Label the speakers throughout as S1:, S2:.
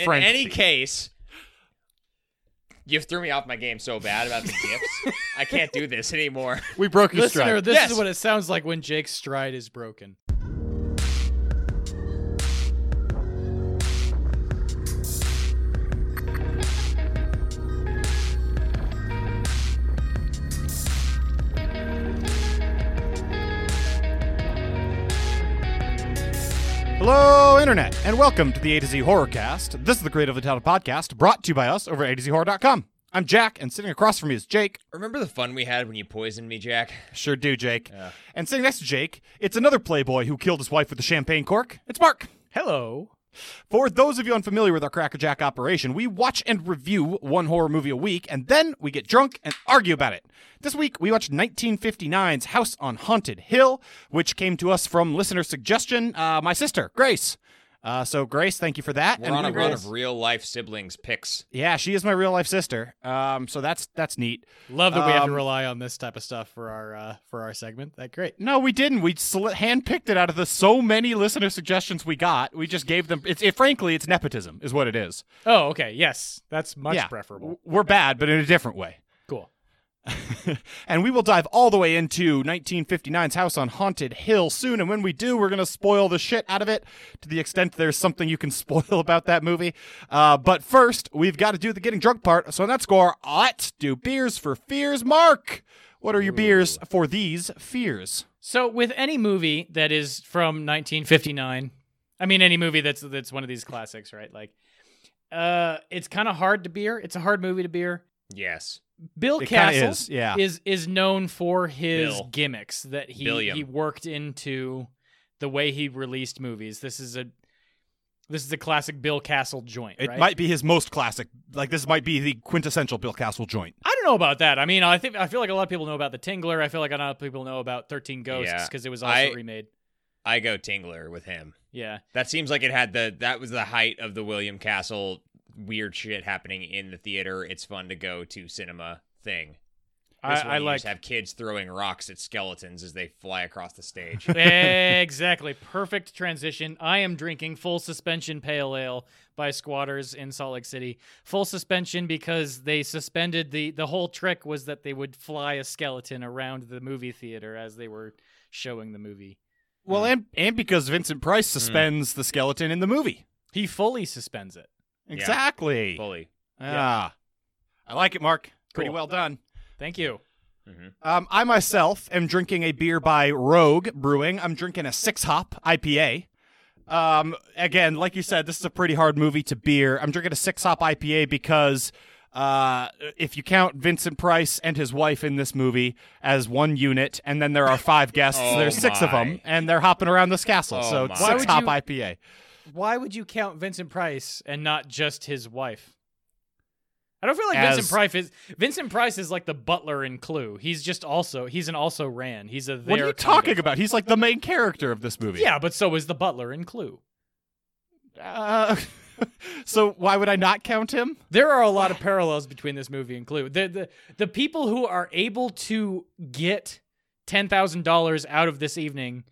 S1: in
S2: French
S1: any
S2: beef.
S1: case, you threw me off my game so bad about the gifts. I can't do this anymore.
S2: We broke your
S3: Listener,
S2: stride.
S3: this
S1: Yes.
S3: is what it sounds like when Jake's stride is broken.
S2: Hello, Internet, and welcome to the A to Z Horrorcast. This is the creatively titled podcast brought to you by us over at A to Z Horror.com. I'm Jack, and sitting across from me is Jake.
S1: Remember the fun we had when you poisoned me, Jack?
S2: Sure do, Jake. And sitting next to Jake, it's another playboy who killed his wife with a champagne cork. It's Mark.
S3: Hello.
S2: For those of you unfamiliar with our Crackerjack operation, we watch and review one horror movie a week, and then we get drunk and argue about it. This week, we watched 1959's House on Haunted Hill, which came to us from listener suggestion, uh, my sister, Grace. Uh, so, Grace, thank you for that.
S1: We're on a
S2: we-
S1: run of real life siblings picks.
S2: Yeah, she is my real life sister. Um, so that's that's neat.
S3: Love that we have to
S2: Um,
S3: rely on this type of stuff for our uh, for our segment. That great.
S2: No, we didn't. We sl- handpicked it out of the so many listener suggestions we got. We just gave them. It's it, frankly, it's nepotism, is what it is.
S3: Oh, okay. Yes, that's much
S2: yeah,
S3: preferable.
S2: We're bad, but in a different way.
S3: Cool.
S2: and we will dive all the way into 1959's House on Haunted Hill soon. And when we do, we're going to spoil the shit out of it to the extent there's something you can spoil about that movie. Uh, but first, we've got to do the getting drunk part. So on that score, let's do beers for fears. Mark, what are your beers for these fears?
S3: So, with any movie that is from 1959, I mean any movie that's that's one of these classics, right? Like, uh, it's kind of hard to beer. It's a hard movie to beer.
S1: Yes.
S3: Bill
S2: It kinda
S3: Castle
S2: is, yeah.
S3: is is known for his
S1: Bill.
S3: gimmicks that he
S1: Billiam.
S3: he worked into the way he released movies. This is a this is a classic Bill Castle joint.
S2: It
S3: right?
S2: might be his most classic. Like this might be the quintessential Bill Castle joint.
S3: I don't know about that. I mean, I think I feel like a lot of people know about the Tingler. I feel like a lot of people know about Thirteen Ghosts
S1: Yeah.
S3: because it was also
S1: I-
S3: remade.
S1: I go Tingler with him.
S3: Yeah,
S1: That seems like it had the that was the height of the William Castle weird shit happening in the theater. It's fun to go to cinema thing.
S3: I,
S1: This one
S3: I
S1: you
S3: like
S1: just have kids throwing rocks at skeletons as they fly across the stage.
S3: exactly perfect transition. I am drinking full suspension pale ale by Squatters in Salt Lake City. Full suspension because they suspended the the whole trick was that they would fly a skeleton around the movie theater as they were showing the movie.
S2: Well,
S3: Mm.
S2: and and because Vincent Price suspends the skeleton in the movie.
S3: He fully suspends it.
S1: Yeah.
S2: Exactly.
S1: Fully.
S2: Yeah. Ah, I like it, Mark. Pretty
S3: Cool.
S2: well done.
S3: Thank you.
S2: Um, I myself am drinking a beer by Rogue Brewing. I'm drinking a six hop IPA. Um, again, like you said, this is a pretty hard movie to beer. I'm drinking a six hop IPA because uh, if you count Vincent Price and his wife in this movie as one unit, and then there are five guests,
S1: Oh
S2: there's six of
S1: my.
S2: them, and they're hopping around this castle.
S1: Oh
S2: so
S1: my.
S2: it's
S1: Why
S2: six
S3: would
S2: hop
S3: you-
S2: IPA.
S3: Why would you count Vincent Price and not just his wife? I don't feel like
S2: As-
S3: Vincent Price is Vincent Price is like the butler in Clue. He's just also he's an also ran. He's a
S2: What
S3: there
S2: are you
S3: kind
S2: talking
S3: of-
S2: about? He's like the main character of this movie.
S3: Yeah, but so is the butler in Clue.
S2: Uh, so why would I not count him?
S3: There are a lot of parallels between this movie and Clue. The the, the people who are able to get ten thousand dollars out of this evening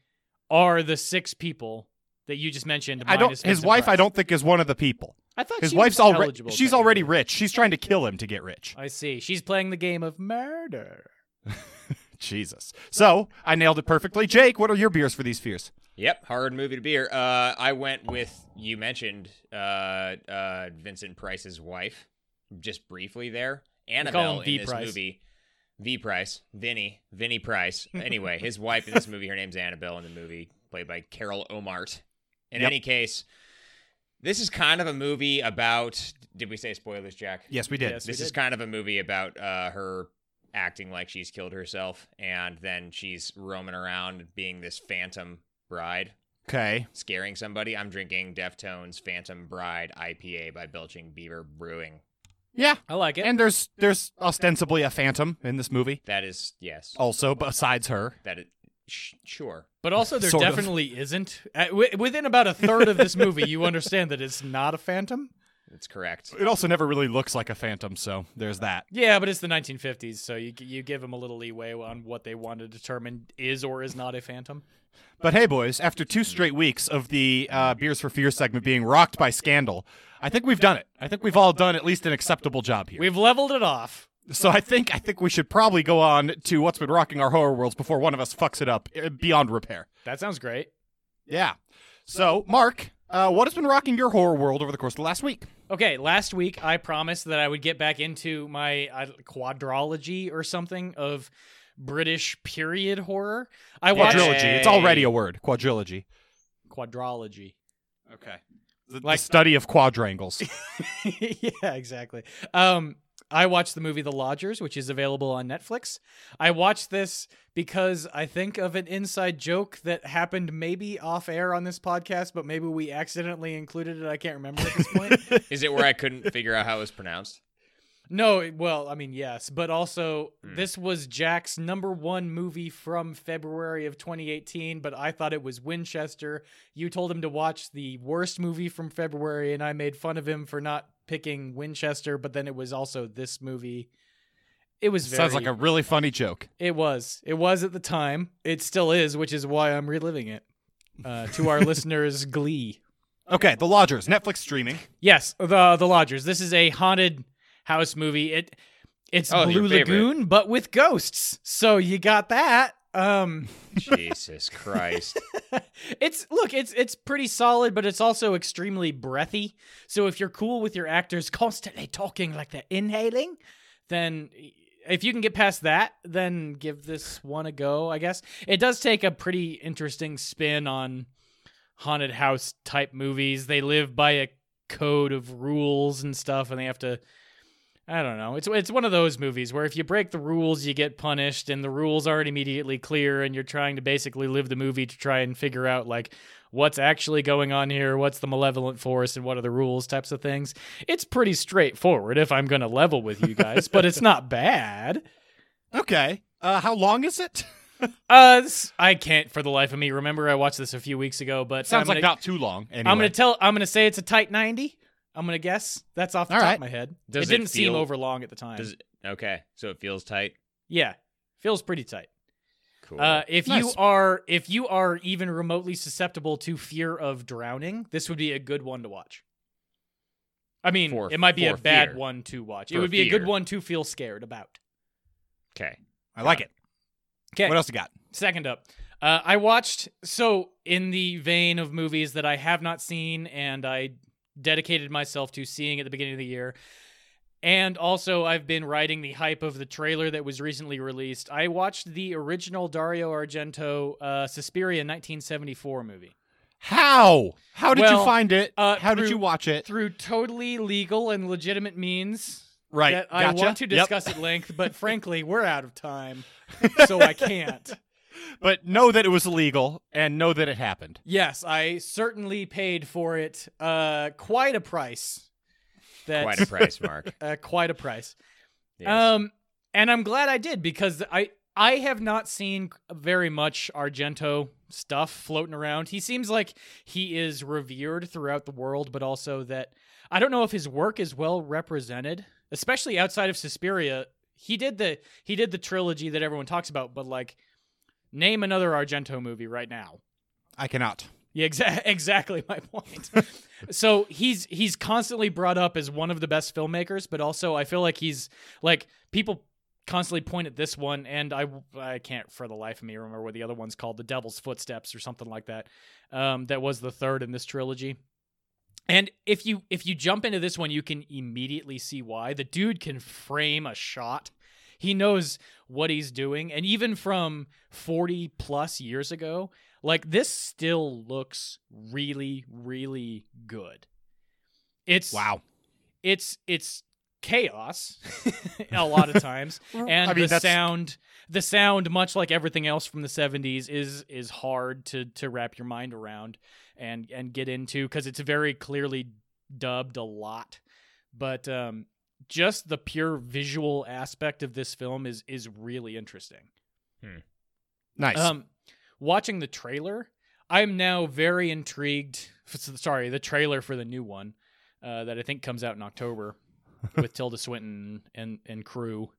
S3: are the six people that you just mentioned.
S2: I don't.
S3: minus
S2: His
S3: Vincent
S2: wife, I
S3: Price.
S2: don't think is one of the people.
S3: I thought
S2: His
S3: she
S2: wife's
S3: was
S2: already.
S3: eligible,
S2: She's
S3: technically.
S2: already rich. She's trying to kill him to get rich.
S3: I see. She's playing the game of murder.
S2: Jesus. So I nailed it perfectly. Jake, what are your beers for these fears?
S1: Yep, hard movie to beer. Uh, I went with you mentioned uh, uh, Vincent Price's wife, just briefly there. Annabelle
S3: him V.
S1: in this
S3: Price.
S1: movie, V Price, Vinny, Vinny Price. Anyway, his wife in this movie, her name's Annabelle in the movie, played by Carol Omart. In
S2: Yep.
S1: any case, this is kind of a movie about. Did we say spoilers, Jack?
S2: Yes, we did.
S3: Yes. we
S1: this is
S3: did.
S1: kind of a movie about uh, her acting like she's killed herself and then she's roaming around being this phantom bride
S2: Okay.
S1: scaring somebody i'm drinking deftones phantom bride ipa by belching beaver brewing
S2: Yeah.
S3: I like it.
S2: And there's there's ostensibly a phantom in this movie.
S1: that is yes
S2: Also, besides her.
S1: that it sh- sure
S3: but also, there Uh,
S2: Sort of.
S3: definitely isn't. At, wi- within about a third of this movie, you understand that it's not a phantom.
S1: That's correct.
S2: It also never really looks like a phantom, so there's that.
S3: Yeah, but it's the 1950s, so you you give them a little leeway on what they want to determine is or is not a phantom.
S2: But hey, boys, after two straight weeks of the uh, Beers for Fear segment being rocked by scandal, I think we've done it. I think we've all done at least an acceptable job here.
S3: We've leveled it off.
S2: So I think I think we should probably go on to what's been rocking our horror worlds before one of us fucks it up uh, beyond repair.
S3: That sounds great.
S2: Yeah. So, Mark, uh, what has been rocking your horror world over the course of the last week?
S3: Okay, last week I promised that I would get back into my uh, quadrology or something of British period horror. I watched
S2: Quadrilogy. It's already a word. Quadrilogy.
S3: quadrology.
S2: Okay. The,
S3: Like-
S2: study of quadrangles.
S3: yeah, exactly. Um, I watched the movie The Lodgers, which is available on Netflix. I watched this because I think of an inside joke that happened maybe off air on this podcast, but maybe we accidentally included it. I can't remember at this point.
S1: Is it where I couldn't figure out how it was pronounced?
S3: no, it- well, I mean, yes, but also
S1: Hmm.
S3: this was Jack's number one movie from February of 2018, but I thought it was Winchester. You told him to watch the worst movie from February, and I made fun of him for not picking Winchester, but then it was also this movie. It was very,
S2: Sounds like a really funny joke.
S3: It was. It was at the time. It still is, which is why I'm reliving it. Uh, to our listeners' glee.
S2: Okay, The Lodgers, Netflix streaming.
S3: Yes, the the Lodgers. This is a haunted house movie. It it's
S1: Oh, your
S3: Blue
S1: favorite.
S3: Lagoon, but with ghosts. So you got that. Um,
S1: Jesus Christ.
S3: it's look, it's it's pretty solid, but it's also extremely breathy. So if you're cool with your actors constantly talking like they're inhaling, then if you can get past that, then give this one a go, I guess. It does take a pretty interesting spin on haunted house type movies. They live by a code of rules and stuff and they have to I don't know. It's it's one of those movies where if you break the rules, you get punished and the rules aren't immediately clear and you're trying to basically live the movie to try and figure out like what's actually going on here, what's the malevolent force and what are the rules types of things. It's pretty straightforward if I'm going to level with you guys, but it's not bad.
S2: Okay. Uh, how long is it?
S3: Uh this- I can't for the life of me remember I watched this a few weeks ago, but
S2: Sounds
S3: I'm
S2: like
S3: gonna-
S2: not too long. Anyway.
S3: I'm gonna tell. I'm gonna say it's a tight ninety. I'm gonna guess. That's off the
S2: All
S3: top
S2: right.
S3: of my head.
S1: Does
S3: it
S1: it
S3: didn't seem
S1: feel-
S3: over long at the time.
S1: Does okay, so it feels tight.
S3: Yeah, feels pretty tight.
S1: Cool.
S3: Uh, if you
S2: Nice.
S3: are if you are even remotely susceptible to fear of drowning, this would be a good one to watch. I mean,
S1: For-
S3: it might be a
S1: for
S3: bad
S1: fear.
S3: one to watch. it
S1: For
S3: would be a good
S1: fear.
S3: one to feel scared about.
S1: okay.
S2: I like it.
S3: 'Kay.
S2: What else you got?
S3: Second up, uh, I watched. So, in the vein of movies that I have not seen and I dedicated myself to seeing at the beginning of the year, and also I've been riding the hype of the trailer that was recently released, I watched the original Dario Argento uh, Suspiria 1974 movie.
S2: How? How did
S3: Well,
S2: you find it?
S3: uh,
S2: how
S3: through-
S2: did you watch it?
S3: Through totally legal and legitimate means.
S2: right.
S3: That I
S2: gotcha.
S3: want to
S2: Yep.
S3: discuss at length, but frankly, we're out of time, so I can't.
S2: But know that it was illegal and know that it happened.
S3: Yes, I certainly paid for it. Uh, quite a price. That's
S1: Quite a price, Mark.
S3: uh, quite a price.
S1: Yes.
S2: Uh,
S3: Um, and I'm glad I did because I I have not seen very much Argento stuff floating around. He seems like he is revered throughout the world, but also that I don't know if his work is well represented, especially outside of Suspiria. He did the he did the trilogy that everyone talks about, but like name another Argento movie right now.
S2: I cannot.
S3: Yeah, exa- exactly my point. so he's he's constantly brought up as one of the best filmmakers, but also I feel like he's like people constantly point at this one, and I I can't for the life of me remember what the other one's called, The Devil's Footsteps or something like that. Um, that was the third in this trilogy. And if you if you jump into this one, you can immediately see why the dude can frame a shot. He knows what he's doing, and even from forty plus years ago, like this still looks really, really good. It's
S2: Wow.
S3: It's it's chaos a lot of times, and
S2: I mean,
S3: the
S2: that's-
S3: sound, the sound, much like everything else from the '70s, is is hard to to wrap your mind around and and get into because it's very clearly dubbed a lot, but um, just the pure visual aspect of this film is is really interesting.
S2: Nice.
S3: Um, watching the trailer, I'm now very intrigued. f- Sorry, the trailer for the new one. uh, that I think comes out in October with Tilda Swinton and and crew.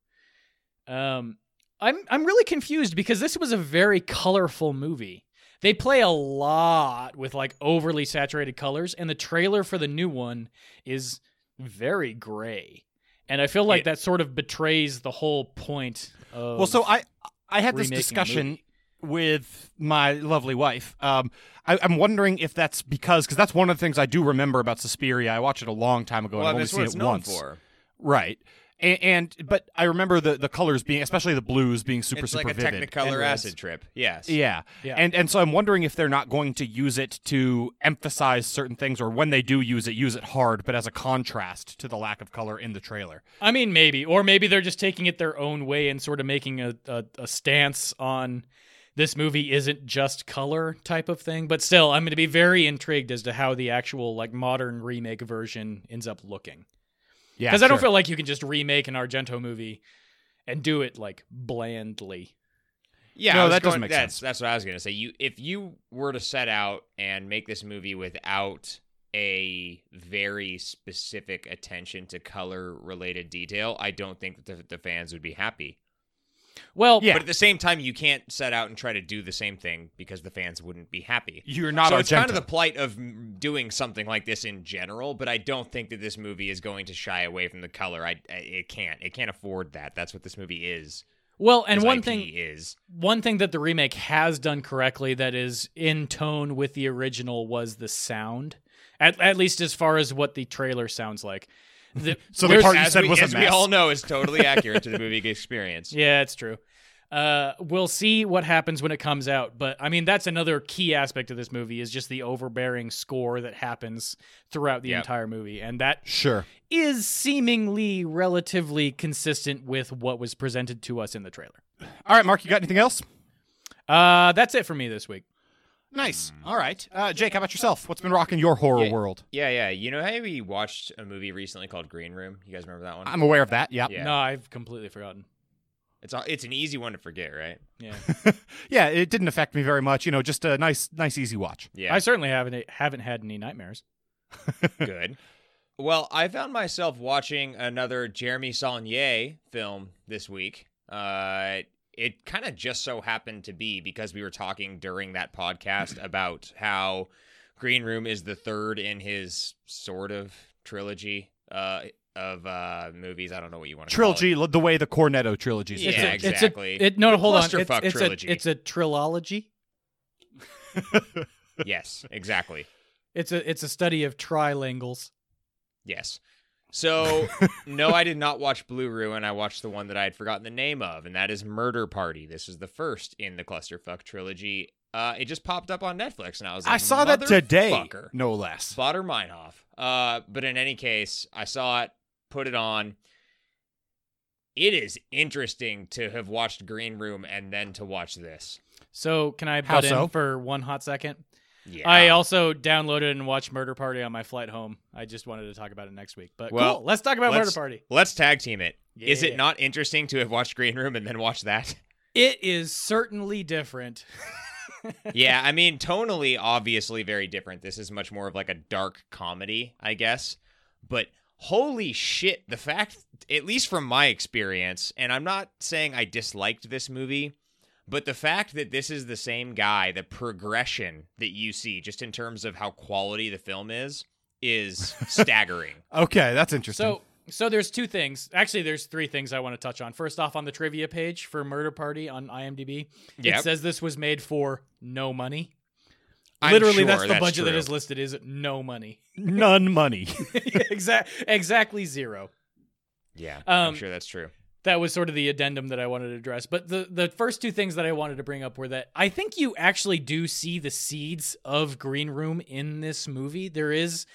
S3: Um, I'm I'm really confused because this was a very colorful movie. They play a lot with like overly saturated colors, and the trailer for the new one is very gray. And I feel like
S1: It-
S3: that sort of betrays the whole point of
S2: Well, so I I had this
S3: remaking a
S2: discussion
S3: movie.
S2: with my lovely wife. Um, I, I'm wondering if that's because because that's one of the things I do remember about Suspiria. I watched it a long time ago. and I've
S1: Well,
S2: only
S1: that's
S2: seen
S1: what it's
S2: it
S1: known
S2: once.
S1: for.
S2: Right. And, and but I remember the the colors being, especially the blues, being super
S1: It's
S2: super
S1: like a
S2: vivid.
S1: Technicolor
S3: and reds.
S1: acid trip. Yes.
S2: Yeah.
S3: Yeah.
S2: And and so I'm wondering if they're not going to use it to emphasize certain things or when they do use it use it hard but as a contrast to the lack of color in the trailer.
S3: I mean, maybe, or maybe they're just taking it their own way and sort of making a, a, a stance on this movie isn't just color type of thing. But still, I'm going to be very intrigued as to how the actual like modern remake version ends up looking
S2: Yeah.
S3: because I don't
S2: sure.
S3: feel like you can just remake an Argento movie and do it like blandly.
S1: Yeah,
S2: No,
S1: I was
S2: that
S1: going-
S2: doesn't make
S1: that's,
S2: sense.
S1: That's what I was gonna say. You, if you were to set out and make this movie without a very specific attention to color related detail, I don't think that the, the fans would be happy.
S3: Well,
S2: Yeah.
S1: But at the same time, you can't set out and try to do the same thing because the fans wouldn't be happy.
S2: you're not
S1: so
S2: Argento.
S1: it's kind of the plight of mm, doing something like this in general, but I don't think that this movie is going to shy away from the color. I, I it can't. It can't afford that. That's what this movie is.
S3: well, and
S1: this
S3: one
S1: IP
S3: thing
S1: is
S3: one thing that the remake has done correctly that is in tone with the original was the sound at, at least as far as what the trailer sounds like The-
S2: So the
S3: there's-
S2: part you
S1: as
S2: said
S1: we,
S2: was a
S1: as we
S2: mess.
S1: all know is totally accurate to the movie experience.
S3: yeah it's true uh, we'll see what happens when it comes out but i mean that's another key aspect of this movie is just the overbearing score that happens throughout the
S1: Yep.
S3: entire movie and that
S2: sure.
S3: is seemingly relatively consistent with what was presented to us in the trailer
S2: All right, Mark, you got anything else?
S3: uh, that's it for me this week
S2: Nice. All right. Uh, Jake, how about yourself? What's been rocking your horror
S1: Mm. Yeah.
S2: world?
S1: Yeah, yeah. You know how we watched a movie recently called Green Room? You guys remember that one?
S2: I'm aware of that. Yeah.
S1: yeah.
S3: no i've completely forgotten
S1: It's a- it's an easy one to forget, right?
S3: yeah
S2: Yeah, it didn't affect me very much. You know, just a nice, nice, easy watch.
S1: Yeah.
S3: I certainly haven't haven't had any nightmares.
S1: Good. Well, I found myself watching another Jeremy Saulnier film this week. Uh, it kind of just so happened to be because we were talking during that podcast about how Green Room is the third in his sort of trilogy uh, of uh, movies. I don't know what you want to
S2: Trilogy, l- the way the Cornetto trilogy is.
S1: Yeah,
S3: it's a,
S2: different.
S1: exactly.
S3: It's a, it, no, hold on. It's,
S1: clusterfuck
S3: it's
S1: trilogy.
S3: A, it's a trilogy.
S1: Call it. Yes, exactly.
S3: It's a it's a study of trilinguals.
S1: Yes. So, no, I did not watch Blue Ruin. I watched the one that I had forgotten the name of, and that is Murder Party. This is the first in the Clusterfuck trilogy. Uh, it just popped up on Netflix, and I was like,
S2: I saw that today,
S1: "Motherfucker."
S2: no less.
S1: Bader Meinhof. Uh, but in any case, I saw it, put it on. It is interesting to have watched Green Room and then to watch this.
S3: So can I
S2: How
S3: butt
S2: so?
S3: in for one hot second?
S1: Yeah.
S3: I also downloaded and watched Murder Party on my flight home. I just wanted to talk about it next week. But
S1: Well,
S3: cool, let's talk about Murder
S1: let's-
S3: Party.
S1: Let's tag team it. Is
S3: Yeah.
S1: it not interesting to have watched Green Room and then watch that?
S3: It is certainly different.
S1: yeah, I mean, tonally, obviously, very different. This is much more of like a dark comedy, I guess. But holy shit, the fact, at least from my experience, and I'm not saying I disliked this movie, but the fact that this is the same guy, the progression that you see, just in terms of how quality the film is, is staggering.
S2: Okay, that's interesting.
S3: So so there's two things. Actually, there's three things I want to touch on. First off, on the trivia page for Murder Party on IMDb,
S1: Yep.
S3: it says this was made for no money.
S1: I'm
S3: Literally,
S1: sure
S3: that's the budget that
S1: true.
S3: is listed is no money.
S2: None money.
S3: exact, exactly zero.
S1: Yeah, I'm
S3: Um,
S1: sure that's true.
S3: That was sort of the addendum that I wanted to address. But the the first two things that I wanted to bring up were that I think you actually do see the seeds of Green Room in this movie. There is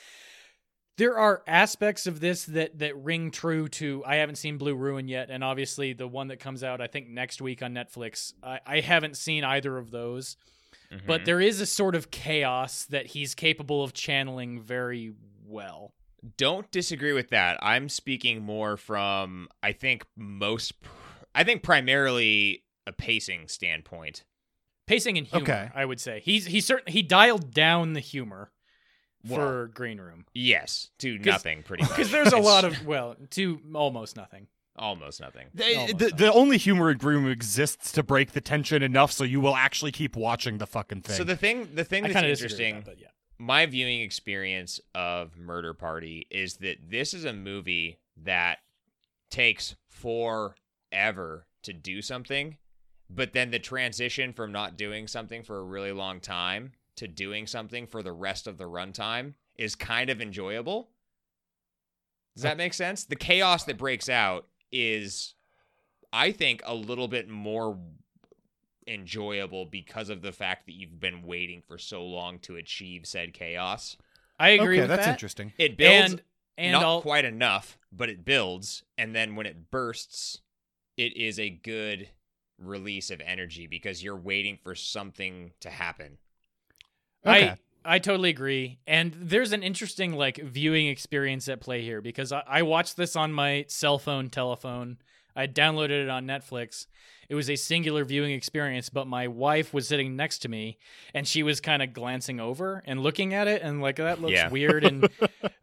S3: there are aspects of this that that ring true to I haven't seen Blue Ruin yet, and obviously the one that comes out I think next week on Netflix. I, I haven't seen either of those but
S2: Mm-hmm.
S1: Mhm.
S3: there is a sort of chaos that he's capable of channeling very well.
S1: don't disagree with that. I'm speaking more from I think most pr- I think primarily a pacing standpoint.
S3: Pacing and humor,
S2: Okay.
S3: I would say. He's he certain he dialed down the humor. for Green Room
S1: Yes, to nothing pretty much.
S3: because there's a
S1: It's
S3: lot of well, to almost nothing.
S1: almost nothing.
S2: They,
S3: Almost
S2: the,
S3: done.
S2: the only humor in Groom exists to break the tension enough so you will actually keep watching the fucking thing.
S1: So the thing, the thing
S3: I
S1: that's
S3: kind of interesting,
S1: interesting,
S3: that, but yeah,
S1: my viewing experience of Murder Party is that this is a movie that takes forever to do something, but then the transition from not doing something for a really long time to doing something for the rest of the runtime is kind of enjoyable. Does that make sense? The chaos that breaks out is, I think, a little bit more enjoyable because of the fact that you've been waiting for so long to achieve said chaos.
S3: I agree
S2: okay,
S3: with
S2: that's
S3: that.
S2: interesting.
S1: It builds
S3: And and
S1: not
S3: I'll,
S1: quite enough, but it builds, and then when it bursts, it is a good release of energy because you're waiting for something to happen.
S2: Okay.
S3: I I totally agree. And there's an interesting like viewing experience at play here because I, I watched this on my cell phone telephone. I downloaded it on Netflix. It was a singular viewing experience, but my wife was sitting next to me and she was kind of glancing over and looking at it and like that looks
S1: Yeah.
S3: weird and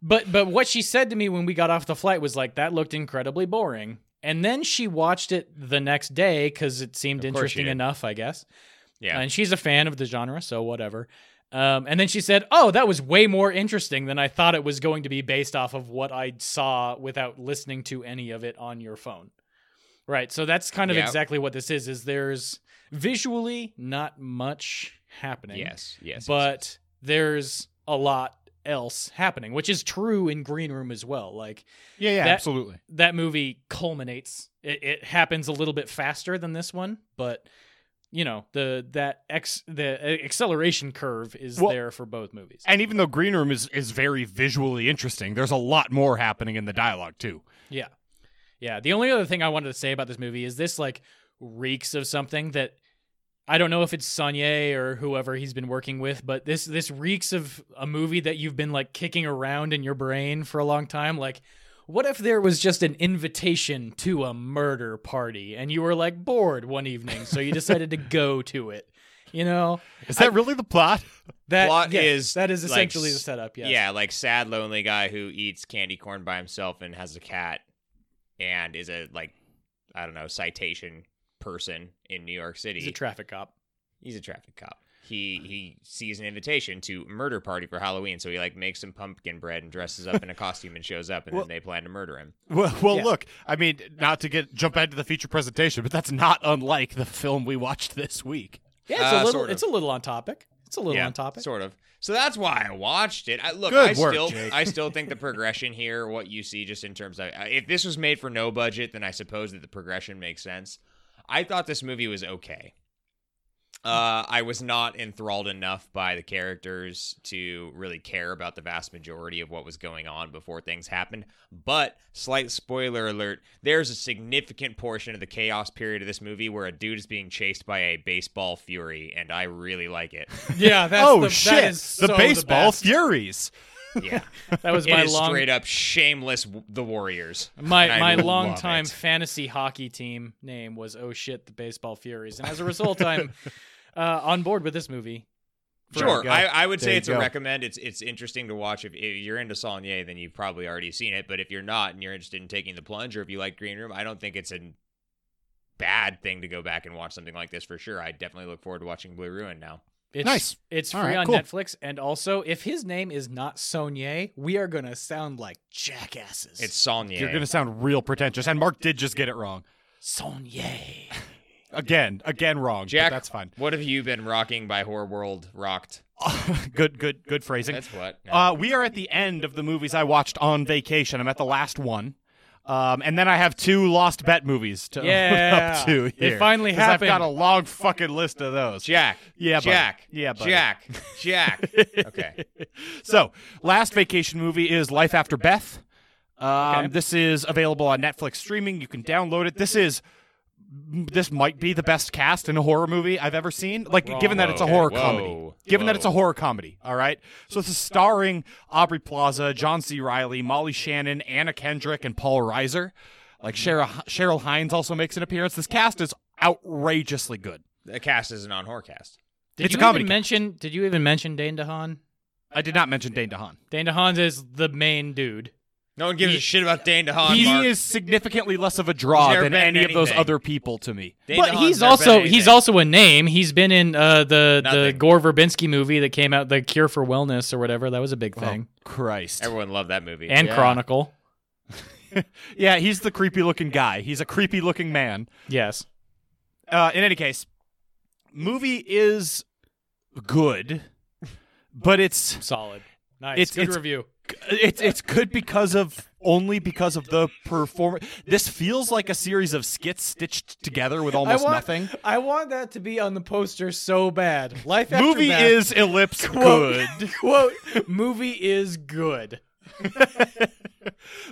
S3: but but what she said to me when we got off the flight was like that looked incredibly boring. And then she watched it the next day cuz it seemed
S1: Of course she
S3: interesting
S1: did.
S3: enough, I guess.
S1: Yeah.
S3: And she's a fan of the genre, so whatever. Um, and then she said, "Oh, that was way more interesting than I thought it was going to be based off of what I saw without listening to any of it on your phone." Right. So that's kind of
S1: Yeah.
S3: exactly what this is is there's visually not much happening.
S1: Yes, yes.
S3: But there's a lot else happening, which is true in Green Room as well. Like
S2: yeah, yeah,
S3: that-
S2: absolutely.
S3: that movie culminates. It, it happens a little bit faster than this one, but you know the that ex the acceleration curve is
S2: Well-
S3: there for both movies.
S2: And even though Green Room is, is very visually interesting, there's a lot more happening in the dialogue too.
S3: yeah, yeah. The only other thing I wanted to say about this movie is this like reeks of something that I don't know if it's Sonye or whoever he's been working with, but this this reeks of a movie that you've been like kicking around in your brain for a long time. Like, what if there was just an invitation to a murder party and you were like bored one evening, so you decided to go to it? You know,
S2: Is that really the plot?
S3: that
S1: Plot
S3: yeah,
S1: is,
S3: that is
S1: like,
S3: essentially the
S1: s-
S3: setup. Yes.
S1: Yeah, like sad, lonely guy who eats candy corn by himself and has a cat and is a, like, I don't know, citation person in New York City.
S3: he's a traffic cop.
S1: he's a traffic cop. He he sees an invitation to murder party for Halloween, so he like makes some pumpkin bread and dresses up in a costume and shows up, and
S2: Well-
S1: then they plan to murder him.
S2: Well, well
S3: Yeah.
S2: look, I mean, not to get jump ahead to the feature presentation, but that's not unlike the film we watched this week.
S3: Yeah, it's
S1: Uh,
S3: a little.
S1: sort of.
S3: It's a little on topic. It's a little on topic.
S1: sort of. So that's why I watched it. I, look,
S2: Good
S1: I
S2: work,
S1: still
S2: Jake.
S1: I still think the progression here, what you see, just in terms of if this was made for no budget, then I suppose that the progression makes sense. I thought this movie was okay. Uh, I was not enthralled enough by the characters to really care about the vast majority of what was going on before things happened. But, slight spoiler alert, there's a significant portion of the chaos period of this movie where a dude is being chased by a baseball fury, and I really like it.
S3: Yeah, that's
S2: oh
S3: the,
S2: shit!
S3: That is
S2: the
S3: so
S2: baseball
S3: best.
S2: furies.
S1: Yeah.
S3: that was
S1: It
S3: my
S1: is
S3: long
S1: straight up shameless w- the Warriors. And
S3: my
S1: I
S3: my
S1: love
S3: long time
S1: it.
S3: fantasy hockey team name was oh shit the baseball furies and as a result I'm uh, on board with this movie.
S1: Sure,
S2: Go.
S1: I, I would
S2: There
S1: say
S2: you
S1: it's
S2: go.
S1: a recommend. It's it's interesting to watch. If, if you're into Saulnier, then you've probably already seen it. But if you're not and you're interested in taking the plunge, or if you like Green Room, I don't think it's a bad thing to go back and watch something like this for sure. I definitely look forward to watching Blue Ruin now.
S3: It's,
S2: Nice.
S3: It's
S2: All
S3: free
S2: right,
S3: on
S2: cool.
S3: Netflix and also if his name is not Sonier, we are gonna sound like jackasses.
S1: It's Saulnier.
S2: You're gonna sound real pretentious, and Mark did just get it wrong
S3: Sonier.
S2: again, again wrong. but
S1: Jack,
S2: that's fine.
S1: What have you been rocking by Horror World Rocked?
S2: good, good, good phrasing.
S1: That's what. No.
S2: Uh, we are at the end of the movies I watched on vacation. I'm at the last one. Um, and then I have two lost bet movies to
S3: Yeah.
S2: open up to.
S3: They
S2: Here.
S3: finally
S2: 'Cause
S3: happened.
S2: I've got a long fucking list of those.
S1: Jack.
S2: Yeah, buddy.
S1: Jack.
S2: Yeah, buddy.
S1: Jack. Jack. okay.
S2: So, last vacation movie is Life After Beth. Um,
S3: Okay.
S2: This is available on Netflix streaming. You can download it. This is this might be the best cast in a horror movie I've ever seen. Like,
S3: Wrong.
S2: given that it's a
S1: Okay.
S2: horror
S1: Whoa.
S2: comedy, given that it's a
S1: Whoa.
S2: horror comedy. All right. So this is starring Aubrey Plaza, John C. Riley, Molly Shannon, Anna Kendrick, and Paul Reiser. Like
S1: Hmm.
S2: Cheryl, Cheryl Hines also makes an appearance. This cast is outrageously good.
S1: The cast is a non-horror cast.
S3: Did
S2: It's a
S3: you
S2: comedy
S3: even mention did you even mention Dane DeHaan?
S2: I did not mention Dane DeHaan.
S3: Dane DeHaan is the main dude.
S1: No one gives
S3: He-
S1: a shit about Dane DeHaan.
S2: he
S1: Mark.
S2: is significantly less of a draw
S1: He's never
S2: than
S1: been
S2: any of those
S1: anything.
S2: other people to me.
S1: Dane
S3: but
S1: DeHaan's
S3: he's
S1: never been
S3: also he's
S1: anything.
S3: also a name. He's been in uh, the the
S1: Nothing.
S3: Gore Verbinski movie that came out, The Cure for Wellness or whatever. That was a big thing.
S2: Oh, Christ.
S1: Everyone loved that movie.
S3: and
S2: yeah.
S3: Chronicle.
S2: Yeah, he's the creepy looking guy. He's a creepy looking man.
S3: Yes.
S2: Uh, in any case, movie is good, but it's
S3: Solid. Nice.
S2: It's-
S3: Good
S2: it's-
S3: review.
S2: it's it's good because of only because of the performance. This feels like a series of skits stitched together with almost nothing.
S4: I want that to be on the poster so bad. Life after
S2: Movie
S4: Math,
S2: is ellipse good,
S4: quote movie is good.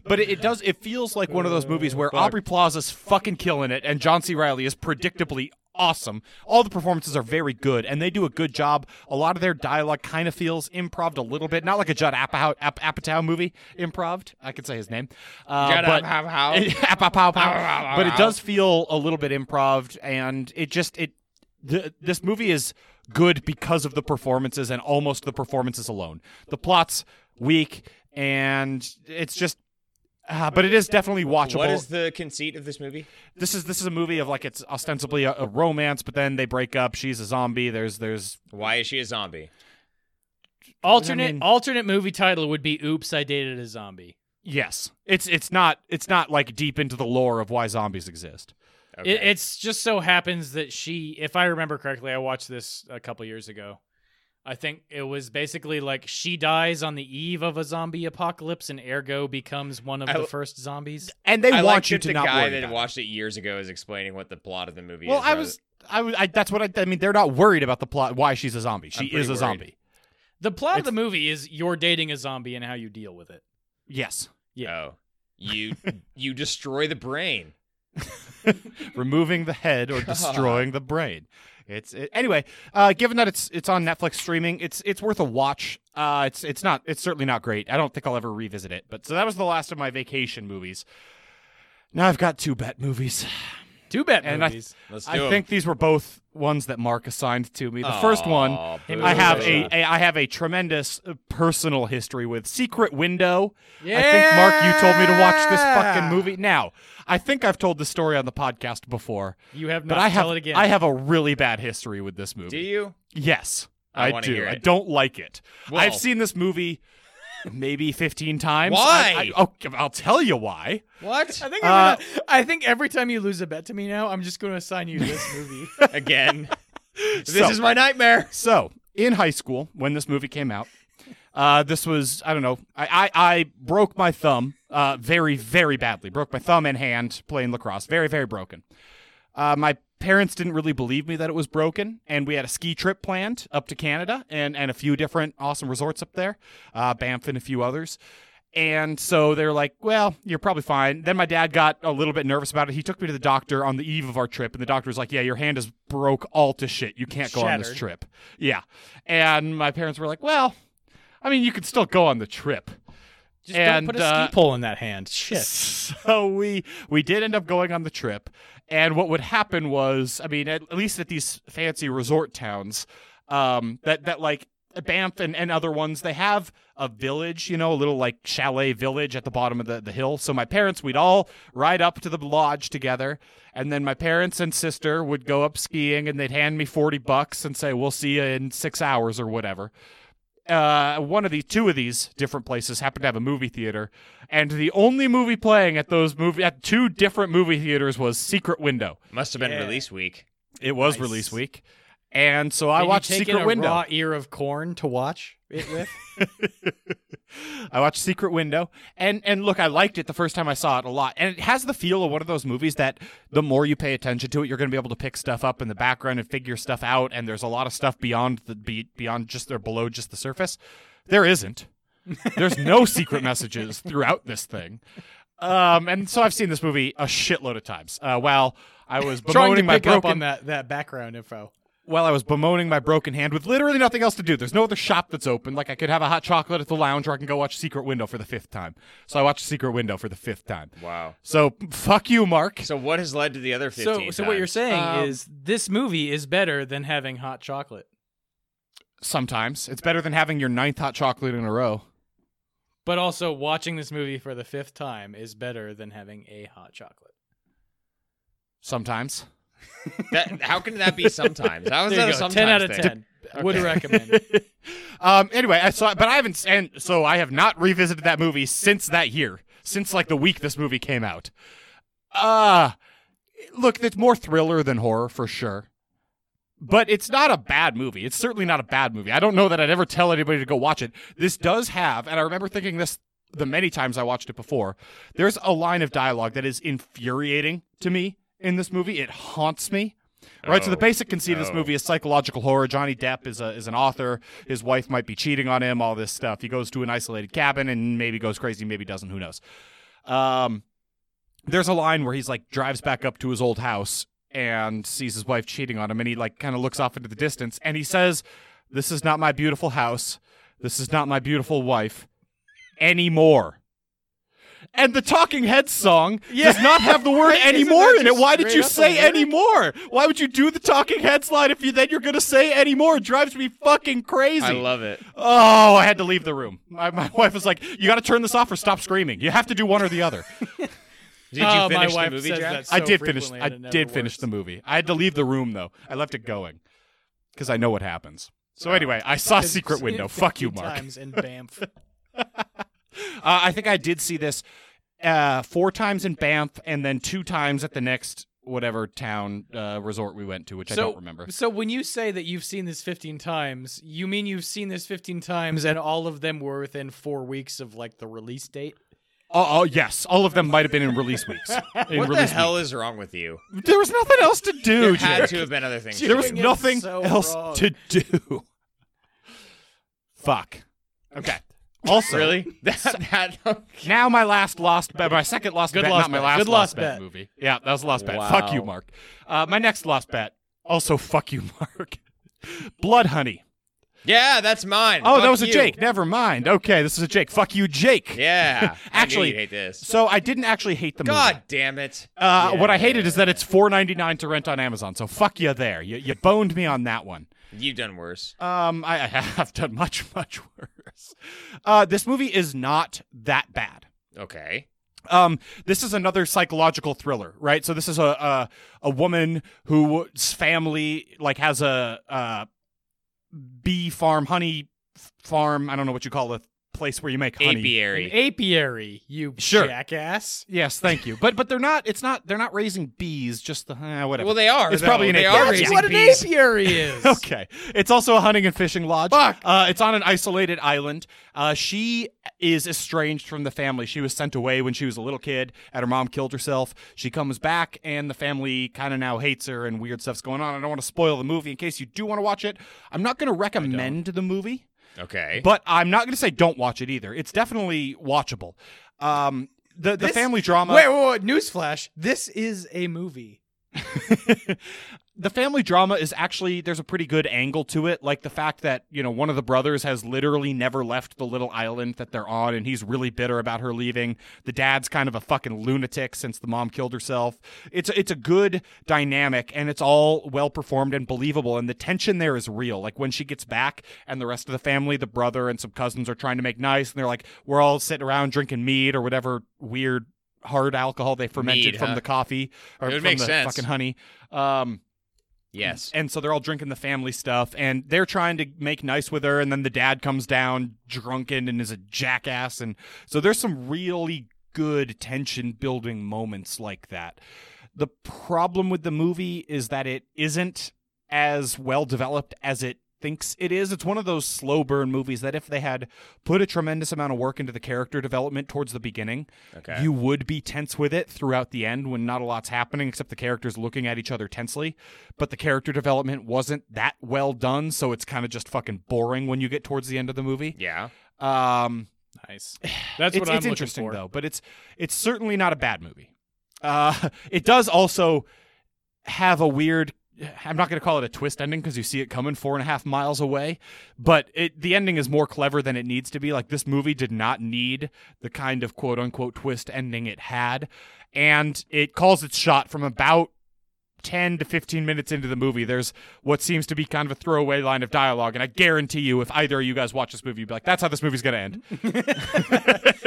S2: but it, it does. It feels like one of those movies where Aubrey Plaza's fucking killing it, and John C. Riley is predictably awesome. All the performances are very good, and they do a good job. A lot of their dialogue kind of feels improv a little bit, not like a Judd Apatow, Ap- Apatow movie improved. I could say his name, uh,
S1: Judd
S2: but-
S1: Apatow.
S2: Ah, pow, pow, pow.
S1: pow,
S2: but it
S1: pow.
S2: does feel a little bit improv and it just it th- this movie is good because of the performances and almost the performances alone the plot's weak and it's just uh, but it is definitely watchable
S1: What is the conceit of this movie?
S2: this is this is a movie of like it's ostensibly a, a romance but then they break up she's a zombie there's there's
S1: Why is she a zombie?
S3: Alternate
S2: mean-
S3: alternate movie title would be Oops, I dated a zombie.
S2: yes it's it's not it's not like deep into the lore of why zombies exist
S1: Okay.
S3: It, it's just so happens that she, if I remember correctly, I watched this a couple years ago. I think it was basically like she dies on the eve of a zombie apocalypse, and ergo becomes one of
S1: I-
S3: the first zombies.
S2: and they
S1: I
S2: want
S1: like
S2: you
S1: that
S2: to
S1: the
S2: not
S1: guy
S2: worry
S1: that
S2: about it.
S1: watched it years ago is explaining what the plot of the movie
S2: Well,
S1: is. uh,
S2: I
S1: rather-
S2: was, I was, I, that's what I, I mean. They're not worried about the plot. Why she's a zombie? She
S1: I'm
S2: is a
S1: pretty worried.
S2: zombie.
S3: The plot of
S2: It's-
S3: the movie is you're dating a zombie and how you deal with it.
S2: Yes.
S1: Oh, you you destroy the brain.
S2: Removing the head or destroying the brain. It's it, anyway. Uh, given that it's it's on Netflix streaming, it's it's worth a watch. Uh, it's it's not it's certainly not great. I don't think I'll ever revisit it. But so that was the last of my vacation movies. Now I've got two bet movies.
S3: Two bad
S2: And I-
S3: movies.
S1: Let's do
S2: I
S1: 'em.
S2: think these were both ones that Mark assigned to me. The first one
S1: Aw,
S3: Hey,
S1: boo.
S2: I have
S3: Yeah.
S2: a, a I have a tremendous uh, personal history with Secret Window. I think
S4: Yeah!
S2: Mark, you told me to watch this fucking movie. Now, I think I've told this story on the podcast before,
S3: You have not
S2: but I have
S3: tell it again.
S2: I have a really bad history with this movie.
S1: Do you?
S2: Yes,
S1: I
S2: I,
S1: wanna
S2: do.
S1: hear
S2: I
S1: it.
S2: don't like it.
S1: Well-
S2: I've seen this movie maybe fifteen times.
S1: Why?
S2: I, I, oh, I'll tell you why.
S1: What?
S4: I think
S2: Uh,
S4: I'm gonna, I think every time you lose a bet to me now, I'm just going to assign you this movie.
S1: Again. this
S2: So-
S1: is my nightmare.
S2: So, in high school, when this movie came out, uh, this was I don't know. I I, I broke my thumb uh, very very badly. Broke my thumb and hand playing lacrosse. Very very broken. Uh, my parents didn't really believe me that it was broken, and we had a ski trip planned up to Canada and and a few different awesome resorts up there, uh, Banff and a few others. And so they were like, well, you're probably fine. Then my dad got a little bit nervous about it. He took me to the doctor on the eve of our trip, and the doctor was like, yeah, your hand is broke all to shit. You can't go on this
S3: Shattered.
S2: trip. Yeah. And my parents were like, well, I mean, you could still go on the trip.
S3: Just
S2: and,
S3: don't put a
S2: uh,
S3: ski pole in that hand. Shit.
S2: So we we did end up going on the trip, and what would happen was, I mean, at, at least at these fancy resort towns, um, that that like Banff and, and other ones, they have a village, you know, a little like chalet village at the bottom of the, the hill. So my parents, we'd all ride up to the lodge together, and then my parents and sister would go up skiing, and they'd hand me forty bucks and say, "We'll see you in six hours" or whatever uh, one of the two of these different places happened to have a movie theater, and the only movie playing at those movie at two different movie theaters was Secret Window.
S1: Must have been
S3: Yeah.
S1: release week.
S2: It was release week, and so I
S3: Did you
S2: watched
S3: take in
S2: Secret
S3: a
S2: Window.
S3: raw ear of corn to watch it with.
S2: I watched Secret Window, and and look, I liked it the first time I saw it a lot, and it has the feel of one of those movies that the more you pay attention to it, you're going to be able to pick stuff up in the background and figure stuff out, and there's a lot of stuff beyond the be, beyond just or below just the surface. There isn't. There's no secret messages throughout this thing. Um, and so I've seen this movie a shitload of times. Uh, while I
S4: Trying
S2: was
S4: to
S2: bemoaning my
S4: pick up
S2: broken
S4: on that that background info.
S2: while I was bemoaning my broken hand with literally nothing else to do. There's no other shop that's open. Like I could have a hot chocolate at the lounge or I can go watch Secret Window for the fifth time. So I watched Secret Window for the fifth time.
S1: Wow.
S2: So fuck you, Mark.
S1: So what has led to the other 15
S3: So, so what you're
S1: times?
S3: saying
S2: Um,
S3: is this movie is better than having hot chocolate.
S2: Sometimes it's better than having your ninth hot chocolate in a row.
S3: But also, watching this movie for the fifth time is better than having a hot chocolate.
S2: Sometimes.
S1: That, how can that be sometimes? How is
S3: There
S1: that
S3: you
S1: a
S3: go.
S1: sometimes
S3: Ten out of
S1: thing?
S3: ten. Would recommend.
S2: um. Anyway, I saw, but I haven't, and so I have not revisited that movie since that year, since like the week this movie came out. Uh look, it's more thriller than horror for sure. But it's not a bad movie. It's certainly not a bad movie. I don't know that I'd ever tell anybody to go watch it. This does have, and I remember thinking this the many times I watched it before. There's a line of dialogue that is infuriating to me in this movie. It haunts me. Right, so the
S1: Oh.
S2: basic conceit of this
S1: Oh.
S2: movie is psychological horror. Johnny Depp is a is an author. His wife might be cheating on him. All this stuff. He goes to an isolated cabin and maybe goes crazy, maybe doesn't. Who knows? Um, there's a line where he's like drives back up to his old house and sees his wife cheating on him and he like kind of looks off into the distance and he says this is not my beautiful house this is not my beautiful wife anymore and the talking heads song does not have the word anymore in it why did you say anymore why would you do the talking heads line if you then you're gonna say anymore it drives me fucking crazy
S1: I love it.
S2: oh i had to leave the room my, my wife was like you gotta turn this off or stop screaming you have to do one or the other
S1: Did you
S3: Oh,
S2: Uh,
S3: my
S1: finish the
S3: wife
S1: movie,
S3: says
S1: Jack?
S3: that so
S2: I did finish.
S3: frequently
S2: I
S3: and it never
S2: did finish the
S3: works.
S2: movie. I had to leave the room though. I left it going because I know what happens. So anyway, I saw Secret Window. Fuck you,
S4: 15
S2: Mark.
S4: Times in Banff.
S2: Uh, I think I did see this uh, four times in Banff and then two times at the next whatever town uh, resort we went to, which I don't remember.
S3: So when you say that you've seen this 15 times, you mean you've seen this 15 times and all of them were within four weeks of like the release date?
S2: Oh, oh, yes, all of them might have been in release weeks. In
S1: What the
S2: release
S1: hell is wrong with you?
S2: week. There was nothing else to do.
S1: There had
S2: Jared.
S1: to have been other things.
S2: There was
S1: to do.
S4: it
S2: nothing
S4: so
S2: else
S4: wrong.
S2: to do. Fuck. Okay. Also,
S1: really that, that
S2: Now my last lost bet, my second lost
S3: Good
S2: bet,
S3: lost
S2: not my
S3: bet.
S2: last
S3: Good
S2: lost
S3: lost
S2: bet.
S3: bet.
S2: movie. Yeah, that was a lost bet.
S1: Wow.
S2: Fuck you, Mark. Uh, my next lost bet, also fuck you, Mark. Blood Honey.
S1: Yeah, that's mine.
S2: Oh, that
S1: Fuck
S2: was a
S1: you.
S2: Jake. Never mind. Okay, this is a Jake. Fuck you, Jake.
S1: Yeah.
S2: Actually-
S1: I knew you'd hate this.
S2: So I didn't actually hate the movie.
S1: God damn it.
S2: Uh, What I hated is that it's four ninety nine to rent on Amazon. So fuck you there. You, you boned me on that one.
S1: You've done worse.
S2: Um, I, I have done much much worse. Uh, this movie is not that bad.
S1: Okay.
S2: Um, this is another psychological thriller, right? So this is a a, a woman whose family like has a uh, bee farm, honey f- farm. I don't know what you call a place where you make honey.
S1: Apiary.
S3: An apiary, you
S2: Sure.
S3: jackass.
S2: Yes, thank you. But but they're not. It's not. They're not raising bees. Just the eh, whatever.
S1: Well, they are.
S2: It's
S1: though.
S2: probably an
S1: they
S2: apiary.
S1: are
S2: That's
S1: raising
S4: what an
S1: bees.
S4: apiary is.
S2: Okay. It's also a hunting and fishing lodge. Uh, it's on an isolated island. Uh, she is estranged from the family. She was sent away when she was a little kid, and her mom killed herself. She comes back, and the family kind of now hates her, and weird stuff's going on. I don't want to spoil the movie in case you do want to watch it. I'm not going to recommend the movie,
S1: Okay.
S2: but I'm not going to say don't watch it either. It's definitely watchable. Um, the, the
S4: This-
S2: family drama.
S4: Wait, wait, wait. Newsflash. This is a movie.
S2: the family drama is actually there's a pretty good angle to it like the fact that you know one of the brothers has literally never left the little island that they're on and he's really bitter about her leaving the dad's kind of a fucking lunatic since the mom killed herself it's it's a good dynamic and it's all well performed and believable and the tension there is real like when she gets back and the rest of the family the brother and some cousins are trying to make nice and they're like we're all sitting around drinking mead or whatever weird hard alcohol they fermented
S1: Mead,
S2: from
S1: huh?
S2: the coffee or
S1: It would
S2: from
S1: make
S2: the
S1: sense.
S2: fucking honey um
S1: yes.
S2: and so they're all drinking the family stuff and they're trying to make nice with her. And then the dad comes down drunken and is a jackass. And so there's some really good tension building moments like that. The problem with the movie is that it isn't as well developed as it thinks it is. It's one of those slow burn movies that if they had put a tremendous amount of work into the character development towards the beginning,
S1: Okay.
S2: you would be tense with it throughout the end when not a lot's happening except the characters looking at each other tensely. But the character development wasn't that well done, so it's kind of just fucking boring when you get towards the end of the movie.
S1: yeah.
S2: Um,
S3: Nice. That's
S2: it's,
S3: what I'm
S2: it's
S3: looking
S2: interesting
S3: for.
S2: though, but it's it's certainly not a bad movie. Uh, it does also have a weird. I'm not going to call it a twist ending because you see it coming four and a half miles away, but it, the ending is more clever than it needs to be. Like this movie did not need the kind of quote unquote twist ending it had, and it calls its shot from about 10 to 15 minutes into the movie, there's what seems to be kind of a throwaway line of dialogue. And I guarantee you, if either of you guys watch this movie, you'd be like, that's how this movie's going to end.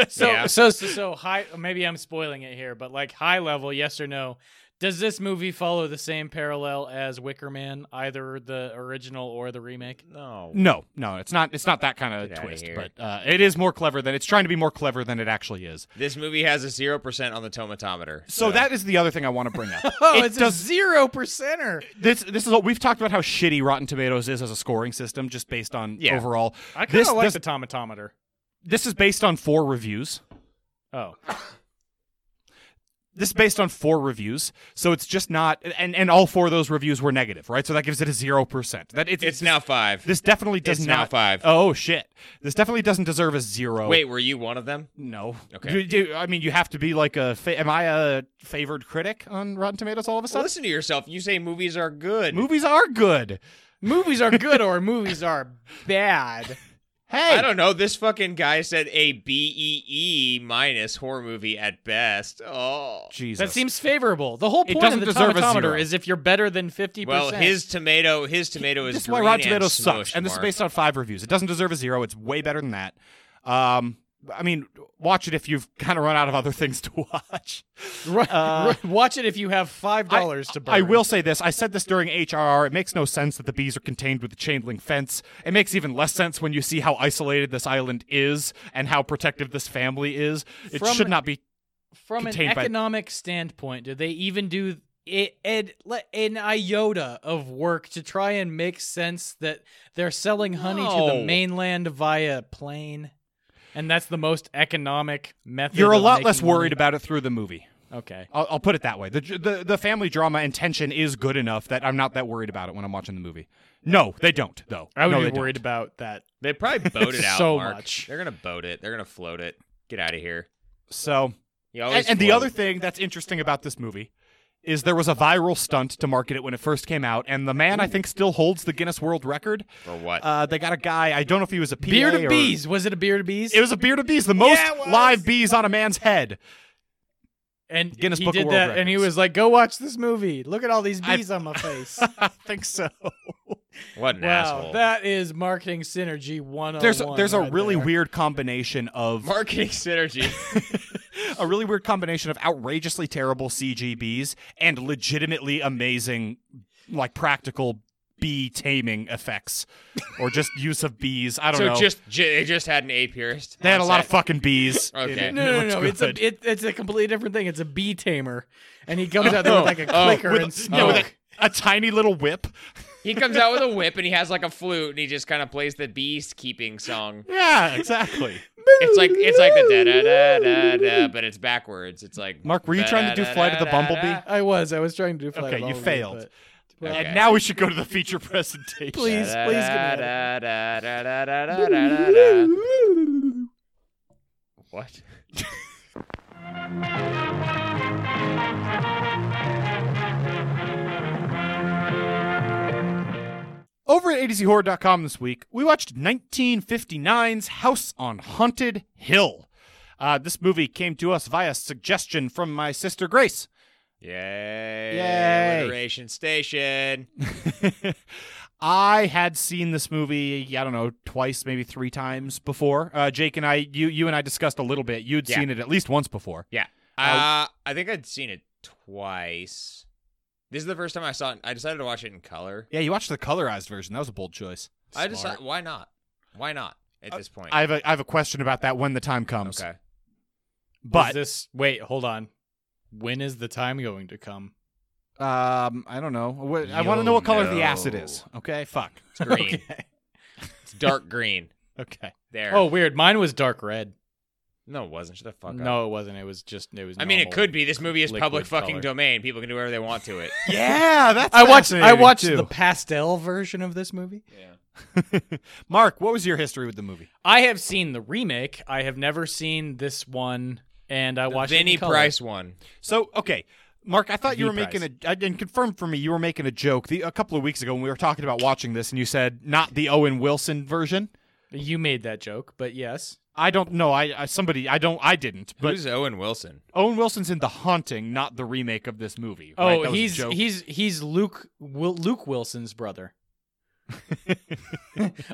S3: So,
S1: Yeah.
S3: so so so high. Maybe I'm spoiling it here, but like high level, yes or no? Does this movie follow the same parallel as Wicker Man, either the original or the remake?
S1: No.
S2: No, no, it's not. It's not that kind of
S1: Get outta
S2: twist,
S1: here.
S2: but uh, it is more clever than it's trying to be more clever than it actually is.
S1: This movie has a 0% on the tomatometer.
S2: So that is the other thing I want to bring up.
S4: Oh,
S2: it
S4: it's
S2: does
S4: a zero percenter.
S2: this. This is what we've talked about how shitty Rotten Tomatoes is as a scoring system, just based on
S1: Yeah.
S2: overall.
S3: I kind
S2: this
S3: of like
S2: this,
S3: the tomatometer.
S2: this is based on four reviews.
S3: Oh,
S2: This is based on four reviews, so it's just not. And and all four of those reviews were negative, right? So that gives it a zero percent. That it's,
S1: it's now 5.
S2: This definitely does
S1: It's
S2: not.
S1: now five.
S2: Oh shit! This definitely doesn't deserve a zero.
S1: Wait, were you one of them?
S2: No.
S1: Okay.
S2: You- you- I mean, you have to be like a. Fa- am I a favored critic on Rotten Tomatoes all of a
S1: So
S2: sudden?
S1: listen to yourself. You say movies are good.
S2: Movies are good.
S4: Movies are good or movies are bad.
S2: Hey,
S1: I don't know. This fucking guy said a B E E minus horror movie at best. Oh.
S2: Jesus.
S3: that seems favorable. The whole
S2: It
S3: point of
S2: doesn't
S3: the
S2: deserve a
S3: tomatometer
S2: zero.
S3: is if you're better than fifty
S1: Well,
S3: percent.
S1: his tomato, his tomato is
S2: This is why
S1: green
S2: Rotten
S1: and
S2: Tomatoes
S1: smushed,
S2: sucks, and this is
S1: Mark.
S2: based on five reviews. It doesn't deserve a zero. It's way better than that. Um, I mean, watch it if you've kind of run out of other things to watch.
S4: Ru-
S2: Uh,
S4: ru- watch it if you have five
S2: I-
S4: dollars to burn.
S2: I will say this. I said this during HRR. It makes no sense that the bees are contained with the chain link fence. It makes even less sense when you see how isolated this island is and how protective this family is. It
S3: From-
S2: should not be.
S3: From an
S2: contained by-
S3: economic standpoint, do they even do it, it, le- an iota of work to try and make sense that they're selling honey to the
S1: No.
S3: mainland via plane? And that's the most economic method.
S2: You're a
S3: of
S2: lot
S3: making
S2: less worried
S3: money?
S2: about it through the movie.
S3: Okay.
S2: I'll, I'll put it that way. The, the the family drama and tension is good enough that I'm not that worried about it when I'm watching the movie. No, they don't though.
S4: I would
S2: No,
S4: be
S2: they don't.
S4: worried about that.
S1: They probably boat it out
S4: So
S1: Mark.
S4: much.
S1: They're gonna boat it. They're gonna float it. Get out of here.
S2: So,
S1: You
S2: and,
S1: always
S2: and the
S1: float.
S2: other thing that's interesting about this movie is there was a viral stunt to market it when it first came out, and the man I think still holds the Guinness World Record.
S1: for what?
S2: Uh, they got a guy. I don't know if he was a PA
S3: Beard
S2: or-
S3: of bees. Was it a beard of bees?
S2: It was a beard of bees, the most
S1: Yeah, it was.
S2: live bees on a man's head.
S3: and
S2: Guinness
S3: he
S2: Book of
S3: did
S2: World
S3: that, and
S2: Records.
S3: he was like,
S4: Like, go watch this movie. Look at all these bees on my face.
S2: I think so.
S1: what an
S3: "Wow,
S1: asshole.
S3: that is marketing synergy 101."
S2: There's a, there's a
S3: right
S2: really
S3: there."
S2: weird combination of
S1: Marketing synergy.
S2: a really weird combination of outrageously terrible CGBs and legitimately amazing, like practical bee taming effects, or just use of bees. I don't
S1: so
S2: know.
S1: just j- they just had an apurist.
S2: they had a
S1: on
S2: lot of
S1: set.
S2: fucking bees.
S1: Okay.
S2: in it, and
S4: No,
S2: it
S4: no, no.
S2: looked
S4: It's a
S2: good.
S4: it, it's a completely different thing. It's a bee tamer, and he comes out there with like a
S1: Oh,
S4: clicker
S2: with,
S4: and
S2: a- yeah,
S4: smoke.
S2: with a, a tiny little whip.
S1: He comes out with a whip and he has like a flute and he just kind of plays the beekeeping song.
S2: Yeah, exactly.
S1: It's like it's like the da da da da da, but it's backwards. It's like
S2: Mark, were you trying to do Flight of the
S1: da-da-da-da-da.
S2: Bumblebee?
S4: I was I was trying to do. Flight
S2: Okay,
S4: of
S2: you
S4: Valkyrie,
S2: failed.
S4: but-
S1: Okay.
S2: And now we should go to the feature presentation.
S4: Please, please give me that.
S1: Da-da-da-da-da-da-da-da-da-da. What?
S2: Over at ADCHorror.com this week, we watched 1959's House on Haunted Hill. Uh, this movie came to us via suggestion from my sister Grace.
S1: Yay!
S2: Yay.
S1: Alliteration station.
S2: I had seen this movie, I don't know, twice, maybe three times before. Uh, Jake and I, you, you and I discussed a little bit. You'd
S1: Yeah.
S2: seen it at least once before.
S1: Yeah. Uh, I think I'd seen it twice. This is the first time I saw it. I decided to watch it in color.
S2: Yeah, you watched the colorized version. That was a bold choice.
S1: I decided, why not? Why not at this point?
S2: I have a, I have a question about that when the time comes.
S1: okay.
S3: Is
S2: But
S3: this wait, hold on. When is the time going to come?
S2: um, I don't know. What, I
S1: You'll
S2: want to know what color the
S1: know.
S2: acid is. Okay, fuck.
S1: It's green. It's dark green.
S2: Okay.
S1: There.
S3: Oh, weird. Mine was dark red.
S1: no, it wasn't. Shut the fuck up.
S3: No, it wasn't. It was just it was.
S1: I mean, it
S3: normal.
S1: could be. This movie is public
S3: liquid
S1: fucking
S3: color.
S1: domain. People can do whatever they want to it.
S2: Yeah, that's.
S4: I watched I
S2: fascinating,
S4: watched
S2: too.
S4: the pastel version of this movie.
S1: yeah.
S2: Mark, what was your history with the movie?
S3: I have seen the remake. I have never seen this one, and I watched it
S1: Vinny
S3: in color.
S1: Price one.
S2: So, okay, Mark, I thought you
S3: The
S2: were making a, I- and confirmed for me you were making a joke the, a couple of weeks ago when we were talking about watching this, and you said not the Owen Wilson version.
S3: You made that joke, but yes.
S2: I don't know. I, I somebody I don't I didn't. But
S1: Who's Owen Wilson?
S2: Owen Wilson's in The Haunting, not the remake of this movie. right?
S3: Oh,
S2: That was a
S3: he's
S2: joke.
S3: he's he's Luke Wil Luke Wilson's brother.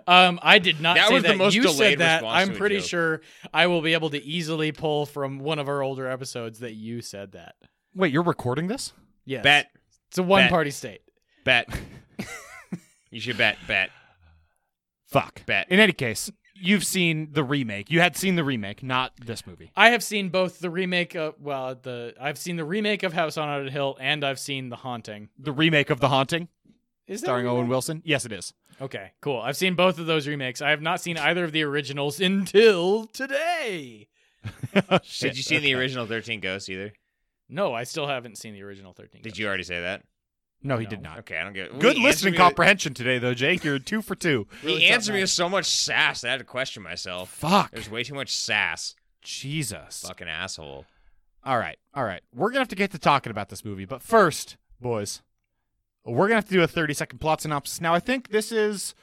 S3: um, I did not
S1: That
S3: say
S1: was the
S3: that.
S1: most
S3: you
S1: delayed
S3: said that.
S1: response
S3: I'm
S1: to a
S3: pretty
S1: joke.
S3: sure I will be able to easily pull from one of our older episodes that you said that.
S2: Wait, you're recording this?
S3: Yes,
S1: Bet,
S3: it's a one-party state.
S1: bet. you should bet, bet.
S2: Fuck.
S1: Bet.
S2: In any case, you've seen the remake. You had seen the remake, not this movie.
S3: I have seen both the remake of well, the I've seen the remake of House on Haunted Hill, and I've seen The Haunting.
S2: The remake of The Haunting,
S3: Is that
S2: starring
S3: right?
S2: Owen Wilson. Yes, it is.
S3: Okay, cool. I've seen both of those remakes. I have not seen either of the originals until today.
S1: Did you see the original Thirteen Ghosts either?
S3: No, I still haven't seen the original Thirteen.
S1: Did you already say that?
S2: No, he
S3: No.
S2: did not.
S1: Okay, I don't get.
S2: Good
S1: He answered
S2: listening
S1: me
S2: comprehension today, though, Jake. You're two for two.
S1: With, he answered me with so much sass that I had to question myself.
S2: Fuck.
S1: There's way too much sass.
S2: Jesus.
S1: Fucking asshole.
S2: All right. All right. We're going to have to get to talking about this movie. But first, boys, we're going to have to do a 30 second plot synopsis. Now, I think this is.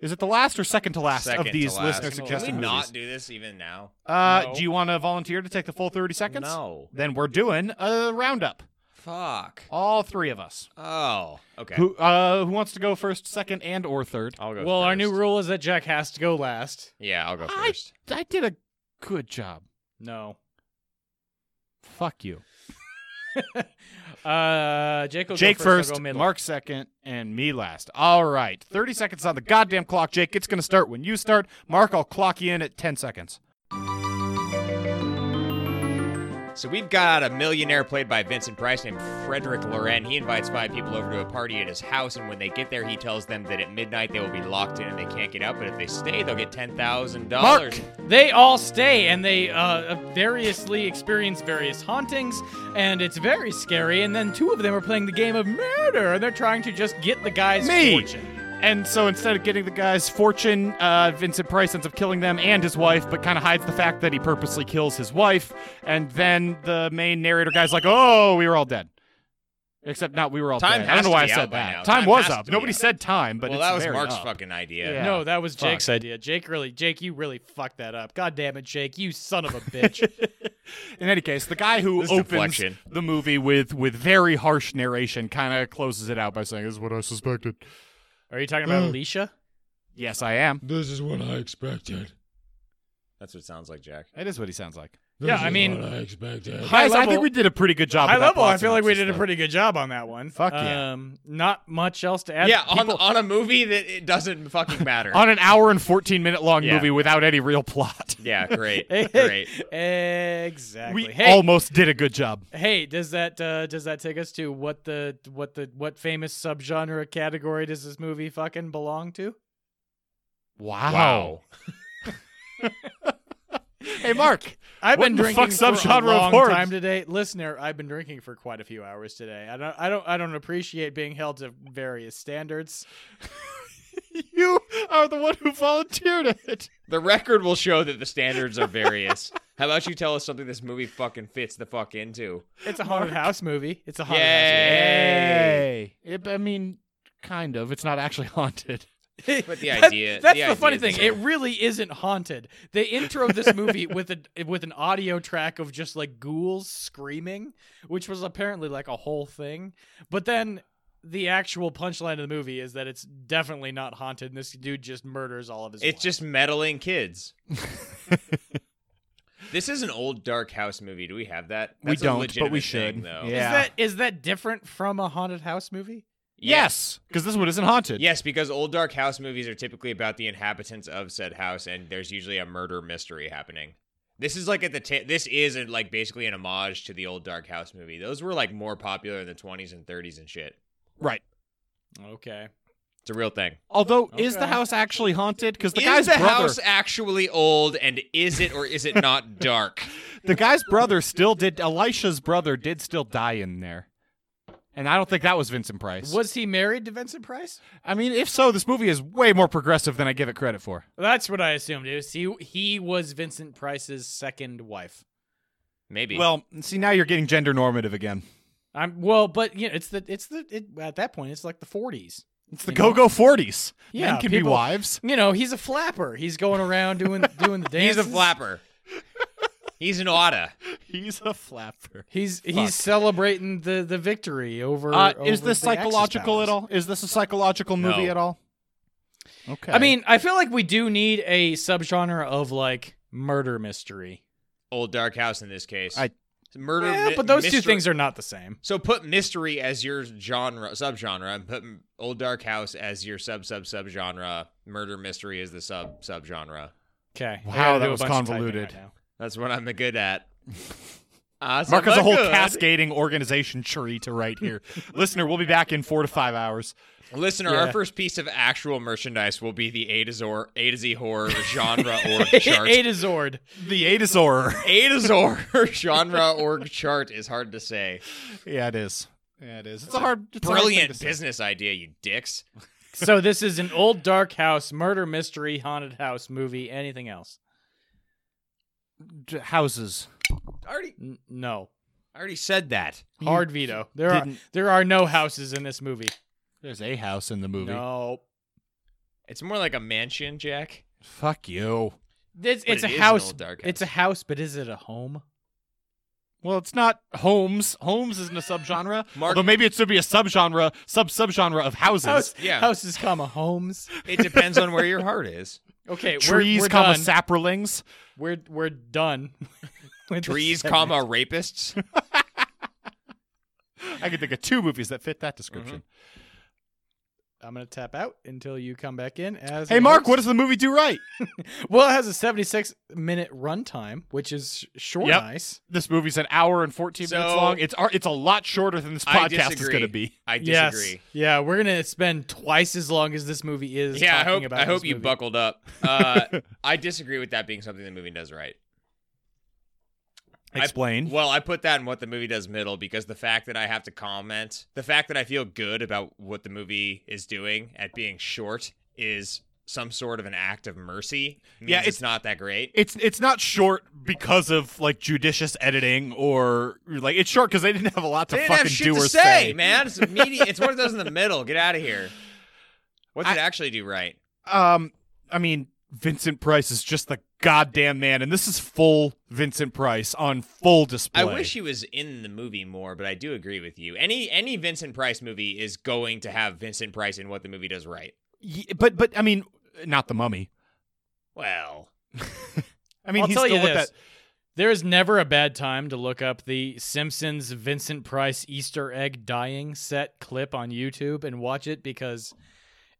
S2: Is it the last or second to last
S1: Second to
S2: of these
S1: last.
S2: listener
S3: Second to
S1: Can
S3: last.
S1: we
S2: suggested movies?
S1: not do this even now?
S2: Uh,
S3: No.
S2: Do you want to volunteer to take the full 30 seconds?
S1: No.
S2: Then we're doing a roundup.
S1: Fuck.
S2: All three of us.
S1: Oh. Okay.
S2: Who uh, who wants to go first, second, and or third?
S1: I'll go.
S3: Well, our new
S1: first.
S3: rule is that Jack has to go last.
S1: Yeah, I'll go
S2: I-
S1: first.
S2: I did a good job.
S3: No.
S2: Fuck you.
S3: Uh, Jake will
S2: Jake
S3: go
S2: first,
S3: first. I'll go middle.
S2: Mark second, and me last. All right. 30 seconds on the goddamn clock, Jake. It's going to start when you start. Mark, I'll clock you in at 10 seconds.
S1: So we've got a millionaire played by Vincent Price named Frederick Loren. He invites five people over to a party at his house, and when they get there, he tells them that at midnight they will be locked in and they can't get out. But if they stay, they'll get ten thousand dollars.
S3: They all stay, and they uh, variously experience various hauntings, and it's very scary. And then two of them are playing the game of murder, and they're trying to just get the guy's
S2: Me.
S3: fortune.
S2: And so instead of getting the guy's fortune, uh, Vincent Price ends up killing them and his wife, but kind of hides the fact that he purposely kills his wife. And then the main narrator guy's like, "Oh, we were all dead." Except not we were all
S1: Time
S2: dead. I
S1: has
S2: don't know
S1: to
S2: why I
S1: be out
S2: said
S1: by
S2: that.
S1: now.
S2: Time,
S1: Time
S2: was
S1: has
S2: up.
S1: to be
S2: Nobody
S1: out.
S2: said time, but
S1: well,
S2: it's
S1: that was
S2: very
S1: Mark's
S2: up.
S1: fucking idea.
S2: Yeah.
S3: No, that was
S2: Fuck.
S3: Jake's idea. Jake really, Jake, you really fucked that up. God damn it, Jake, you son of a bitch.
S2: In any case, the guy who
S1: This is
S2: opens
S1: deflection.
S2: the movie with with very harsh narration kind of closes it out by saying, "This is what I suspected."
S3: are you talking about
S2: Mm.
S3: Alicia?
S2: Yes, I am.
S5: This is what I expected.
S1: That's what it sounds like, Jack.
S2: That is what he sounds like.
S5: This
S3: Yeah,
S5: is
S3: I mean-
S5: what I expected.
S3: High
S2: Guys, I
S3: level-
S2: think we did a pretty good job.
S3: High
S2: with that
S3: level,
S2: plot
S3: I feel like we
S2: synopsis,
S3: did a
S2: though.
S3: pretty good job on that one.
S2: Fuck yeah.
S3: Um, not much else to add.
S1: yeah, on,
S3: People-
S1: on a movie that it doesn't fucking matter.
S2: on an hour and 14 minute long
S1: Yeah.
S2: movie without any real plot.
S1: yeah, great, great.
S3: exactly.
S2: We
S3: hey,
S2: almost did a good job.
S3: hey, does that uh, does that take us to what the what the what famous subgenre category does this movie fucking belong to?
S2: Wow.
S1: Wow.
S2: hey, Mark.
S3: I've
S2: What
S3: been
S2: the
S3: drinking
S2: fuck
S3: for
S2: subgenre of
S3: a long
S2: horror?
S3: time today, listener. I've been drinking for quite a few hours today. I don't I don't I don't appreciate being held to various standards.
S2: You are the one who volunteered it.
S1: The record will show that the standards are various. How about you tell us something this movie fucking fits the fuck into?
S3: It's a haunted house movie. It's a haunted
S1: Yay!
S2: Hey. It, I mean, kind of. It's not actually haunted.
S3: house movie.
S1: But the
S3: That-
S1: idea-
S3: that's
S1: the
S3: the,
S1: idea
S3: funny
S1: is the
S3: thing. It
S1: same.
S3: really isn't haunted. They intro this movie with a with an audio track of just like ghouls screaming, which was apparently like a whole thing. But then the actual punchline of the movie is that it's definitely not haunted and this dude just murders all of his
S1: It's
S3: wives.
S1: just meddling kids. this is an old dark house movie. Do we have that?
S2: We
S1: That's a
S2: don't, but
S1: legitimate
S2: we should.
S1: thing, though.
S2: Yeah.
S3: Is that is that different from a haunted house movie?
S2: Yes, because this one isn't haunted.
S1: Yes, because old dark house movies are typically about the inhabitants of said house, and there's usually a murder mystery happening. This is like at the ta- this is uh, like basically an homage to the old dark house movie. Those were like more popular in the 20s and 30s and shit.
S2: Right.
S3: Okay.
S1: It's a real thing.
S2: Although, is the
S3: Okay.
S2: house actually haunted? Because the
S1: is
S2: guy's
S1: the
S2: brother,
S1: house actually old, and is it or is it not dark?
S2: the guy's brother still did. Elisha's brother did still die in there, and I don't think that was Vincent Price.
S3: Was he married to Vincent Price?
S2: I mean, if so, this movie is way more progressive than I give it credit for.
S3: That's what I assumed. It was he he was Vincent Price's second wife.
S1: Maybe.
S2: Well, see, now you're getting gender normative again.
S3: I'm well, but you know, it's the it's the it, at that point it's like the 40s.
S2: It's the Go Go Forties.
S4: Yeah,
S2: Men can be
S4: people-
S2: wives.
S4: You know, he's a flapper. He's going around doing doing the dance.
S1: He's a flapper. He's an otter.
S2: He's a flapper.
S4: He's he's celebrating the the victory over.
S2: Uh,
S4: over
S2: is this
S4: the Axis
S2: psychological
S4: powers.
S2: at all? Is this a psychological
S1: No.
S2: movie at all? Okay.
S3: I
S4: I mean, I feel like we do need a subgenre of like murder mystery.
S1: Old dark house in this case.
S2: I-
S1: murder.
S4: Yeah,
S1: mi-
S4: but those two
S1: mystery-
S4: things are not the same.
S1: So put mystery as your genre subgenre, and put m- old dark house as your sub sub subgenre. Murder mystery is the sub subgenre.
S4: Okay. I
S2: Wow,
S4: gotta
S2: that
S4: do a
S2: was
S4: bunch of typing
S2: convoluted.
S4: right now.
S1: That's what I'm good at. Uh, so
S2: Mark has
S1: I'm
S2: a whole
S1: good.
S2: cascading organization tree to write here. Listener, we'll be back in four to five hours.
S1: Listener, our first piece of actual merchandise will be the A to, Zor- A to Z horror genre org chart.
S4: A to Zord.
S2: The eight is horror.
S1: A to Zor genre org chart is hard to say.
S2: yeah, it is. Yeah, it is. It's a hard, it's a hard thing to
S1: Brilliant
S2: say.
S1: business idea, you dicks.
S3: so this is an old dark house murder mystery haunted house movie. Anything else?
S2: D- houses.
S1: I already,
S3: N- no.
S1: I already said that.
S3: Hard veto. There are
S2: didn't-
S3: there are no houses in this movie.
S2: There's a house in the movie.
S3: No.
S1: It's more like a mansion, Jack.
S2: Fuck you.
S3: It's,
S1: But
S3: it's
S1: it
S3: a
S1: is an
S3: house.
S1: old dark
S3: It's a house, but is it a home?
S2: Well, it's not homes. Homes isn't a subgenre.
S1: Mark-
S2: Although maybe it should be a subgenre, sub subgenre of houses.
S3: House,
S1: yeah.
S3: Houses, comma homes.
S1: It depends on where your heart is.
S3: Okay,
S2: Trees,
S3: we're, we're
S2: comma
S3: done.
S2: saplings.
S3: we're we're done. with this
S1: Trees,
S3: segment.
S1: comma rapists.
S2: I could think of two movies that fit that description.
S4: I'm gonna tap out until you come back in. As
S2: Hey,
S4: a
S2: Mark,
S4: host.
S2: what does the movie do right?
S4: Well, it has a 76 minute runtime, which is sh- short.
S2: Yep.
S4: Nice.
S2: This movie's an hour and fourteen minutes
S1: So-
S2: long. It's ar- it's a lot shorter than this
S1: I
S2: podcast is
S1: disagree.
S2: going to be.
S1: I
S4: Yes.
S1: disagree.
S4: Yeah, we're gonna spend twice as long as this movie is.
S1: Yeah, I
S4: talking
S1: hope
S4: About
S1: I hope
S4: this
S1: you
S4: movie.
S1: buckled up. Uh, I disagree with that being something the movie does right. I-
S2: Explain.
S1: Well, I put that in what the movie does middle because the fact that I have to comment, the fact that I feel good about what the movie is doing at being short is some sort of an act of mercy. Means
S2: Yeah,
S1: it's,
S2: it's-
S1: not that great.
S2: it's it's not short because of like judicious editing or like it's short because they didn't have a lot to
S1: They didn't
S2: fucking
S1: have shit
S2: do
S1: to
S2: or
S1: say, man. It's, media, it's what it does in the middle. Get out of here. What's it actually do right?
S2: Um, I mean Vincent Price is just the goddamn man, and this is full Vincent Price on full display.
S1: I wish he was in the movie more, but I do agree with you. Any any Vincent Price movie is going to have Vincent Price in what the movie does right.
S2: Ye- but but I mean, not the Mummy.
S1: Well,
S2: I mean,
S3: I'll
S2: he's
S3: tell
S2: still
S3: you
S2: with
S3: this.
S2: that.
S3: There is never a bad time to look up the Simpsons Vincent Price Easter egg dying set clip on YouTube and watch it because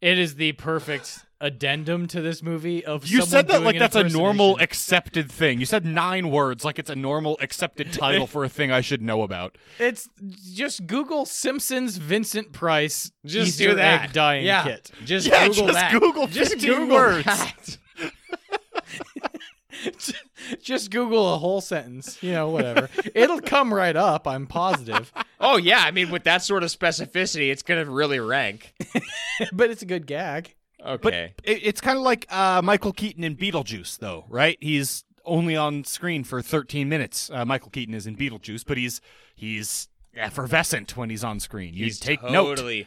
S3: it is the perfect addendum to this movie of
S2: You
S3: someone
S2: said that
S3: doing
S2: like
S3: an
S2: that's a normal
S3: impersonation.
S2: accepted thing. You said nine words, like it's a normal accepted title for a thing I should know about.
S3: It's just Google Simpsons Vincent Price
S1: Just
S3: Easter
S1: do that.
S3: egg dying
S1: Yeah.
S3: kit.
S1: just
S2: Yeah,
S1: Google
S2: just
S1: that.
S2: Google
S1: just
S2: 15
S1: Google
S2: words.
S1: that.
S4: Just Google a whole sentence. You know, whatever. It'll come right up. I'm positive.
S1: Oh yeah, I mean with that sort of specificity, it's gonna really rank.
S4: but it's a good gag.
S1: Okay.
S2: It, it's kind of like uh, Michael Keaton in Beetlejuice, though, right? He's only on screen for 13 minutes. Uh, Michael Keaton is in Beetlejuice, but he's he's effervescent when he's on screen. You
S1: He's
S2: take note.
S1: totally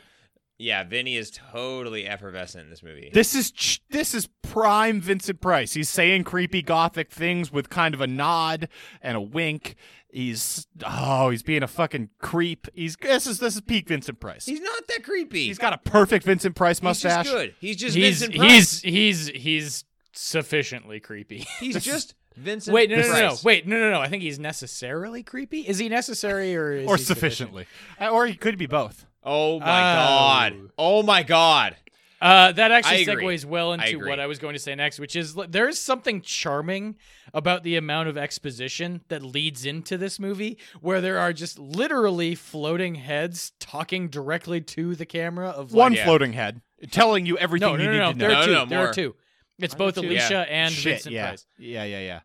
S1: Yeah, Vinny is totally effervescent in this movie.
S2: This is ch- this is prime Vincent Price. He's saying creepy gothic things with kind of a nod and a wink. He's oh, he's being a fucking creep. He's this is this is peak Vincent Price.
S1: he's not that creepy.
S2: he's got a perfect Vincent Price
S1: He's
S2: mustache.
S1: just good. He's just
S3: He's
S1: Vincent Price.
S3: he's he's he's sufficiently creepy.
S1: he's just Vincent
S3: Wait, no, no,
S1: Price.
S3: no, no, Wait, no, no, no. I think he's necessarily creepy. Is he necessary or is
S2: Or
S3: he
S2: sufficiently, Uh, or he could be both.
S1: Oh my
S3: Oh.
S1: god. Oh my god.
S3: Uh, that
S1: I
S3: actually
S1: agree.
S3: segues well
S1: I
S3: into
S1: agree.
S3: what I was going to say next, which is l- there is something charming about the amount of exposition that leads into this movie, where there are just literally floating heads talking directly to the camera of like,
S2: One
S1: Yeah.
S2: floating head telling you everything
S3: No, no,
S2: you
S3: no,
S2: need to know.
S3: no, There
S1: No,
S3: are two.
S1: no,
S3: there
S1: more.
S3: are two. It's
S2: Are there
S3: both
S2: two?
S3: Alicia and
S2: Shit,
S3: Vincent
S2: yeah.
S3: Price,
S2: Yeah, yeah, yeah.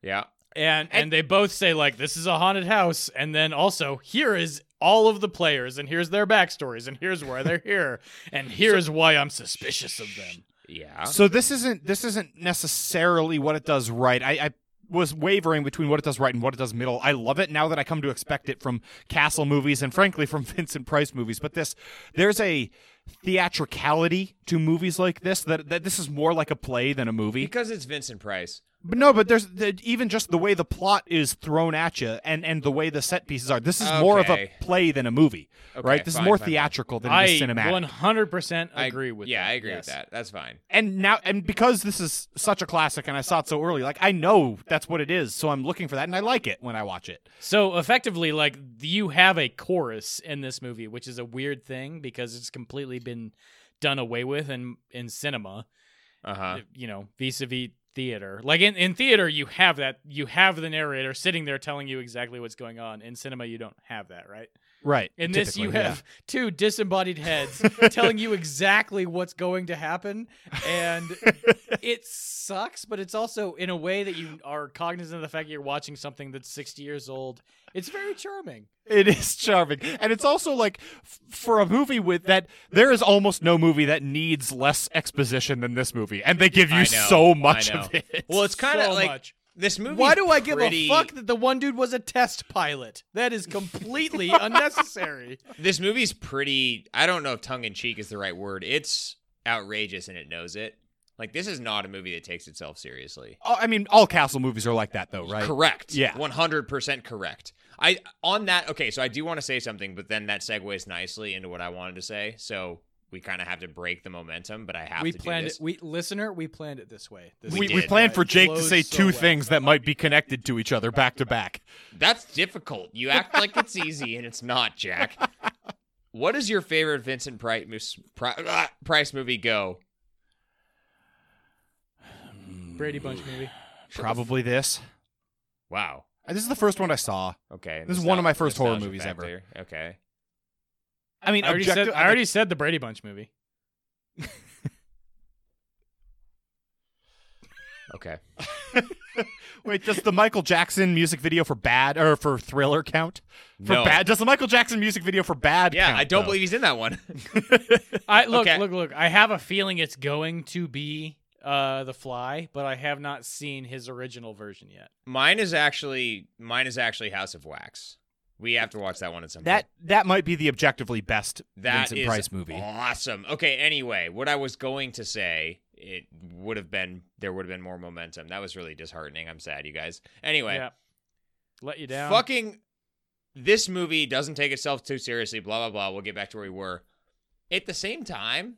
S1: Yeah.
S3: and, and they both say like, "This is a haunted house," and then also here is all of the players, and here's their backstories, and here's why they're here, and here's why I'm suspicious of them.
S1: Yeah.
S2: So this isn't this isn't necessarily what it does right. I, I was wavering between what it does right and what it does middle. I love it now that I come to expect it from Castle movies and frankly from Vincent Price movies. But this, there's a theatricality to movies like this that, that this is more like a play than a movie.
S1: because it's Vincent Price.
S2: But no, but there's the, even just the way the plot is thrown at you and and the way the set pieces are. This is more of a
S1: Okay.
S2: play than a movie,
S1: Okay,
S2: right? This
S1: fine,
S2: is more
S1: fine, fine.
S2: theatrical than
S3: I
S2: it is cinematic.
S3: 100% agree
S1: I,
S3: with
S1: yeah,
S3: that.
S1: I agree
S3: yes.
S1: with that. That's fine.
S2: and now and because this is such a classic and I saw it so early, like I know that's what it is, so I'm looking for that and I like it when I watch it.
S3: So effectively, like you have a chorus in this movie, which is a weird thing because it's completely been done away with in in cinema.
S1: Uh huh.
S3: You know, vis-a-vis theater. Like in, in theater, you have that. You have the narrator sitting there telling you exactly what's going on. In cinema, you don't have that, right?
S2: Right.
S3: In this, you
S2: typically, yeah.
S3: have
S4: two disembodied heads telling you exactly what's going to happen and
S3: it sucks, but it's also in a way that you are cognizant of the fact that you're watching something that's 60 years old.
S4: it's very charming
S2: It is charming, and it's also like f- for a movie with that, there is almost no movie that needs less exposition than this movie, and they give
S1: I
S2: you
S1: know,
S2: so much
S1: I know.
S2: of it.
S1: Well, it's kind of
S3: so
S1: like
S3: much.
S1: this movie.
S4: why do i give
S1: pretty,
S4: a fuck that the one dude was a test pilot that is completely unnecessary
S1: This movie's pretty. I don't know if tongue in cheek is the right word. It's outrageous and it knows it. Like this is not a movie that takes itself seriously.
S2: Oh, I mean, all Castle movies are like that, though, right?
S1: Correct.
S2: Yeah.
S1: One hundred percent correct. I on that. Okay, so I do want to say something, but then that segues nicely into what I wanted to say. So we kind of have to break the momentum, but I have
S4: we
S1: to
S4: planned
S1: do
S4: it
S1: this.
S4: we listener we planned it this way this
S2: We,
S1: We
S2: we,
S1: did.
S2: planned for
S4: It
S2: Jake to
S4: flows
S2: say
S4: so
S2: two
S4: well.
S2: things that might be connected to each other back to back.
S1: That's difficult. You act like it's easy, and it's not, Jack. What is your favorite Vincent Price, Pri- ah, Price movie? Go.
S3: Brady Bunch movie.
S2: Probably this.
S1: Wow.
S2: Uh, This is the first one I saw.
S1: Okay.
S2: This is one of my
S1: nostal-
S2: first horror
S1: nostalgia
S2: movies ever.
S1: factor. Okay.
S2: I mean,
S3: I already, said,
S2: objective-
S3: I already said the Brady Bunch movie.
S1: Okay.
S2: Wait, does the Michael Jackson music video for Bad or for Thriller count? For
S1: No.
S2: Bad, does the Michael Jackson music video for Bad?
S1: Yeah,
S2: count,
S1: I don't
S2: though?
S1: believe he's in that one.
S3: I look,
S1: Okay.
S3: look, look. I have a feeling it's going to be uh The Fly, but I have not seen his original version yet.
S1: mine is actually mine is actually House of Wax. We have to watch that one at some
S2: That
S1: point.
S2: that might be the objectively best
S1: That
S2: Vincent
S1: is
S2: Price movie.
S1: Awesome. Okay. Anyway, what I was going to say, it would have been there would have been more momentum. That was really disheartening. I'm sad, you guys. Anyway,
S3: Yeah. Let you down.
S1: Fucking this movie doesn't take itself too seriously, blah blah blah. We'll get back to where we were. At the same time,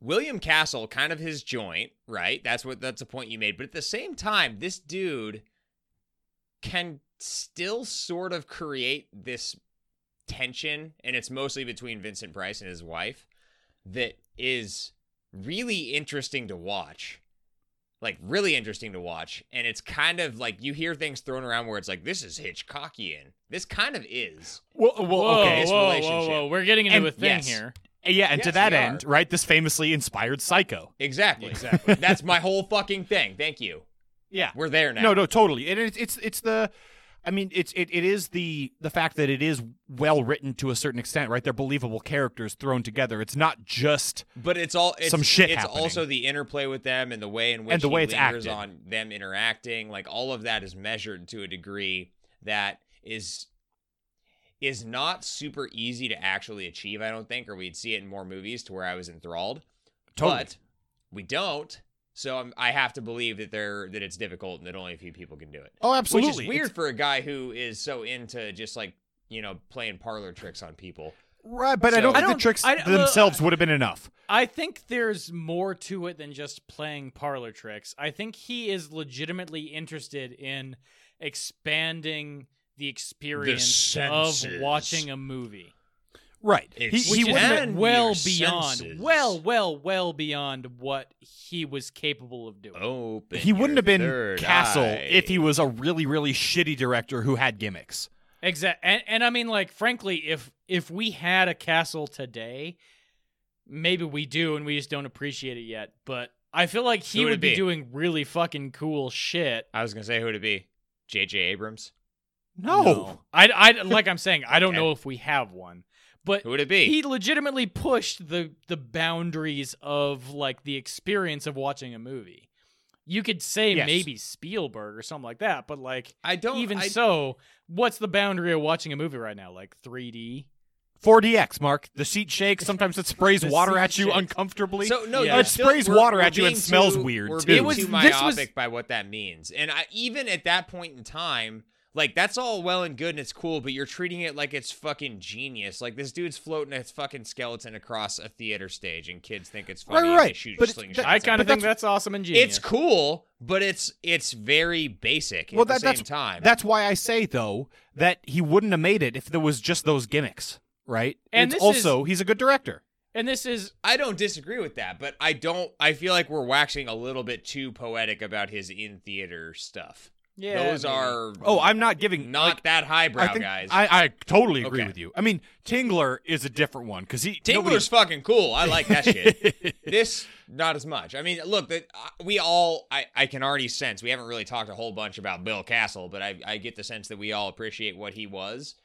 S1: William Castle, kind of his joint, right? That's what that's the point you made. But at the same time, this dude can still sort of create this tension, and it's mostly between Vincent Price and his wife, that is really interesting to watch like really interesting to watch and it's kind of like you hear things thrown around where it's like this is hitchcockian this kind of is
S2: Well,
S3: Whoa,
S1: okay, it's
S3: whoa, whoa,
S1: relationship.
S3: whoa! We're getting into
S2: And-
S3: a thing
S1: yes.
S3: here.
S2: yeah, and to
S1: Yes,
S2: that
S1: we
S2: end,
S1: are.
S2: right? This famously inspired Psycho.
S1: exactly exactly that's my whole fucking thing thank you
S2: Yeah.
S1: we're there now
S2: No, no, totally. It, it's it's it's the, I mean, it's it, it is the the fact that it is well written to a certain extent, right? They're believable characters thrown together. It's not just
S1: but it's all it's,
S2: Some shit
S1: it's
S2: happening.
S1: also the interplay with them and the way in which
S2: And the
S1: he
S2: way it's
S1: lingers
S2: acted.
S1: on them interacting like all of that is measured to a degree that is is not super easy to actually achieve i don't think or we'd see it in more movies to where i was enthralled
S2: totally.
S1: But we don't. So I'm, I have to believe that they're that it's difficult and that only a few people can do it.
S2: oh, absolutely.
S1: Which is weird for a guy who is so into just like you know playing parlor tricks on people.
S2: It's- right? But I
S1: So-
S2: don't
S1: I
S2: think
S3: don't-
S2: the tricks
S3: I don't-
S2: themselves would have been enough.
S3: I think there's more to it than just playing parlor tricks. I think he is legitimately interested in expanding the experience of
S5: senses.
S3: watching a movie.
S2: Right.
S1: It's-
S2: He, he
S1: Which
S2: was
S1: is-
S3: went
S1: And
S3: well
S1: your
S3: beyond,
S1: senses.
S3: well, well, well beyond what he was capable of doing.
S1: Open
S2: he wouldn't
S1: your
S2: have been
S1: third
S2: Castle
S1: eye.
S2: if he was a really, really shitty director who had gimmicks.
S3: Exactly, and, and I mean, like, frankly, if if we had a castle today, maybe we do, and we just don't appreciate it yet. But I feel like he
S1: Who would
S3: would
S1: it
S3: be
S1: be?
S3: doing really fucking cool shit.
S1: I was gonna say who would it be? J.J. Abrams.
S2: No.
S3: I, I like I'm saying, I don't
S1: Okay.
S3: know if we have one, but
S1: Who would it be?
S3: he legitimately pushed the the boundaries of like the experience of watching a movie. You could say
S1: Yes.
S3: maybe Spielberg or something like that, but like
S1: I don't
S3: even
S1: I,
S3: so, what's the boundary of watching a movie right now? Like 3D?
S2: 4DX, Mark. The seat shakes. Sometimes it sprays
S3: The
S2: water
S3: seat
S2: at you
S3: shakes.
S2: uncomfortably.
S1: So no,
S3: Yeah.
S1: you're
S3: It
S1: still-
S2: sprays
S1: we're-
S2: water
S1: we're
S2: at you and
S1: being
S2: smells
S1: too-
S2: weird,
S1: We're
S2: too.
S1: being
S3: It was-
S1: too
S3: this
S1: myopic
S3: was-
S1: by what that means, and I, even at that point in time, like that's all well and good and it's cool, but you're treating it like it's fucking genius. Like this dude's floating a fucking skeleton across a theater stage, and kids think it's
S2: Right,
S1: funny. and
S2: right,
S1: they shoot
S2: but it-
S1: slingshots
S2: that-
S1: at
S3: I
S1: it.
S3: kind
S2: but
S3: of think that's awesome and genius.
S1: It's cool, but it's it's very basic
S2: well,
S1: at
S2: that,
S1: the same
S2: that's
S1: time.
S2: that's why I say though that he wouldn't have made it if there was just those gimmicks, right?
S3: And
S2: it's
S3: this
S2: also he's a good director.
S3: and this is
S1: I don't disagree with that, but I don't. I feel like we're waxing a little bit too poetic about his in theater stuff.
S3: yeah.
S1: Those
S3: maybe.
S1: are
S2: Oh, I'm not giving
S1: not that highbrow
S2: I think,
S1: guys.
S2: I, I totally agree
S1: Okay.
S2: with you. I mean, Tingler is a different one because he
S1: Tingler's fucking cool. I like that shit. This not as much. I mean, look, that uh, we all I, I can already sense. We haven't really talked a whole bunch about Bill Castle, but I I get the sense that we all appreciate what he was.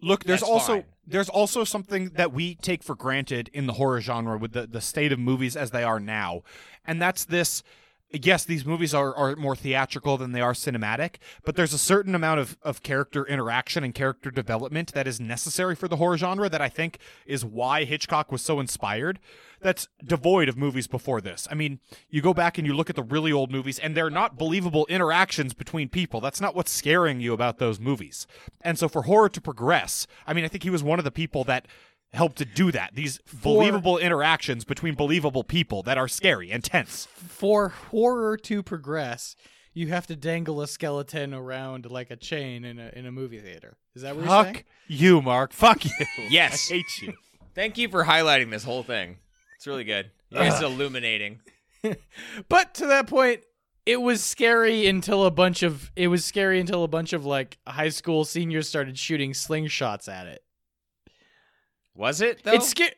S2: Look, there's
S1: That's
S2: also
S1: fine.
S2: there's also something that we take for granted in the horror genre with the, the state of movies as they are now. And that's this yes, these movies are, are more theatrical than they are cinematic, but there's a certain amount of, of character interaction and character development that is necessary for the horror genre that I think is why Hitchcock was so inspired. That's devoid of movies before this. I mean, you go back and you look at the really old movies, and they're not believable interactions between people. That's not what's scaring you about those movies. And so for horror to progress, I mean, I think he was one of the people that helped to do that. These believable interactions between believable people that are scary and tense.
S4: For horror to progress, you have to dangle a skeleton around like a chain in a in a movie theater. Is that what you're saying?
S2: Fuck you, Mark. Fuck you.
S1: Yes.
S2: I hate you.
S1: Thank you for highlighting this whole thing. It's really good. It's illuminating.
S4: But to that point,
S3: it was scary until a bunch of it was scary until a bunch of like high school seniors started shooting slingshots at it.
S1: Was it though?
S3: It's scary.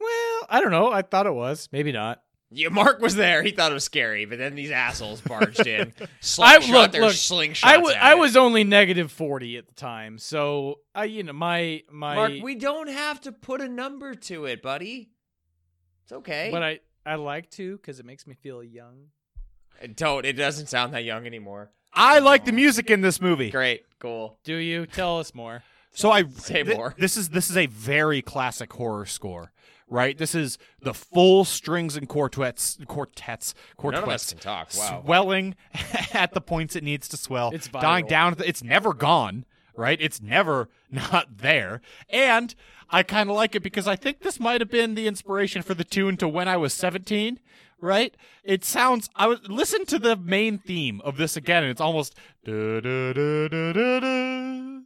S4: well, I don't know. I thought it was. Maybe not.
S1: yeah, Mark was there. He thought it was scary, but then these assholes barged in.
S3: I-
S1: Slingshot
S3: look,
S1: their
S3: look,
S1: slingshots.
S3: I was
S1: at
S3: I
S1: it.
S3: was only negative forty at the time, so I you know my my
S1: Mark. We don't have to put a number to it, buddy. It's okay.
S3: but I
S4: I like to because it makes me feel young.
S1: Don't. It doesn't sound that young anymore.
S2: I like the music in this movie.
S1: Great. Cool.
S3: do you tell us more.
S2: So I
S1: Say
S2: thi-
S1: more.
S2: This is this is a very classic horror score, right? This is the full strings and quartets, quartets, quartets.
S1: None of us can talk. Wow.
S2: Swelling at the points it needs to swell.
S3: It's
S2: dying
S3: viral.
S2: down. at the- It's never gone, right? It's never not there. And I kind of like it because I think this might have been the inspiration for the tune to when I was 17, right? It sounds I was listen to the main theme of this again and it's almost da, da, da, da, da, da.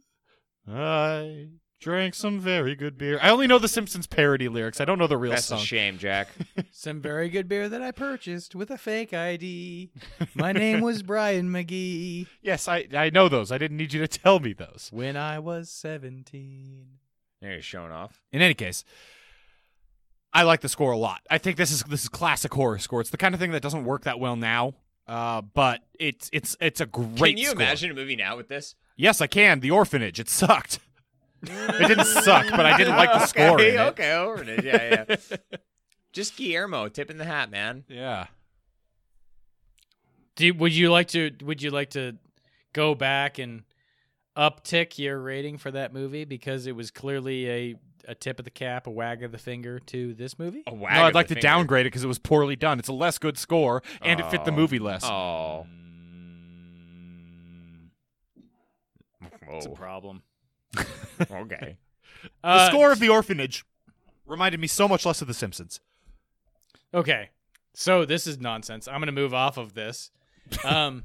S2: I drank some very good beer. I only know the Simpsons parody lyrics. I don't know the real
S1: That's
S2: song.
S1: a shame, Jack.
S4: Some very good beer that I purchased with a fake ID. My name was Brian McGee
S2: yes, I I know those. I didn't need you to tell me those.
S4: when I was 17.
S1: There you're showing off.
S2: In any case, I like the score a lot. I think this is this is classic horror score. It's the kind of thing that doesn't work that well now, uh, but it's it's it's a great.
S1: can you
S2: score.
S1: imagine a movie now with this?
S2: Yes, I can. The Orphanage. It sucked. it didn't suck, but I didn't like the score.
S1: Okay.
S2: in it.
S1: okay. Over it. Yeah. Yeah. Just Guillermo tipping the hat, man.
S2: Yeah.
S3: Do would you like to would you like to go back and uptick your rating for that movie because it was clearly a a tip of the cap, a wag of the finger to this movie?
S4: Oh.
S1: A wag
S2: No,
S1: of
S2: I'd
S1: the
S2: like to
S1: finger.
S2: downgrade it because it was poorly done. It's a less good score, and it fit the
S1: Oh.
S2: movie less.
S1: Oh.
S3: It's a
S1: Oh,
S3: problem.
S1: okay.
S2: The
S3: Uh,
S2: score of The Orphanage reminded me so much less of The Simpsons.
S3: Okay. So this is nonsense. I'm going to move off of this. Um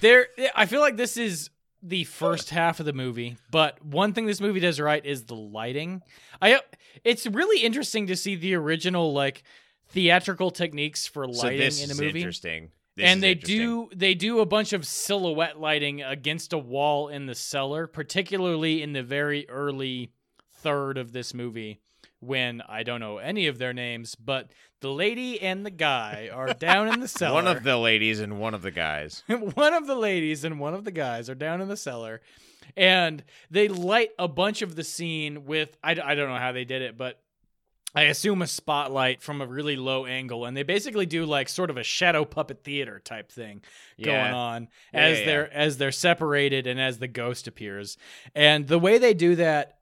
S3: there I feel like this is the first half of the movie, but one thing this movie does right is the lighting. I it's really interesting to see the original like theatrical techniques for
S1: So
S3: lighting
S1: this
S3: in a
S1: is
S3: movie.
S1: interesting. This
S3: and
S1: is
S3: they
S1: interesting.
S3: do they do a bunch of silhouette lighting against a wall in the cellar, particularly in the very early third of this movie when I don't know any of their names, but the lady and the guy are down in the cellar.
S1: One of the ladies and one of the guys.
S3: one of the ladies and one of the guys are down in the cellar and they light a bunch of the scene with I, I don't know how they did it, but I assume a spotlight from a really low angle, and they basically do like sort of a shadow puppet theater type thing going
S1: Yeah.
S3: on
S1: Yeah,
S3: as
S1: yeah,
S3: they're as they're separated and as the ghost appears. And the way they do that,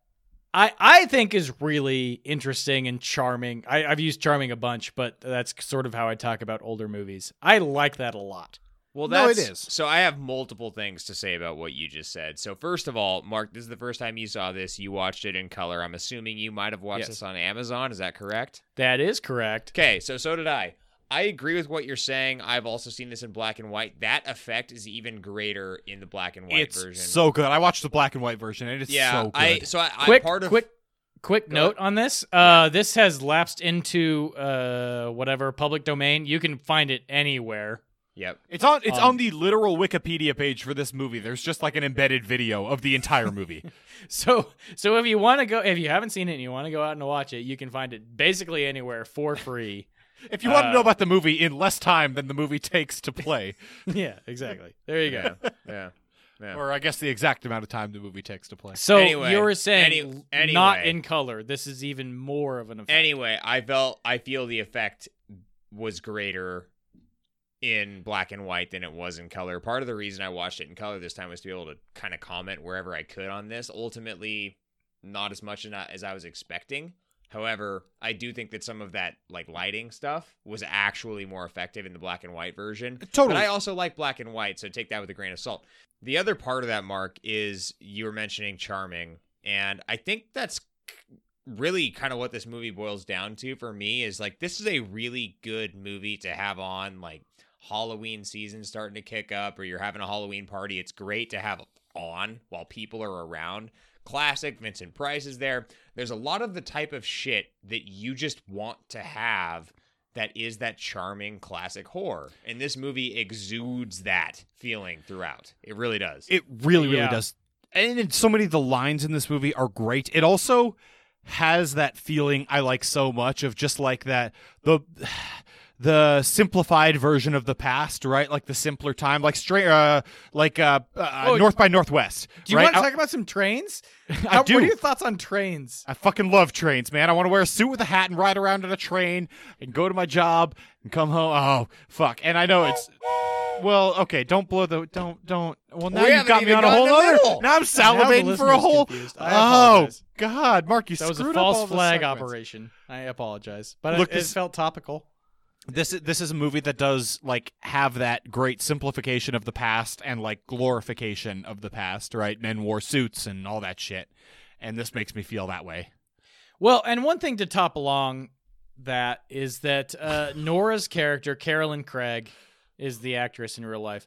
S3: I I think is really interesting and charming. I, I've used charming a bunch, but that's sort of how I talk about older movies. I like that a lot.
S1: Well,
S2: No, it
S1: that's,
S2: is.
S1: So I have multiple things to say about what you just said. So first of all, Mark, this is the first time you saw this. You watched it in color. I'm assuming you might have watched
S3: Yes.
S1: this on Amazon. Is that correct?
S3: That is correct.
S1: Okay, so so did I. I agree with what you're saying. I've also seen this in black and white. That effect is even greater in the black and white
S2: it's
S1: version.
S2: so good. I watched the black and white version, and it's
S1: yeah,
S2: so good.
S1: I so I, I
S3: quick,
S1: part of
S3: quick, quick
S1: Go
S3: note on this. Uh, this has lapsed into uh, whatever public domain. You can find it anywhere.
S1: Yep.
S2: It's on it's
S3: Um,
S2: on the literal Wikipedia page for this movie. There's just like an embedded video of the entire movie.
S3: So, so if you want to go, if you haven't seen it and you want to go out and watch it, you can find it basically anywhere for free.
S2: if you want to
S3: Uh,
S2: know about the movie in less time than the movie takes to play,
S3: yeah, exactly. There you go.
S1: Yeah. Yeah.
S2: or I guess the exact amount of time the movie takes to play.
S3: So
S1: Anyway,
S3: you were saying
S1: any-
S3: not
S1: anyway.
S3: in color. This is even more of an effect.
S1: Anyway, I felt I feel the effect was greater in black and white than it was in color. Part of the reason I watched it in color this time was to be able to kind of comment wherever I could on this. Ultimately, not as much as I- as I was expecting. However, I do think that some of that like lighting stuff was actually more effective in the black and white version.
S2: Totally.
S1: But I also like black and white, so take that with a grain of salt. The other part of that mark is you were mentioning charming, and I think that's really kind of what this movie boils down to for me is like this is a really good movie to have on like Halloween season starting to kick up or you're having a Halloween party. It's great to have on while people are around. Classic Vincent Price is there. There's a lot of the type of shit that you just want to have that is that charming classic horror. And this movie exudes that feeling throughout. It really does.
S2: It really, really
S3: Yeah.
S2: does. And in so many of the lines in this movie are great. It also has that feeling I like so much of just like that the the simplified version of the past, right? Like the simpler time, like straight, uh, like uh, uh
S4: Oh,
S2: North by Northwest.
S4: Do you
S2: right?
S4: want to
S2: I-
S4: talk about some trains?
S2: I
S4: How-
S2: do.
S4: What are your thoughts on trains?
S2: I fucking love trains, man. I want to wear a suit with a hat and ride around on a train and go to my job and come home. Oh, fuck. And I know it's. Well, okay, don't blow the don't don't. Well, now
S1: We
S2: you
S1: haven't
S2: got me
S1: even
S2: on a
S1: gotten
S2: whole
S1: to
S2: other.
S1: middle.
S2: Now I'm salivating
S4: Now the
S2: for a
S4: listener's
S2: whole.
S4: confused. I
S2: Oh
S4: apologize.
S2: God, Mark, you
S3: that was a
S2: screwed up all
S3: false
S2: the
S3: flag
S2: segments.
S3: operation.
S4: I apologize, but
S2: Look,
S4: it,
S2: this-
S4: it felt topical.
S2: This is this is a movie that does like have that great simplification of the past and like glorification of the past, right? Men wore suits and all that shit, and this makes me feel that way.
S3: Well, and one thing to top along that is that uh, Nora's character, Carolyn Craig, is the actress in real life.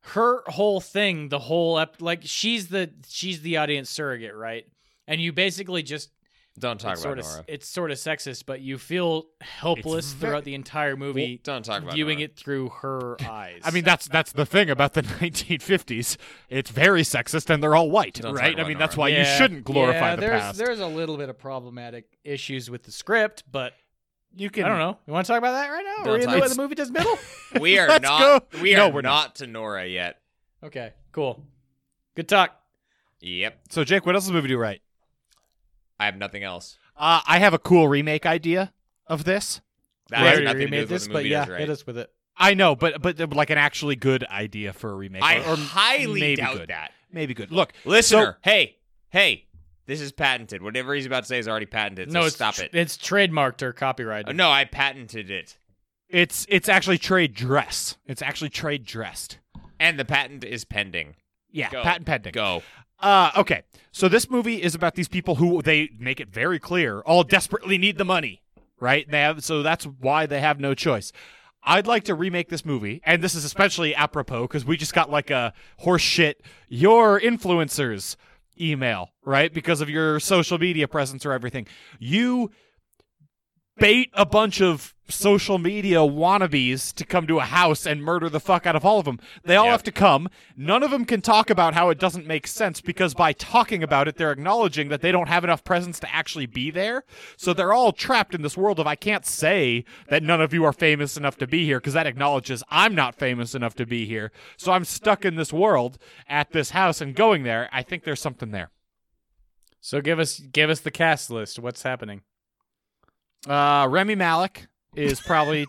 S3: Her whole thing, the whole ep- like she's the she's the audience surrogate, right? And you basically just
S1: Don't talk
S3: it's
S1: about
S3: sort
S1: Nora.
S3: of it's sort of sexist, but you feel helpless
S2: ve-
S3: throughout the entire movie,
S1: Don't talk about
S3: viewing
S1: Nora.
S3: it through her eyes.
S2: I mean, that's that's the thing about the 1950s. It's very sexist, and they're all white,
S1: Don't talk
S2: right? I
S1: about
S2: mean, that's
S1: Nora.
S2: why you
S3: Yeah,
S2: shouldn't glorify
S3: yeah,
S2: the
S3: there's,
S2: past.
S3: There's a little bit of problematic issues with the script, but
S2: You can.
S3: I don't know. You want to talk about that right now?
S1: Don't
S3: Or in the
S1: talk-
S3: way the movie does middle?
S1: We are
S2: Let's
S1: not.
S2: go.
S1: We
S2: No,
S1: are
S2: we're not.
S1: not to Nora yet.
S3: Okay, cool. Good talk.
S1: Yep,
S2: So, Jake, what else does the movie do right?
S1: I have nothing else.
S2: Uh, I have a cool remake idea of this.
S1: That
S4: We
S1: has
S4: already
S1: nothing to do
S4: remade
S1: with what
S4: this,
S1: the
S4: but
S1: movie
S4: yeah,
S1: does, right?
S4: hit us with it.
S2: I know, but but uh, like an actually good idea for a remake.
S1: I
S2: or, or
S1: highly
S2: maybe
S1: doubt
S2: good.
S1: that.
S2: Maybe good. Look,
S1: Listener, hey, hey, this is patented. Whatever he's about to say is already patented.
S3: no,
S1: so
S3: it's
S1: stop
S3: tr-
S1: it.
S3: It's trademarked or copyrighted.
S1: Uh, no, I patented it,
S2: it's it's actually trade dress. It's actually trade dressed.
S1: and the patent is pending.
S2: Yeah,
S1: Go.
S2: patent pending.
S1: Go.
S2: Uh, okay. So this movie is about these people who they make it very clear all desperately need the money, right? They have so that's why they have no choice. I'd like to remake this movie, and this is especially apropos because we just got like a horse shit your influencers email, right? Because of your social media presence or everything. You bait a bunch of social media wannabes to come to a house and murder the fuck out of all of them. They all
S1: Yep.
S2: have to come. None of them can talk about how it doesn't make sense because by talking about it, they're acknowledging that they don't have enough presence to actually be there. So they're all trapped in this world of I can't say that none of you are famous enough to be here because that acknowledges I'm not famous enough to be here. So I'm stuck in this world at this house and going there. I think there's something there.
S3: So give us give us the cast list. What's happening?
S2: Uh, Remy Malik is probably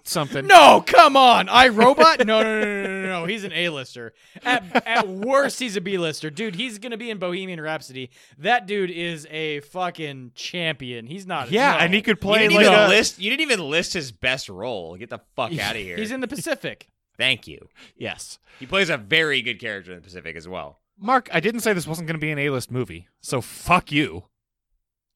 S2: something.
S4: No, come on, I Robot. No, no, no, no, no, no, no. He's an A-lister.
S3: At, at worst, he's a B-lister. Dude, he's going to be in Bohemian Rhapsody. That dude is a fucking champion. He's not.
S2: Yeah,
S3: no.
S2: and he could
S1: You
S2: play
S1: didn't
S2: like
S1: even
S2: a,
S1: list. You didn't even list his best role. Get the fuck out of here.
S3: He's in the Pacific.
S1: Thank you.
S2: yes.
S1: He plays a very good character in the Pacific as well.
S2: Mark, I didn't say this wasn't going to be an A-list movie, so fuck you.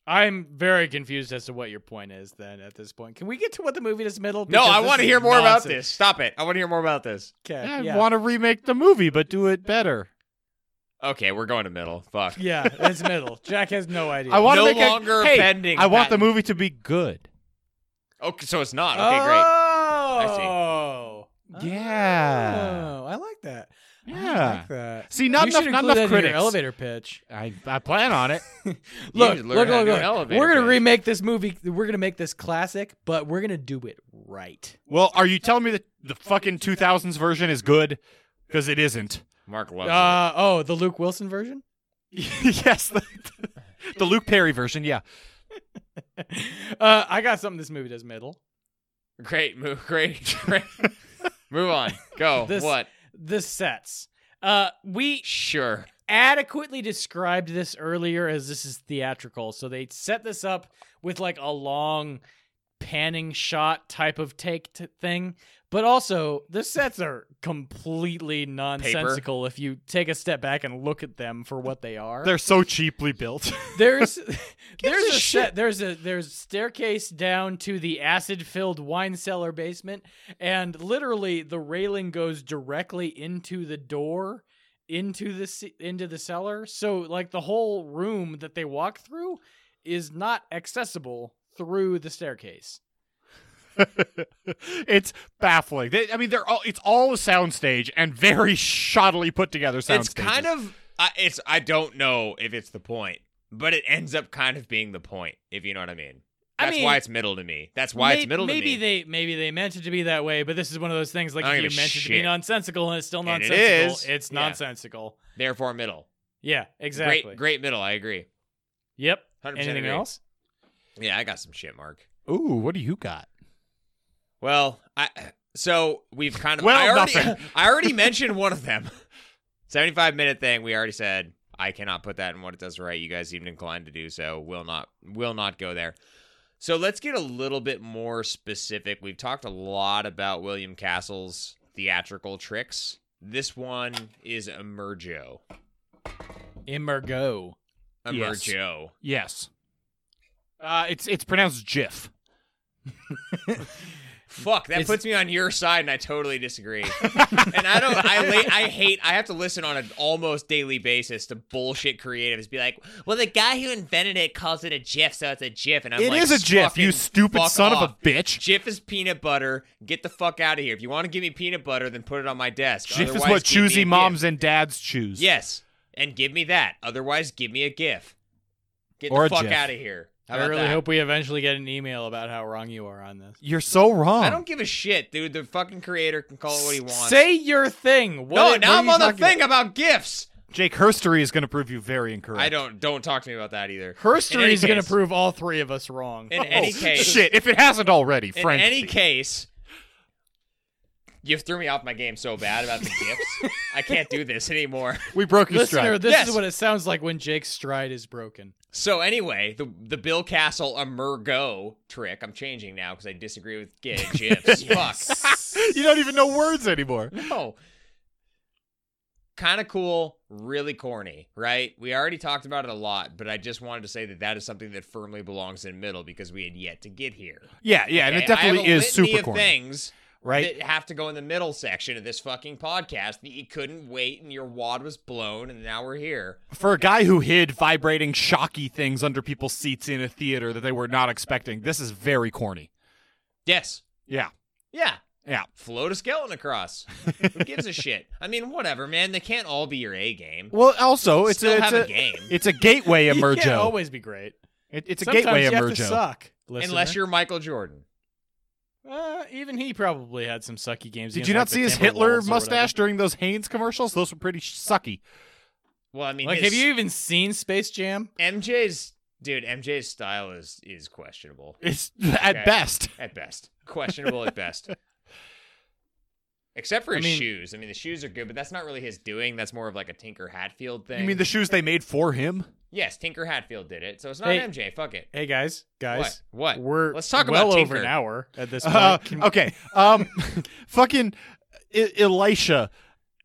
S3: I'm very confused as to what your point is then at this point. Can we get to what the movie is middle?
S1: No,
S3: Because
S1: I
S3: this
S1: want to
S3: is
S1: hear more about
S3: nonsense.
S1: this. Stop it. I want to hear more about this.
S4: Okay,
S2: I
S4: yeah.
S2: want to remake the movie, but do it better.
S1: Okay, we're going to middle. Fuck.
S4: yeah, it's middle. Jack has no idea.
S2: I want
S1: No
S2: to make
S1: longer
S2: a, hey,
S1: pending
S2: I want the
S1: patent.
S2: movie to be good.
S1: Okay, so it's not.
S3: Uh,
S1: Okay, great.
S4: Oh,
S2: see. Yeah.
S4: Oh, I like that. I
S2: Yeah.
S4: like that.
S2: See, not
S4: You
S2: enough,
S4: should
S2: not
S4: include
S2: enough
S4: that in your
S2: critics.
S4: elevator pitch.
S2: I, I plan on it.
S4: Look, look,
S1: should learn how to
S4: look,
S1: do an
S4: look.
S1: elevator
S4: We're gonna
S1: pitch.
S4: remake this movie. We're gonna make this classic, but we're gonna do it right.
S2: well, are you telling me that the fucking 2000s version is good? Because it isn't.
S1: Mark loves it.
S4: Uh oh, the Luke Wilson version.
S2: yes, the, the Luke Perry version, yeah.
S4: Uh, I got something. This movie does middle.
S1: Great move. Great. great. move on. Go.
S3: This-
S1: what?
S3: The sets. Uh, we
S1: Sure.
S3: adequately described this earlier as this is theatrical. So they set this up with like a long panning shot type of take t- thing. But also, the sets are completely nonsensical if you take a step back and look at them for what they are.
S2: They're so cheaply built.
S3: There's there's
S2: a
S3: a,
S2: shit?
S3: set there's a there's staircase down to the acid filled wine cellar basement and literally the railing goes directly into the door into the ce- into the cellar so like the whole room that they walk through is not accessible through the staircase.
S2: it's baffling. They, I mean, they're all. It's all a soundstage and very shoddily put together soundstages.
S1: it's kind of. I it's. I don't know if it's the point, but it ends up kind of being the point, if you know what I mean.
S3: I
S1: That's
S3: mean,
S1: why it's middle to me. That's why
S3: May-
S1: it's middle to me.
S3: maybe they maybe they meant it to be that way, but this is one of those things like
S1: I don't
S3: if you
S1: give a
S3: meant it to be
S1: shit.
S3: nonsensical and it's still
S1: And it
S3: nonsensical,
S1: is.
S3: it's
S1: Yeah.
S3: nonsensical.
S1: Therefore, middle.
S3: Yeah, exactly.
S1: Great. Great middle. I agree.
S3: Yep.
S1: 100%
S3: Anything
S1: agree.
S3: else?
S1: Yeah, I got some shit, Mark.
S2: Ooh, what do you got?
S1: Well, I so we've kind of
S2: Well,
S1: I already,
S2: nothing.
S1: I already mentioned one of them. Seventy-five minute thing. We already said I cannot put that in what it does right. You guys even inclined to do so. Will not. Will not go there. So let's get a little bit more specific. We've talked a lot about William Castle's theatrical tricks. This one is Emergo.
S4: Emergo.
S2: Yes.
S1: Emergo.
S2: Yes. Uh, it's it's pronounced GIF.
S1: Fuck, that
S4: It's-
S1: puts me on your side, and I totally disagree. and I don't, I la- I hate, I have to listen on an almost daily basis to bullshit creatives be like, well, the guy who invented it calls it a GIF, so it's a GIF, and I'm
S2: It
S1: like,
S2: is a GIF.
S1: fucking
S2: You stupid
S1: fuck
S2: son
S1: off.
S2: of a bitch.
S1: GIF is peanut butter. Get the fuck out of here. If you want to give me peanut butter, then put it on my desk.
S2: GIF is
S1: Otherwise,
S2: what
S1: give me a
S2: choosy
S1: GIF.
S2: moms and dads choose.
S1: Yes, and give me that. Otherwise, give me a GIF. Get
S2: Or a
S1: the fuck
S2: GIF.
S1: out of here. How
S3: I
S1: about
S3: really
S1: that?
S3: hope we eventually get an email about how wrong you are on this.
S2: You're so wrong.
S1: I don't give a shit, dude. The fucking creator can call it what he wants.
S3: Say your thing. What,
S1: no,
S3: what
S1: now
S3: are
S1: I'm
S3: you
S1: on the
S3: talking
S1: thing about gifts.
S2: Jake Herstory is going to prove you very incorrect.
S1: I don't don't talk to me about that either.
S3: about? Her Oh,
S1: In
S3: story
S1: any
S3: is going to
S1: case-
S3: prove all three of us wrong.
S1: In any case,
S2: Shit, if it hasn't already,
S1: In
S2: Frank.
S1: any case, you threw me off my game so bad about the gifts. I can't do this anymore.
S2: we broke your
S4: Listener,
S2: stride.
S4: this
S1: Yes.
S4: is what it sounds like when Jake's stride is broken.
S1: So anyway, the the Bill Castle Emergo trick. I'm changing now because I disagree with gi- gifs. Fuck.
S2: You don't even know words anymore.
S1: No. Kind of cool, really corny, right? We already talked about it a lot, but I just wanted to say that that is something that firmly belongs in middle because we had yet to get here.
S2: Yeah, yeah, and
S1: Okay,
S2: it definitely
S1: I have a
S2: is
S1: litany
S2: super
S1: of
S2: corny,
S1: things
S2: right?
S1: that have to go in the middle section of this fucking podcast that you couldn't wait and your wad was blown and now we're here.
S2: for a guy who hid vibrating shocky things under people's seats in a theater that they were not expecting, this is very corny.
S1: Yes.
S2: Yeah.
S1: Yeah.
S2: Yeah.
S1: Float a skeleton across. Who gives a shit? I mean, whatever, man. They can't all be your A game.
S2: Well, also it's
S1: Still
S2: a, it's
S1: have
S2: a,
S1: a game.
S2: it's a gateway
S3: You
S2: emergo.
S3: can't always be great.
S2: It- it's a
S4: Sometimes
S2: gateway
S4: you have
S2: emergo.
S4: to suck.
S1: Unless you're Michael Jordan.
S3: Uh, even he probably had some sucky games.
S2: Did
S3: against,
S2: you not
S3: like, the
S2: see his Hitler
S3: Timberwolves or
S2: mustache during those Haynes commercials? Those were pretty sh- sucky.
S1: Well, I mean,
S3: whatever. Like,
S1: his-
S3: have you even seen Space Jam?
S1: MJ's Dude, MJ's style is is questionable
S2: It's at
S1: Okay.
S2: best.
S1: at best. Questionable at best. Except for
S3: I
S1: his
S3: mean-
S1: shoes. I mean, the shoes are good, but that's not really his doing. That's more of like a Tinker Hatfield thing.
S2: You mean the shoes they made for him?
S1: Yes, Tinker Hatfield did it, so it's not
S4: Hey.
S1: MJ. Fuck it.
S4: Hey guys, guys,
S1: What? What?
S4: we're
S1: Let's talk
S4: well
S1: about
S4: over
S1: Tinker.
S4: an hour at this point.
S2: Uh,
S4: Can-
S2: okay. Um, fucking E- Elisha.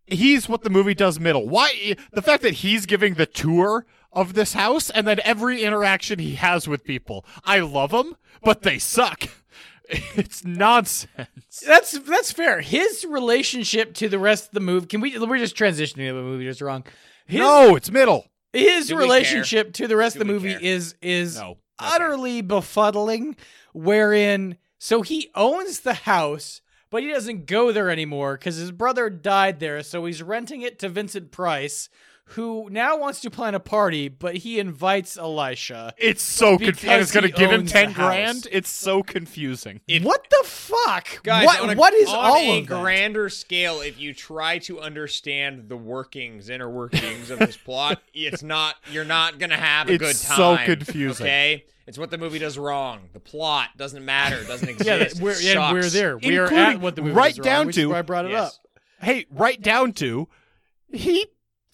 S2: He's what the movie does middle. Why the fact that he's giving the tour of this house and then every interaction he has with people. I love them, but they suck. It's nonsense.
S4: that's that's fair. His relationship to the rest of the movie. Can we? We're just transitioning to the movie. Just wrong. His,
S2: no, it's middle.
S4: his
S1: Do we
S4: relationship to the rest
S1: Do
S4: of the
S1: we
S4: movie
S1: care?
S4: is is
S2: No.
S4: utterly befuddling. Wherein, so he owns the house, but he doesn't go there anymore because his brother died there. So he's renting it to Vincent Price, who now wants to plan a party, but he invites Elisha.
S2: It's so confusing.
S4: Because
S2: It's going to
S4: he
S2: give him
S4: owns
S2: 10
S4: the house.
S2: grand. It's so confusing.
S1: It-
S4: what the fuck?
S1: Guys, on
S4: what
S1: a,
S4: what is
S1: on
S4: all
S1: a
S4: of that?
S1: grander scale? If you try to understand the workings, inner workings of this plot, it's not. You're not gonna have a
S2: It's
S1: good time.
S2: so confusing.
S1: Okay, it's what the movie does wrong. The plot doesn't matter. Doesn't exist.
S3: Yeah, that-
S1: It
S3: we're, yeah, we're
S1: sucks.
S3: there. We are
S2: Including
S3: at what the movie
S2: right
S3: is wrong,
S2: down
S3: which
S2: to-
S3: is why I brought it
S1: Yes.
S3: up.
S2: hey, right down to he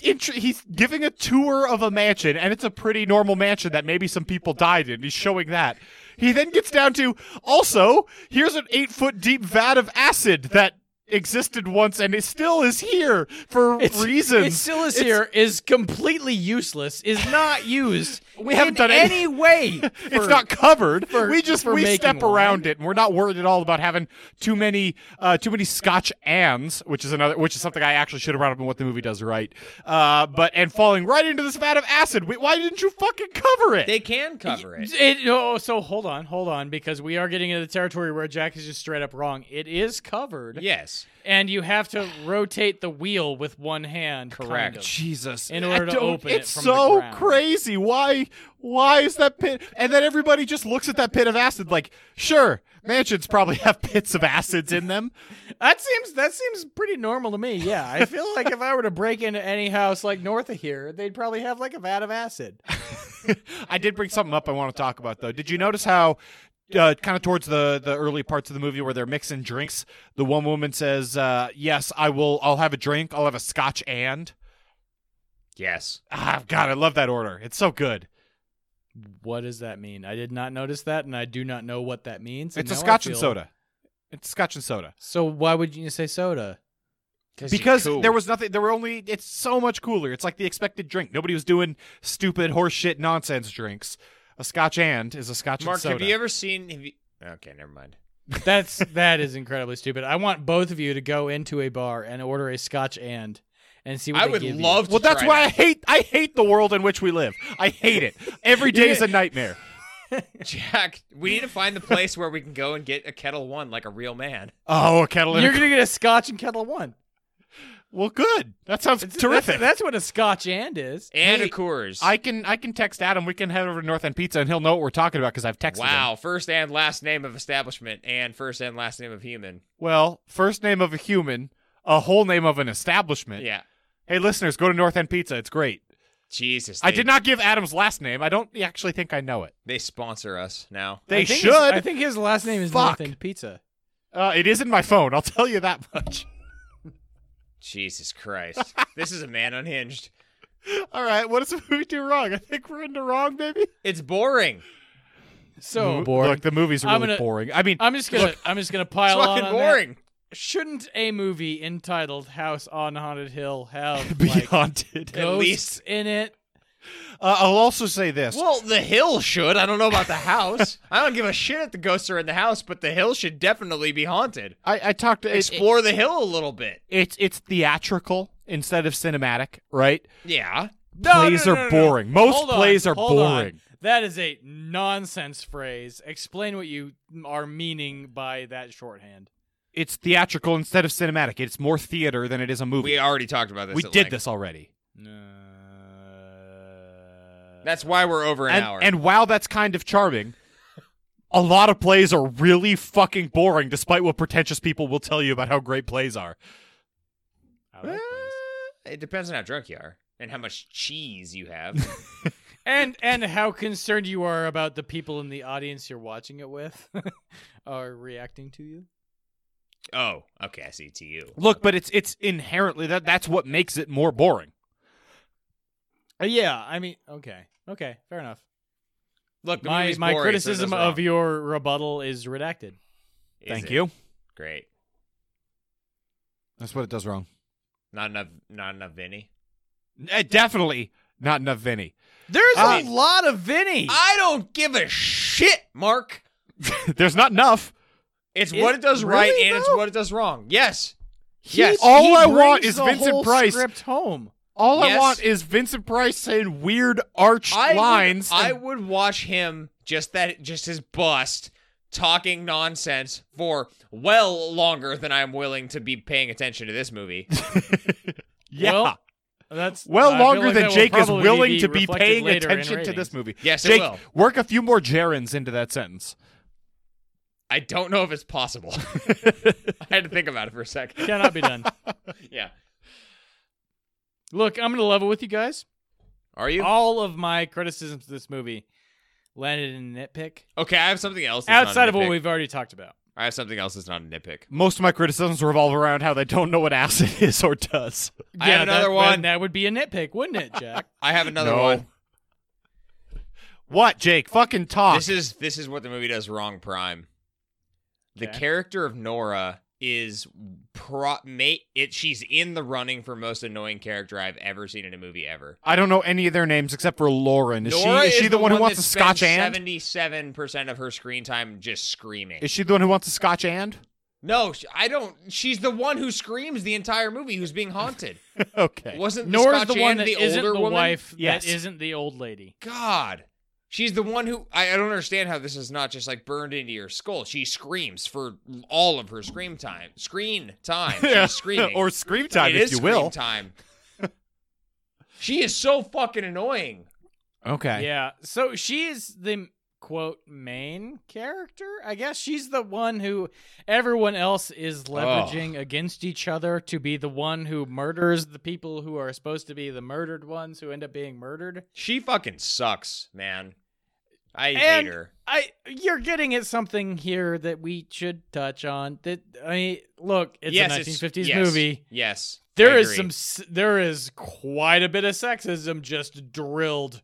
S2: intro- he's giving a tour of a mansion and it's a pretty normal mansion that maybe some people died in. He's showing that. He then gets down to also, here's an 8-foot deep vat of acid that existed once and it still is here for reasons.
S4: It still is here. Is completely useless. Is not used.
S2: We haven't
S4: in
S2: done any-
S4: any way.
S2: it's
S4: for-
S2: not covered.
S4: for-
S2: we just
S4: for
S2: we
S4: making
S2: step
S4: wine.
S2: around it, and we're not worried at all about having too many uh, too many Scotch ands, which is another which is something I actually should have brought up in what the movie does right. Uh, but and falling right into this vat of acid. Wait, why didn't you fucking cover it?
S1: They can cover it.
S3: It, oh, so hold on, hold on, because we are getting into the territory where Jack is just straight up wrong. It is covered,
S1: Yes.
S3: and you have to rotate the wheel with one hand. kind
S1: Correct.
S3: of.
S2: Jesus,
S3: In
S2: I
S3: order to
S2: don't-
S3: open it
S2: it's
S3: from the
S2: so
S3: ground.
S2: crazy. Why? Why is that pit? And then everybody just looks at that pit of acid like, sure, mansions probably have pits of acids in them.
S4: That seems that seems pretty normal to me. Yeah, I feel like if I were to break into any house like north of here, they'd probably have like a vat of acid.
S2: I did bring something up I want to talk about though. Did you notice how uh, kind of towards the the early parts of the movie where they're mixing drinks, the one woman says, uh, "Yes, I will. I'll have a drink. I'll have a scotch and."
S1: Yes.
S2: Ah, God, I love that order. It's so good.
S4: What does that mean? I did not notice that, and I do not know what that means.
S2: It's a
S4: now I
S2: scotch and
S4: feel-
S2: soda. It's scotch and soda
S4: So why would you say soda?
S2: because there was nothing. There were only. It's so much cooler. It's like the expected drink. Nobody was doing stupid horseshit nonsense drinks. A scotch and is a scotch
S1: Mark,
S2: and soda.
S1: have you ever seen? Have you, okay, never mind.
S4: That's that is incredibly stupid. I want both of you to go into a bar and order a scotch and and see what
S1: I
S4: they
S1: would
S4: give you.
S1: love. To
S2: well, that's
S1: try
S2: why I
S1: that.
S2: hate. I hate the world in which we live. I hate it. Every day is a nightmare.
S1: Jack. We need to find the place where we can go and get a kettle one like a real man.
S2: Oh, a kettle. And
S4: You're
S2: a-
S4: gonna get a scotch and kettle one.
S2: well, good. That sounds
S4: It's-
S2: terrific.
S4: That's, that's what a Scotch and is.
S1: And
S2: Hey,
S1: a Coors.
S2: I can I can text Adam. We can head over to North End Pizza, and he'll know what we're talking about because I've texted him.
S1: wow. First and last name of establishment, and first and last name of human.
S2: Well, first name of a human, a whole name of an establishment.
S1: Yeah.
S2: Hey, listeners, go to North End Pizza. It's great.
S1: Jesus.
S2: I
S1: they-
S2: did not give Adam's last name. I don't actually think I know it.
S1: They sponsor us now.
S2: They
S4: I think
S2: should.
S4: his- I think his last name is
S2: Fuck.
S4: Nathan Pizza.
S2: uh, it is in my phone. I'll tell you that much.
S1: Jesus Christ. this is a man unhinged.
S2: All right. What does the movie do wrong? I think we're into wrong, maybe.
S1: It's boring.
S3: So
S2: Mo-
S3: boring.
S2: Look, the movie's really
S3: I'm gonna-
S2: boring. I mean,
S3: I'm just gonna, I'm just gonna
S1: It's
S3: pile on.
S1: fucking
S3: on that.
S1: boring.
S3: Shouldn't a movie entitled House on Haunted Hill have
S2: be
S3: like,
S2: haunted.
S1: At least.
S3: ghosts in it?
S2: Uh, I'll also say this.
S1: Well, the hill should. I don't know about the house. I don't give a shit if the ghosts are in the house, but the hill should definitely be haunted.
S2: I, I talked to it-
S1: Explore the hill a little bit.
S2: it's it's theatrical instead of cinematic, right?
S1: Yeah.
S3: No,
S2: plays
S3: no,
S2: are
S3: no, no, no.
S2: boring. Most
S3: Hold on,
S2: plays are
S3: hold on.
S2: boring.
S3: That is a nonsense phrase. Explain what you are meaning by that shorthand.
S2: It's theatrical instead of cinematic. It's more theater than it is a movie.
S1: We already talked about this.
S2: We
S1: at
S2: did
S1: length.
S2: this already.
S3: Uh,
S1: That's why we're over an
S2: And,
S1: hour.
S2: and while that's kind of charming, a lot of plays are really fucking boring, despite what pretentious people will tell you about how great plays are.
S3: I like plays.
S1: Uh, it depends on how drunk you are and how much cheese you have.
S3: and and how concerned you are about the people in the audience you're watching it with are reacting to you.
S1: Oh, okay. I see. To you.
S2: Look, but it's it's inherently that that's what makes it more boring.
S3: Uh, Yeah, I mean, okay, okay, fair enough.
S1: Look, the
S3: My
S1: movie's
S3: my
S1: boring, so it
S3: criticism
S1: does
S3: of
S1: wrong.
S3: your rebuttal is redacted.
S1: Is
S2: Thank
S1: it?
S2: you.
S1: Great.
S2: That's what it does wrong.
S1: Not enough. Not enough, Vinny.
S2: Eh, definitely not enough Vinny.
S4: There's
S2: I
S4: a
S2: mean-
S4: lot of Vinny.
S1: I don't give a shit, Mark.
S2: There's not enough.
S1: It's
S4: Is-
S1: what it does right
S4: really,
S1: and it's
S4: though?
S1: what it does wrong. Yes.
S4: He-
S1: yes.
S4: he
S2: All I want
S4: brings
S2: is
S4: the
S2: Vincent
S4: whole
S2: Price.
S4: Script home.
S2: All I
S1: Yes.
S2: want is Vincent Price saying weird arched
S1: I
S2: lines.
S1: Would, I
S2: and-
S1: would watch him just that just his bust talking nonsense for well longer than I'm willing to be paying attention to this movie.
S2: yeah.
S3: Well, That's
S2: Well,
S3: I feel
S2: longer
S3: like
S2: than
S3: that will
S2: Jake is
S3: probably
S2: willing to be
S3: reflected
S2: paying
S3: later in
S2: attention to this
S3: ratings.
S2: movie.
S1: Yes, it
S2: Jake,
S1: will.
S2: work a few more gerunds into that sentence.
S1: I don't know if it's possible. I had to think about it for a second.
S3: Cannot be done.
S1: Yeah.
S3: Look, I'm gonna level with you guys.
S1: Are you?
S2: Uh,
S3: All of my criticisms of this movie landed in a nitpick
S1: Okay, I have something else. that's not a
S3: outside of what
S1: nitpick.
S3: we've already talked about.
S1: I have something else that's not a nitpick.
S2: Most of my criticisms revolve around how they don't know what acid is or does.
S1: I have
S3: that-
S1: another
S3: then
S1: one.
S3: That would be a nitpick, wouldn't it, Jack?
S1: I have another
S2: No.
S1: one.
S2: What, Jake? Fucking talk.
S1: This is this is what the movie does wrong. Prime. The
S3: Okay.
S1: character of Nora is pro mate. It she's in the running for most annoying character I've ever seen in a movie ever.
S2: I don't know any of their names except for Lauren. Is
S1: Nora
S2: she is she the, one who wants
S1: that
S2: a Scotch and?
S1: Seventy-seven percent of her screen time just screaming.
S2: Is she the one who wants a Scotch and?
S1: no, sh- I don't. She's the one who screams the entire movie, who's being haunted.
S2: okay.
S1: Wasn't the
S3: Nora's
S1: Scotch
S3: the one
S1: and
S3: that
S1: the
S3: isn't
S1: older
S3: the
S1: woman?
S3: wife
S2: Yes.
S3: that isn't the old lady.
S1: God. She's the one who I, I don't understand how this is not just like burned into your skull. She screams for all of her scream time. Screen time. She's screaming.
S2: or scream time,
S1: It
S2: if
S1: is
S2: you
S1: scream
S2: will.
S1: time. she is so fucking annoying.
S2: Okay.
S3: Yeah. So she is the quote main character. I guess she's the one who everyone else is leveraging against each other to be the one who murders the people who are supposed to be the murdered ones who end up being murdered.
S1: She fucking sucks, man. I
S3: And-
S1: hate her.
S3: I you're getting at something here that we should touch on. That I mean, look, it's
S1: yes,
S3: a
S1: it's-
S3: 1950s
S1: yes,
S3: movie.
S1: Yes.
S3: There
S1: I
S3: is
S1: agree.
S3: some s- there is quite a bit of sexism just drilled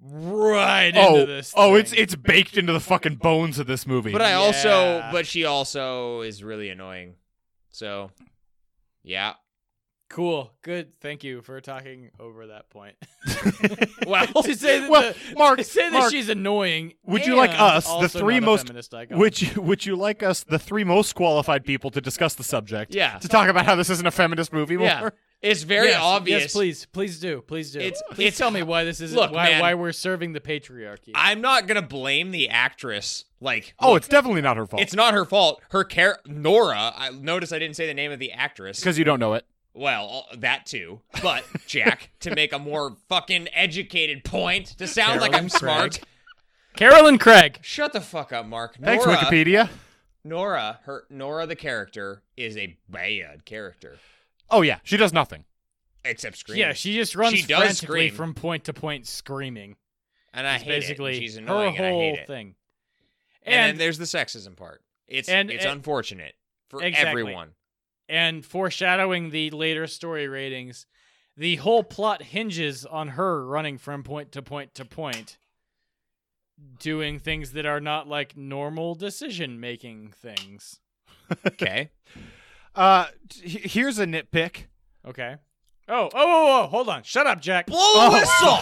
S3: right
S2: Oh,
S3: into this.
S2: oh,
S3: thing.
S2: it's it's baked into the fucking bones of this movie.
S1: But I also
S3: Yeah.
S1: but she also is really annoying. So yeah.
S3: Cool. Good. Thank you for talking over that point.
S1: Well,
S3: to say that,
S2: well,
S3: the-
S2: Mark,
S3: to say that
S2: Mark,
S3: she's annoying.
S2: would you like
S3: and
S2: us, the
S3: also
S2: three
S3: not a
S2: most-
S3: feminist
S1: Oh.
S3: icon.
S2: would you would you like us, the three most qualified people, to discuss the subject?
S1: Yeah.
S2: To talk about how this isn't a feminist movie.
S1: yeah.
S2: more?
S1: It's very
S3: Yes,
S1: obvious.
S3: Yes, please, please do, please do.
S1: It's-
S3: please
S1: it's-
S3: tell me why this is
S1: Look,
S3: why
S1: man.
S3: why we're serving the patriarchy.
S1: I'm not gonna blame the actress. Like,
S2: Oh, it's definitely not her fault.
S1: it's not her fault. Her care, Nora. I notice I didn't say the name of the actress.
S2: because you don't know it.
S1: Well, uh, that too. But Jack, to make a more fucking educated point, to sound like
S3: Carolyn
S1: I'm
S3: Craig.
S1: smart.
S3: Carolyn Craig.
S1: Shut the fuck up, Mark. Nora,
S2: Thanks, Wikipedia.
S1: Nora, her Nora, the character is a bad character,
S2: Oh yeah, she does nothing.
S1: except scream.
S3: Yeah, she just runs
S1: She does
S3: frantically
S1: scream.
S3: from point to point, screaming.
S1: and I
S3: It's
S1: hate
S3: basically
S1: it. and She's
S3: her
S1: annoying,
S3: whole
S1: and I hate it.
S3: thing.
S1: And, then
S3: And
S1: there's the sexism part. It's
S3: and-
S1: it's
S3: and-
S1: unfortunate for
S3: Exactly.
S1: everyone.
S3: and foreshadowing the later story ratings, the whole plot hinges on her running from point to point to point, doing things that are not like normal decision making things.
S1: Okay.
S2: Uh, t- he- here's a nitpick.
S3: Okay. Oh, oh, oh, oh, hold on. Shut up, Jack.
S1: Blow a
S2: Oh.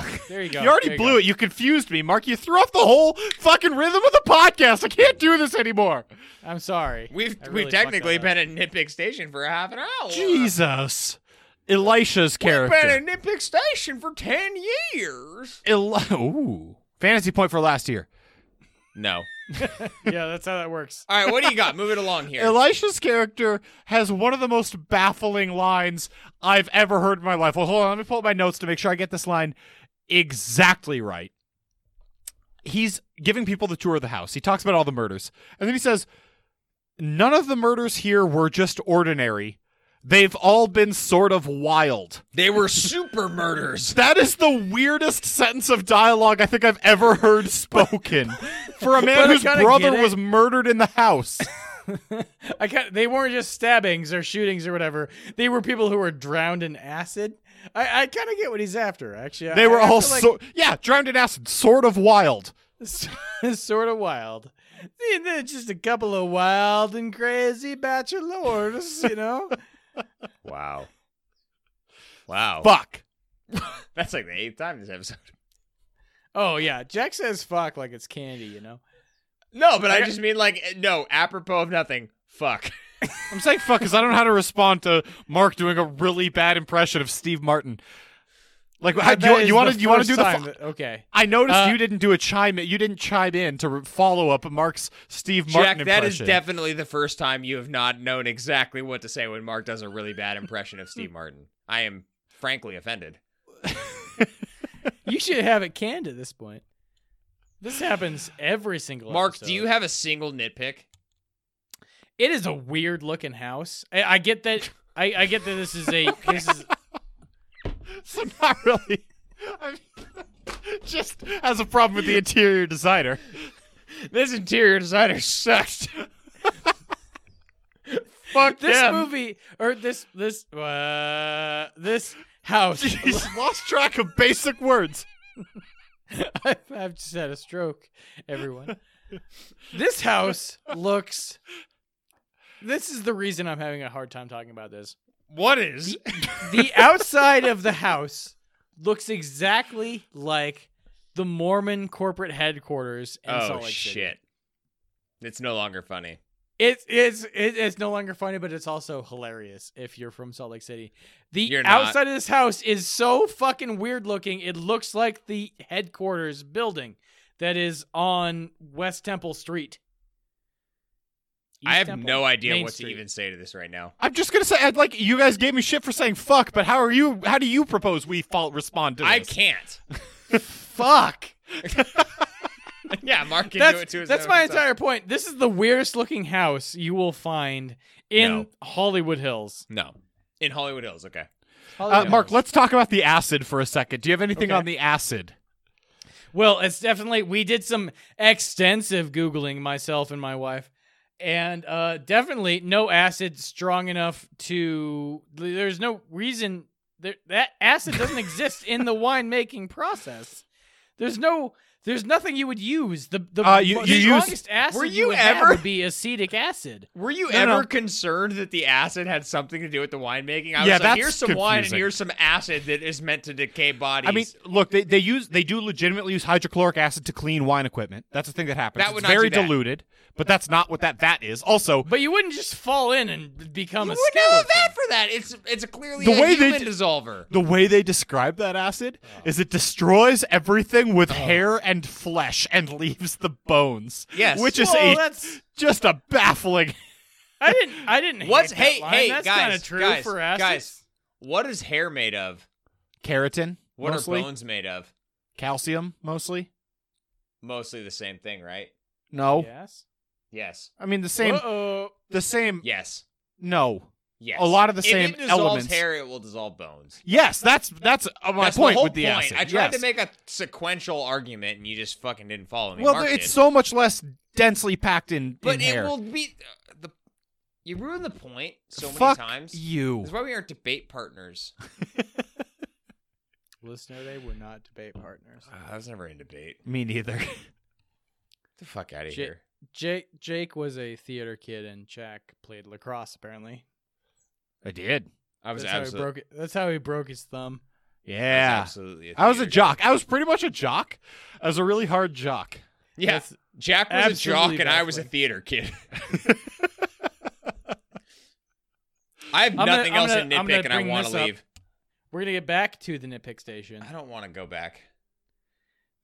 S1: whistle.
S3: There you go.
S2: You already blew it. You confused me, Mark. You threw off the whole fucking rhythm of the podcast. I can't do this anymore.
S3: I'm sorry.
S1: We've
S3: I
S1: we've
S3: really fucked
S1: technically
S3: that
S1: been at nitpick station for a half an hour.
S2: Jesus. Elisha's
S1: We've been at
S2: character.
S1: nitpick station for ten years.
S2: Eli- Ooh. Fantasy point for last year.
S1: No.
S3: up. yeah, that's how that works.
S1: All right, what do you got? Move it along here.
S2: Elisha's character has one of the most baffling lines I've ever heard in my life. Well, hold on. Let me pull up my notes to make sure I get this line exactly right. He's giving people the tour of the house. He talks about all the murders. And then he says, None of the murders here were just ordinary. They've all been sort of wild.
S1: They were super murders.
S2: That is the weirdest sentence of dialogue I think I've ever heard spoken for a man
S3: But I
S2: whose
S3: kinda
S2: brother
S3: get it.
S2: was murdered in the house.
S3: I can they weren't just stabbings or shootings or whatever. They were people who were drowned in acid. I, I kind of get what he's after, actually.
S2: They
S3: I-
S2: were
S3: I
S2: all
S3: feel like
S2: so yeah, drowned in acid, sort of wild.
S3: it's sort of wild. They- They're just a couple of wild and crazy bachelors, you know.
S1: Wow. Wow.
S2: Fuck.
S1: That's like the eighth time this episode.
S3: oh yeah, Jack says "fuck" like it's candy, you know.
S1: No, but I just mean like no, apropos of nothing. Fuck.
S2: I'm saying fuck because I don't know how to respond to Mark doing a really bad impression of Steve Martin. Like how-
S3: That
S2: you,
S3: is
S2: you want
S3: the
S2: to you want
S3: first
S2: to do the
S3: time
S2: fu-
S3: that- okay.
S2: I noticed
S3: Uh,
S2: you didn't do a chime. You didn't chime in to re- follow up Mark's Steve Martin
S1: Jack, that is
S2: impression.
S1: definitely the first time you have not known exactly what to say when Mark does a really bad impression of Steve Martin. I am frankly offended.
S3: You should have it canned at this point. This happens every single.
S1: Mark,
S3: episode.
S1: do you have a single nitpick?
S3: It is a weird looking house. I, I get that. I, I get that this is a this is
S2: so not really. I mean, just has a problem with the interior designer.
S1: This interior designer sucks.
S2: Fuck
S3: this
S2: them.
S3: movie or this this uh this house.
S2: He's lost track of basic words.
S3: I've, I've just had a stroke, everyone. this house looks. This is the reason I'm having a hard time talking about this.
S1: What is?
S3: The outside of the house looks exactly like the Mormon corporate headquarters in
S1: oh
S3: Salt Lake City.
S1: shit. It's no longer funny.
S3: It's it's it- it's no longer funny, but it's also hilarious if you're from Salt Lake City. The
S1: You're not.
S3: outside of this house is so fucking weird looking. It looks like the headquarters building that is on West Temple Street.
S1: I
S3: East
S1: have
S3: Temple,
S1: no idea
S3: Main
S1: what
S3: Street.
S1: to even say to this right now.
S2: I'm just gonna say, I'd like you guys gave me shit for saying fuck, but how are you? How do you propose we fault respond to this?
S1: I can't.
S3: Fuck.
S1: yeah, Mark can do it
S3: That's
S1: to his
S3: that's
S1: own
S3: my
S1: self.
S3: entire point. This is the weirdest looking house you will find in
S1: No.
S3: Hollywood Hills.
S1: No. In Hollywood Hills, okay.
S2: Uh,
S3: Hollywood
S2: Mark,
S3: Hills.
S2: let's talk about the acid for a second. Do you have anything on the acid?
S3: Well, it's definitely we did some extensive googling myself and my wife, and uh, definitely no acid strong enough to. There's no reason there, that acid doesn't exist in the winemaking process. There's no. There's nothing you would use. The the,
S2: Uh, you-
S3: the
S2: you used-
S3: strongest acid
S1: Were
S3: you,
S1: you
S3: would have
S1: ever-
S3: would be acetic acid.
S1: Were you
S2: No,
S1: ever
S2: no.
S1: concerned that the acid had something to do with the winemaking? I
S2: Yeah,
S1: was like,
S2: that's
S1: here's some wine and
S2: confusing.
S1: here's some acid that is meant to decay bodies.
S2: I mean, look, they, they use they do legitimately use hydrochloric acid to clean wine equipment. That's a thing that happens.
S1: That would
S2: it's
S1: not
S2: very
S1: do that.
S2: diluted, but that's not what that that is. Also,
S3: But you wouldn't just fall in and become
S1: you
S3: a
S1: would know
S3: skeleton.
S1: that for that. It's it's a clearly
S2: The
S1: a
S2: way they
S1: human
S2: d-
S1: dissolver.
S2: the way they describe that acid
S1: Oh.
S2: is it destroys everything with hair and flesh and leaves the bones.
S1: Yes.
S2: which is
S3: Well,
S2: a
S3: that's
S2: just a baffling.
S3: I didn't I didn't.
S1: What's
S3: hate
S1: hey
S3: that line.
S1: hey
S3: that's
S1: guys
S3: kinda true
S1: guys
S3: for acid.
S1: guys? What is hair made of?
S2: Keratin,
S1: What
S2: mostly
S1: are bones made of?
S2: calcium, mostly.
S1: Mostly the same thing, right?
S2: No,
S3: Yes.
S1: Yes.
S2: I mean the same.
S3: Uh-oh.
S2: The same.
S1: Yes.
S2: No.
S1: Yes.
S2: A lot of the
S1: If
S2: same
S1: it dissolves
S2: elements.
S1: hair, it will dissolve bones.
S2: Yes, that's that's uh, my
S1: That's
S2: point
S1: the whole
S2: with the
S1: point.
S2: acid.
S1: I tried
S2: yes.
S1: to make a sequential argument, and you just fucking didn't follow me.
S2: Well,
S1: Mark
S2: it's
S1: did.
S2: so much less densely packed in, in
S1: But
S2: hair.
S1: it will be uh, the you ruin the point so
S2: Fuck
S1: many times.
S2: you.
S1: That's why we aren't debate partners.
S3: Listener, they were not debate partners.
S1: Ah, I was never in debate.
S2: Me neither.
S1: Get the fuck out of
S3: Shit.
S1: here.
S3: Jake Jake was a theater kid and Jack played lacrosse apparently.
S2: I did.
S1: I was
S3: that's how he
S1: absolutely
S3: broke it. That's how he broke his thumb.
S1: I was
S2: Yeah.
S1: absolutely.
S2: I was a
S1: theater
S2: jock. I was pretty much a jock. I was a really hard jock.
S1: guy. Yeah,
S3: That's-
S1: Jack was a jock,
S3: absolutely
S1: and I was a
S3: baffling.
S1: theater kid. I have
S3: gonna-
S1: nothing
S3: I'm
S1: else
S3: gonna-
S1: to
S3: I'm gonna
S1: nitpick, and I
S3: bring
S1: want
S3: this
S1: to
S3: up.
S1: leave.
S3: We're gonna get back to the nitpick station.
S1: I don't want to go back.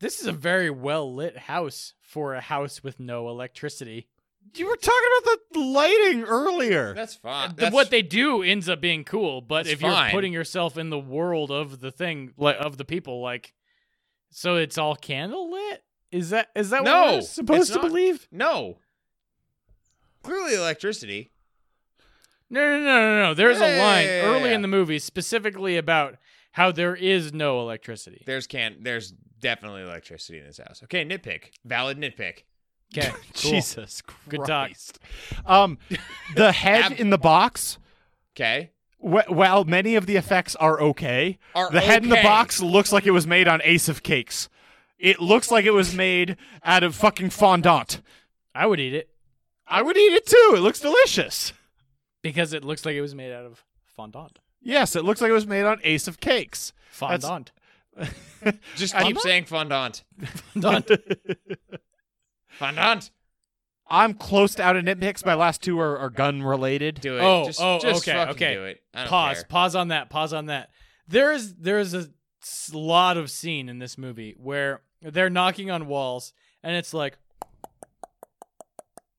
S3: This is a very well lit house for a house with no electricity.
S2: You were talking about the lighting earlier.
S1: That's fine.
S3: The-
S1: Uh, That's,
S3: what they do ends up being cool, but
S1: That's
S3: if
S1: fine.
S3: you're putting yourself in the world of the thing, like of the people, like, so it's all candle lit. Is that is that
S1: No,
S3: what we're
S1: it's
S3: supposed to
S1: not.
S3: believe?
S1: no. Clearly, electricity.
S3: No, no, no, no, no. There's a
S1: Yeah,
S3: line
S1: yeah, yeah,
S3: early
S1: yeah.
S3: in the movie specifically about how there is no electricity.
S1: There's can there's definitely electricity in this house. Okay, nitpick. Valid nitpick.
S3: Okay, cool.
S2: Jesus Christ.
S3: Good talk.
S2: Um, the head
S1: Ab-
S2: in the box.
S1: Okay.
S2: wh- While many of the effects are okay,
S1: Are
S2: the head in the
S1: okay.
S2: box looks like it was made on Ace of Cakes. It looks like it was made out of fucking fondant.
S3: I would eat it
S2: I would eat it too. It looks delicious.
S3: because it looks like it was made out of fondant.
S2: Yes, it looks like it was made on Ace of Cakes.
S3: Fondant.
S1: Just
S2: I-
S1: keep saying fondant.
S3: Fondant.
S1: Fondant.
S2: I'm close to out of nitpicks. My last two are, are gun related.
S1: Do it.
S3: Oh,
S1: just,
S3: oh,
S1: just
S3: okay,
S1: fucking
S3: okay.
S1: do it. I don't
S3: pause
S1: care.
S3: pause on that pause on that there is there is a s- lot of scene in this movie where they're knocking on walls and it's like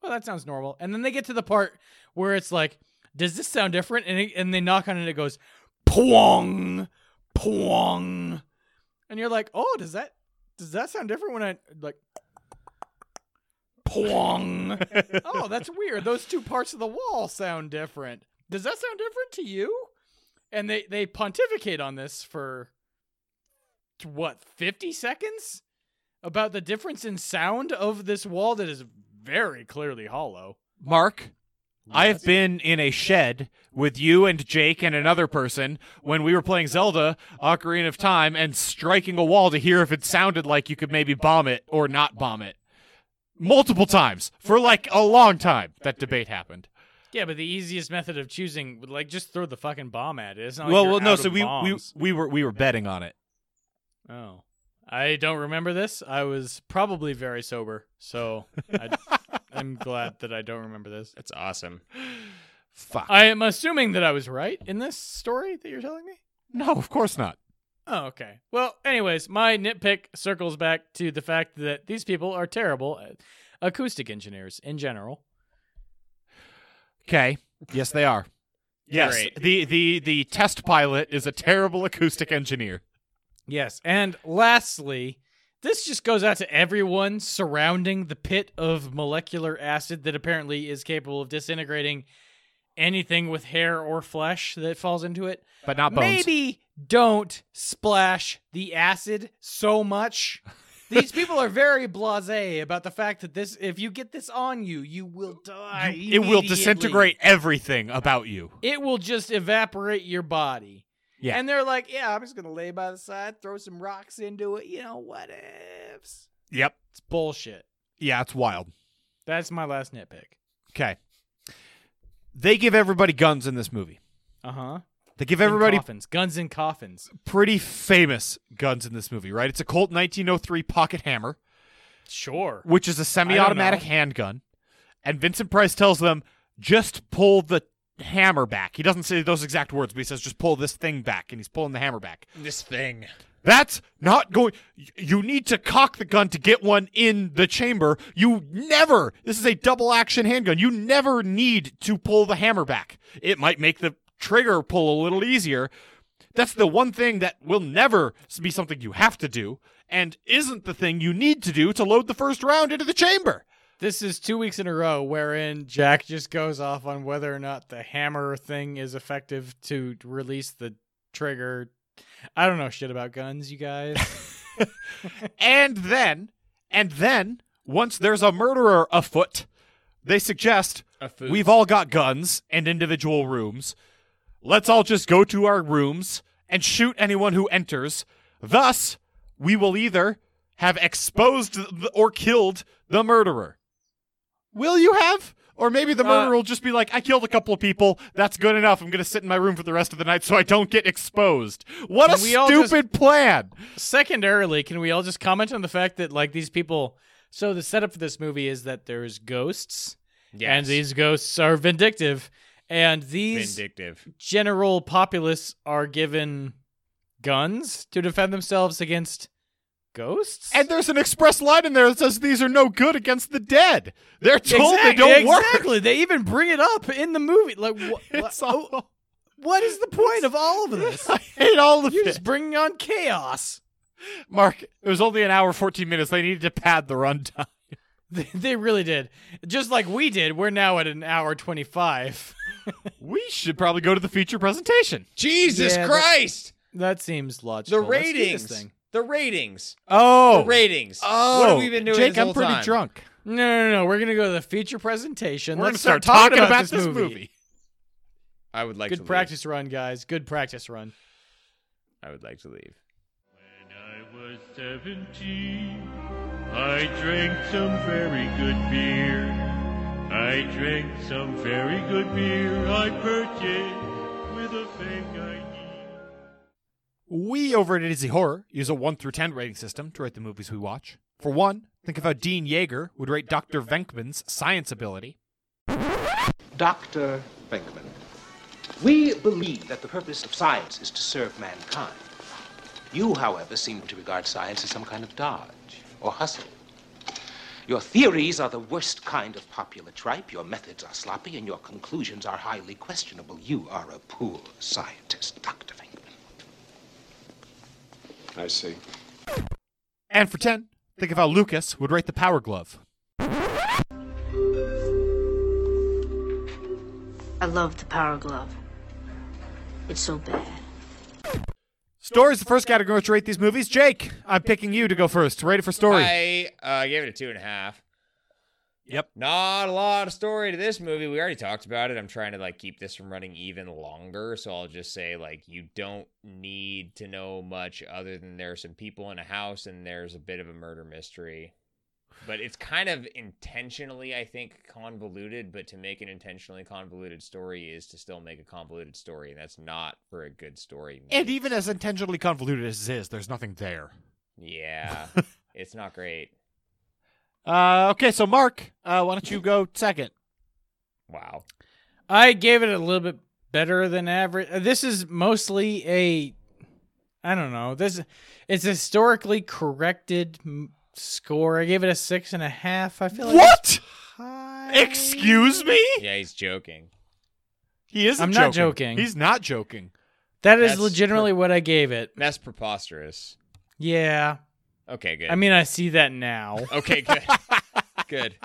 S3: well that sounds normal and then they get to the part where it's like does this sound different and, it, and they knock on it and it goes pwong pwong and you're like oh does that does that sound different when i like pwong oh, that's weird. Those two parts of the wall sound different. Does that sound different to you? And they they pontificate on this for what 50 seconds about the difference in sound of this wall that is very clearly hollow.
S2: Mark, I have been in a shed with you and Jake and another person when we were playing Zelda Ocarina of Time and striking a wall to hear if it sounded like you could maybe bomb it or not bomb it. Multiple times for like a long time that debate happened.
S3: Yeah, but the easiest method of choosing would like just throw the fucking bomb at it. It's not
S2: well,
S3: like
S2: well,
S3: you're
S2: no.
S3: out
S2: So
S3: of
S2: we, we
S3: bombs.
S2: we were we were betting on it.
S3: Oh. I don't remember this. I was probably very sober, so I, I'm glad that I don't remember this.
S1: That's awesome.
S2: Fuck.
S3: I am assuming that I was right in this story that you're telling me.
S2: no, of course not.
S3: Oh, okay. Well, anyways, my nitpick circles back to the fact that these people are terrible at acoustic engineers in general.
S2: Okay. Yes, they are. Yes.
S1: Great.
S2: The the the test pilot is a terrible acoustic engineer.
S3: Yes. And lastly, this just goes out to everyone surrounding the pit of molecular acid that apparently is capable of disintegrating anything with hair or flesh that falls into it.
S2: But not bones.
S3: Maybe don't splash the acid so much. These people are very blasé about the fact that this if you get this on you, you will die.
S2: it will
S3: immediately.
S2: disintegrate everything about you.
S3: It will just evaporate your body.
S2: Yeah.
S3: And they're like, "Yeah, I'm just going to lay by the side, throw some rocks into it, you know, what ifs."
S2: Yep.
S3: It's bullshit.
S2: Yeah, it's wild.
S3: That's my last nitpick.
S2: Okay. They give everybody guns in this movie.
S3: Uh-huh.
S2: They give everybody
S3: coffins, guns in coffins.
S2: pretty famous guns in this movie, right? It's a Colt 1903 pocket hammer,
S3: Sure.
S2: which is a semi-automatic
S3: know.
S2: handgun. And Vincent Price tells them, "Just pull the hammer back." He doesn't say those exact words, but he says, "Just pull this thing back," and he's pulling the hammer back.
S1: This thing.
S2: That's not going. y- You need to cock the gun to get one in the chamber. You never. This is a double action handgun. You never need to pull the hammer back. It might make the trigger pull a little easier. That's the one thing that will never s- be something you have to do and isn't the thing you need to do to load the first round into the chamber.
S3: This is two weeks in a row wherein Jack just goes off on whether or not the hammer thing is effective to release the trigger. I don't know shit about guns, you guys.
S2: And then, and then, once there's a murderer afoot, they suggest
S1: A food.
S2: We've all got guns and individual rooms. Let's all just go to our rooms and shoot anyone who enters. Thus, we will either have exposed th- or killed the murderer. Will you have? Or maybe the
S3: Uh,
S2: murderer will just be like, I killed a couple of people. That's good enough. I'm going to sit in my room for the rest of the night so I don't get exposed. What a
S3: Can we all just-
S2: stupid plan.
S3: Secondarily, can we all just comment on the fact that like these people? So the setup for this movie is that there's ghosts,
S1: yes.
S3: and these ghosts are vindictive, and these
S1: vindictive.
S3: general populace are given guns to defend themselves against ghosts.
S2: And there's an express line in there that says these are no good against the dead. They're told
S3: exactly,
S2: they don't work.
S3: exactly. They even bring it up in the movie. Like, wha-
S2: It's all-
S3: what is the point of all of this?
S2: I hate all of
S3: You're
S2: it.
S3: just bringing on chaos.
S2: Mark, it was only an hour, 14 minutes. They needed to pad the runtime.
S3: They, they really did. Just like we did, we're now at an hour 25.
S2: We should probably go to the feature presentation.
S1: Jesus
S3: Yeah, that-
S1: Christ!
S3: That seems logical.
S1: The
S3: Let's do this
S1: ratings.
S3: thing.
S1: The ratings.
S2: Oh,
S1: The ratings.
S2: Oh,
S1: what have we been doing?
S2: Jake,
S1: this whole
S2: I'm pretty
S1: time?
S2: drunk.
S3: No, no, no. We're going to go to the feature presentation.
S2: We're
S3: Let's
S2: gonna
S3: start talking, about,
S2: this, movie.
S1: I would like to
S3: Good
S1: leave.
S3: practice run, guys. Good practice run.
S1: I would like to leave.
S5: When I was 17, I drank some very good beer. I drank some very good beer I purchased with a fake ID.
S2: We over at Izzy Horror use a 1 through 10 rating system to rate the movies we watch. For one, think of how Dean Yeager would rate Dr. Venkman's science ability.
S6: Dr. Venkman, we believe that the purpose of science is to serve mankind. You, however, seem to regard science as some kind of dodge or hustle. Your theories are the worst kind of popular tripe, your methods are sloppy, and your conclusions are highly questionable. You are a poor scientist, Dr. Venkman.
S7: I see.
S2: And for 10, think of how Lucas would rate the Power Glove.
S8: I love the power glove. It's so bad.
S2: Stories, the first category to rate these movies. Jake, I'm picking you to go first. Rate it for story.
S1: I uh, gave it a two and a half.
S2: Yep.
S1: Not a lot of story to this movie. We already talked about it. I'm trying to like keep this from running even longer, so I'll just say like you don't need to know much other than there are some people in a house and there's a bit of a murder mystery. But it's kind of intentionally, I think, convoluted. But to make an intentionally convoluted story is to still make a convoluted story, and that's not for a good story.
S2: And even as intentionally convoluted as it is, there's nothing there.
S1: yeah, it's not great.
S2: Uh, okay, so Mark, uh, why don't you go second?
S1: Wow.
S3: I gave it a little bit better than average. Uh, This is mostly a I don't know. This it's historically corrected m- score. I gave it a six and a half. I feel like
S2: What?
S3: it's high.
S2: Excuse me?
S1: Yeah, he's joking.
S2: He is
S3: I'm not joking.
S2: He's not joking.
S3: That is
S1: That's-
S3: legitimately what I gave it.
S1: That's preposterous.
S3: Yeah.
S1: Okay, good.
S3: I mean, I see that now.
S1: okay, good, good,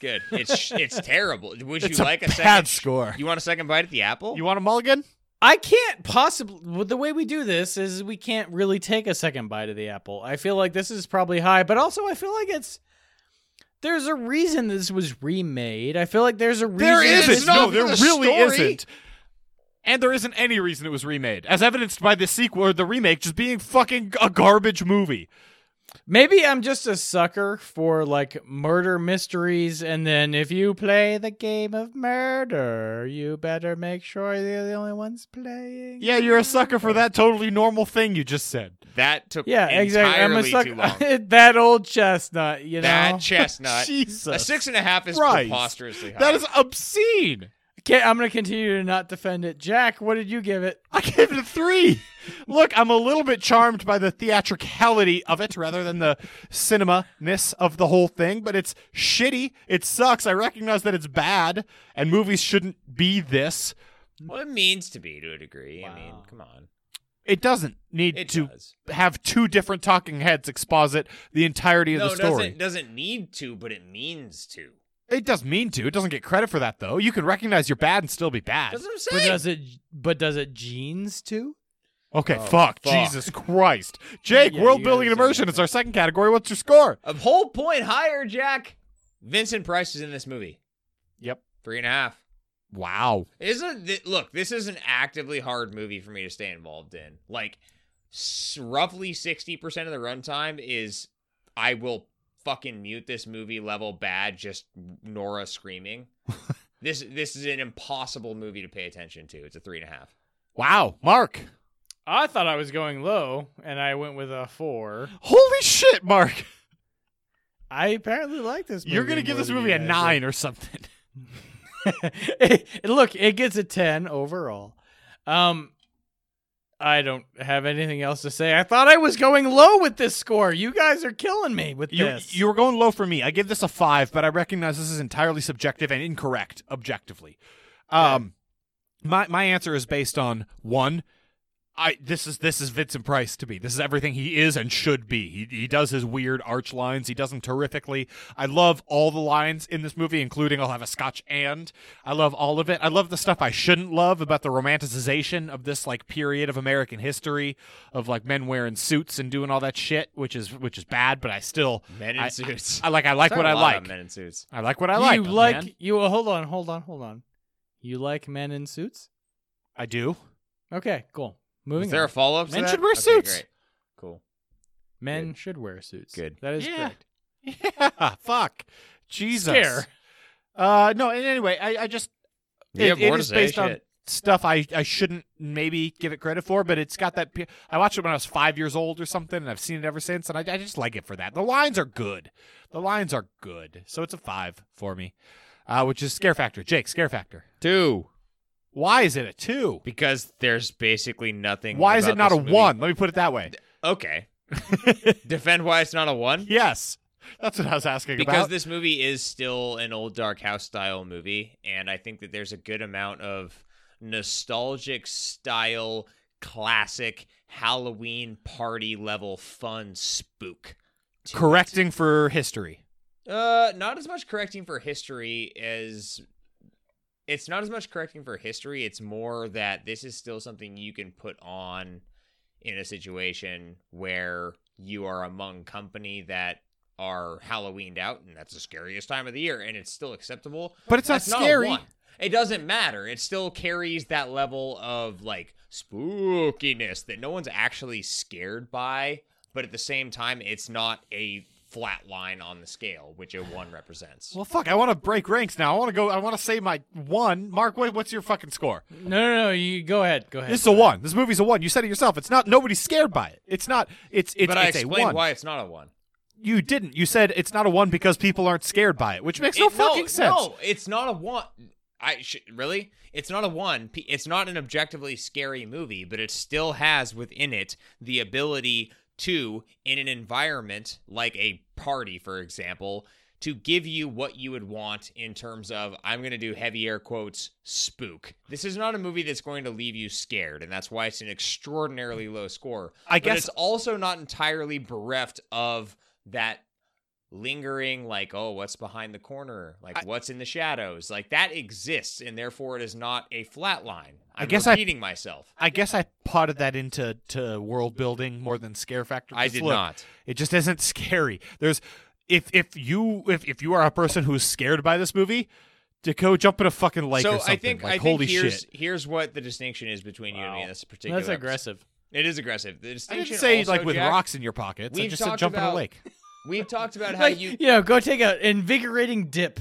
S1: good. It's it's terrible. Would you
S2: It's
S1: like
S2: a
S1: a,
S2: bad
S1: second?
S2: score.
S1: You want a second bite at the apple?
S2: You want a mulligan?
S3: I can't possibly. well, The way we do this is we can't really take a second bite of the apple. I feel like this is probably high, but also I feel like it's. There's a reason this was remade. I feel like there's a reason.
S2: There
S1: Reason
S2: isn't.
S1: is
S2: No,
S1: not
S2: there
S1: for the
S2: really
S1: story.
S2: isn't. And there isn't any reason it was remade, as evidenced by the sequel or the remake just being fucking a garbage movie.
S3: Maybe I'm just a sucker for like murder mysteries, and then if you play the game of murder, you better make sure you're the only ones playing.
S2: Yeah, you're a sucker for that totally normal thing you just said.
S1: that took
S3: Yeah,
S1: entirely
S3: exactly. I'm a
S1: too long.
S3: sucker. that old chestnut, you know.
S1: that chestnut.
S2: Jesus.
S1: A six and a half is
S2: Christ.
S1: preposterously high.
S2: That is obscene.
S3: Okay, I'm gonna continue to not defend it. Jack, what did you give it?
S2: I gave it a three. Look, I'm a little bit charmed by the theatricality of it rather than the cinema ness of the whole thing, but it's shitty. It sucks. I recognize that it's bad, and movies shouldn't be this.
S1: what it means to be to a degree. I mean, come on.
S2: It doesn't need
S1: It
S2: to
S1: does.
S2: have two different talking heads exposit the entirety of
S1: no,
S2: the
S1: it
S2: story.
S1: doesn't doesn't need to, but it means to.
S2: It does mean to. It doesn't get credit for that, though. You can recognize you're bad and still be bad.
S1: That's what I'm
S3: But
S1: saying.
S3: does it? But does it jeans too?
S2: Okay,
S1: fuck.
S2: fuck. Jesus Christ. Jake, world
S3: Oh, you
S2: building and
S3: gotta say
S2: immersion is our second category. What's your score?
S1: a whole point higher, Jack. Vincent Price is in this movie.
S2: Yep.
S1: Three and a half.
S2: Wow.
S1: Isn't th- look? This is an actively hard movie for me to stay involved in. Like, s- roughly sixty percent of the runtime is I will fucking mute this movie level bad. Just Nora screaming. this this is an impossible movie to pay attention to. It's a three and a half.
S2: Wow. Mark.
S3: I thought I was going low, and I went with a four.
S2: Holy shit, Mark.
S3: I apparently like this. movie
S2: You're going to give
S3: more
S2: this
S3: than you
S2: movie a
S3: guys did.
S2: nine or something.
S3: Look, it gets a 10 overall. Um I don't have anything else to say. I thought I was going low with this score. You guys are killing me with
S2: You,
S3: this.
S2: you were going low for me. I give this a five, but I recognize this is entirely subjective and incorrect objectively. Um, my my answer is based on one. I this is this is Vincent Price to me. This is everything he is and should be. He he does his weird arch lines. He does them terrifically. I love all the lines in this movie, including "I'll have a Scotch and." I love all of it. I love the stuff I shouldn't love about the romanticization of this like period of American history of like men wearing suits and doing all that shit, which is which is bad. But I still
S1: Men in
S2: I-
S1: suits.
S2: I, like I like
S1: Sorry,
S2: what
S1: a
S2: I
S1: lot
S2: like.
S1: about Men in suits.
S2: I like what I
S3: you
S2: like.
S3: like
S2: man.
S3: you uh, hold on, hold on, hold on. You like men in suits?
S2: I do.
S3: Okay, cool. Moving
S1: Is there a
S3: on.
S1: follow up?
S2: Men
S1: that?
S2: should wear
S1: Okay,
S2: suits.
S1: great. Cool.
S3: men
S1: Good.
S3: should wear suits.
S1: Good.
S3: That is
S2: Yeah.
S3: correct.
S2: Yeah, fuck. Jesus.
S3: Scare.
S2: Uh, no, and anyway, I, I just
S1: Yeah,
S2: it,
S1: more to
S2: it is
S1: say,
S2: based on
S1: eh, shit.
S2: stuff I, I shouldn't maybe give it credit for, but it's got that. pe- I watched it when I was five years old or something, and I've seen it ever since, and I, I just like it for that. The lines are good. The lines are good, so it's a five for me, uh, which is scare factor. Jake, scare factor.
S1: Two.
S2: Why is it a two?
S1: Because there's basically nothing.
S2: Why is it
S1: about
S2: not a
S1: this movie-
S2: one? Let me put it that way.
S1: Okay. Defend why it's not a one.
S2: Yes, that's what I was asking
S1: because
S2: about.
S1: this movie is still an old dark house style movie and i think that there's a good amount of nostalgic style classic halloween party level fun spook to it.
S2: Correcting for history.
S1: uh not as much correcting for history as it's not as much correcting for history it's more that this is still something you can put on in a situation where you are among company that are Halloweened out, and that's the scariest time of the year, and it's still acceptable.
S2: But it's not
S1: That's a
S2: scary.
S1: one. It doesn't matter. It still carries that level of like spookiness that no one's actually scared by, but at the same time, it's not a flat line on the scale, which a one represents.
S2: Well, fuck! I want to break ranks now. I want to go. I want to say my one. Mark, what, what's your fucking score?
S3: No, no, no. You go ahead. Go ahead.
S2: This is a one. This movie's a one. You said it yourself. It's not. Nobody's scared by it. It's not. It's it's,
S1: but I
S2: it's a
S1: explained
S2: one.
S1: why it's not a one.
S2: You didn't. You said it's not a one because people aren't scared by it, which makes no
S1: It-
S2: fucking sense.
S1: No, it's not a one. I sh- really, it's not a one. P- It's not an objectively scary movie, but it still has within it the ability to, in an environment like a party, for example, to give you what you would want in terms of I'm going to do heavy air quotes spook. This is not a movie that's going to leave you scared, and that's why it's an extraordinarily low score.
S2: I
S1: But
S2: guess-
S1: it's also not entirely bereft of that lingering like oh what's behind the corner like what's in the shadows like that exists and therefore it is not a flat line
S2: I
S1: i'm
S2: guess I-
S1: repeating myself
S2: I guess I potted that into to world building more than scare factor.
S1: I
S2: Just
S1: did
S2: look,
S1: not.
S2: It just isn't scary. There's if if you if if you are a person who's scared by this movie, to go jump in a fucking lake or
S1: so
S2: something.
S1: i think
S2: like
S1: i think
S2: holy
S1: here's
S2: shit.
S1: here's what the distinction is between you and me in this particular
S3: That's
S1: episode.
S3: aggressive.
S1: it is aggressive the
S2: I
S1: distinction
S2: didn't say
S1: also,
S2: like with
S1: Jack,
S2: rocks in your pockets. I
S1: we've
S2: just said
S1: talked
S2: jump in a
S1: about-
S2: lake.
S1: we've talked about how
S3: Like,
S1: you
S3: you know, go take a invigorating dip.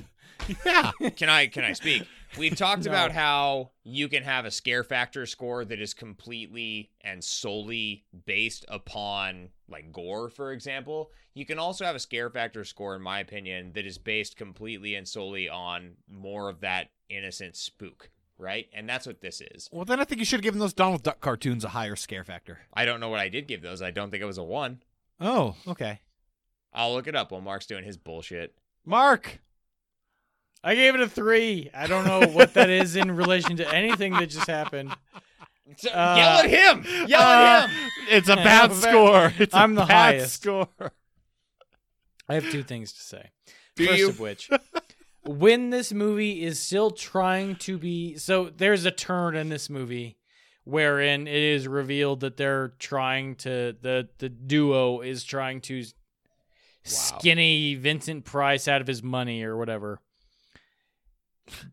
S2: Yeah.
S1: can I can I speak? We've talked about how you can have a scare factor score that is completely and solely based upon like gore, for example. You can also have a scare factor score, in my opinion, that is based completely and solely on more of that innocent spook, right? And that's what this is.
S2: Well, then I think you should have given those Donald Duck cartoons a higher scare factor.
S1: I don't know what I did give those. I don't think it was a one.
S2: Oh, okay.
S1: I'll look it up while Mark's doing his bullshit.
S2: Mark,
S3: I gave it a three. I don't know what that is in relation to anything that just happened.
S1: So,
S3: Uh,
S1: yell at him! Yell
S2: Uh,
S1: at him!
S2: it's a bad score. It's a
S3: I'm the
S2: bad
S3: highest.
S2: score.
S3: I have two things to say.
S1: Do
S3: First
S1: you?
S3: of which, when this movie is still trying to be so, there's a turn in this movie wherein it is revealed that they're trying to the the duo is trying to skinny Vincent Price out of his money or whatever.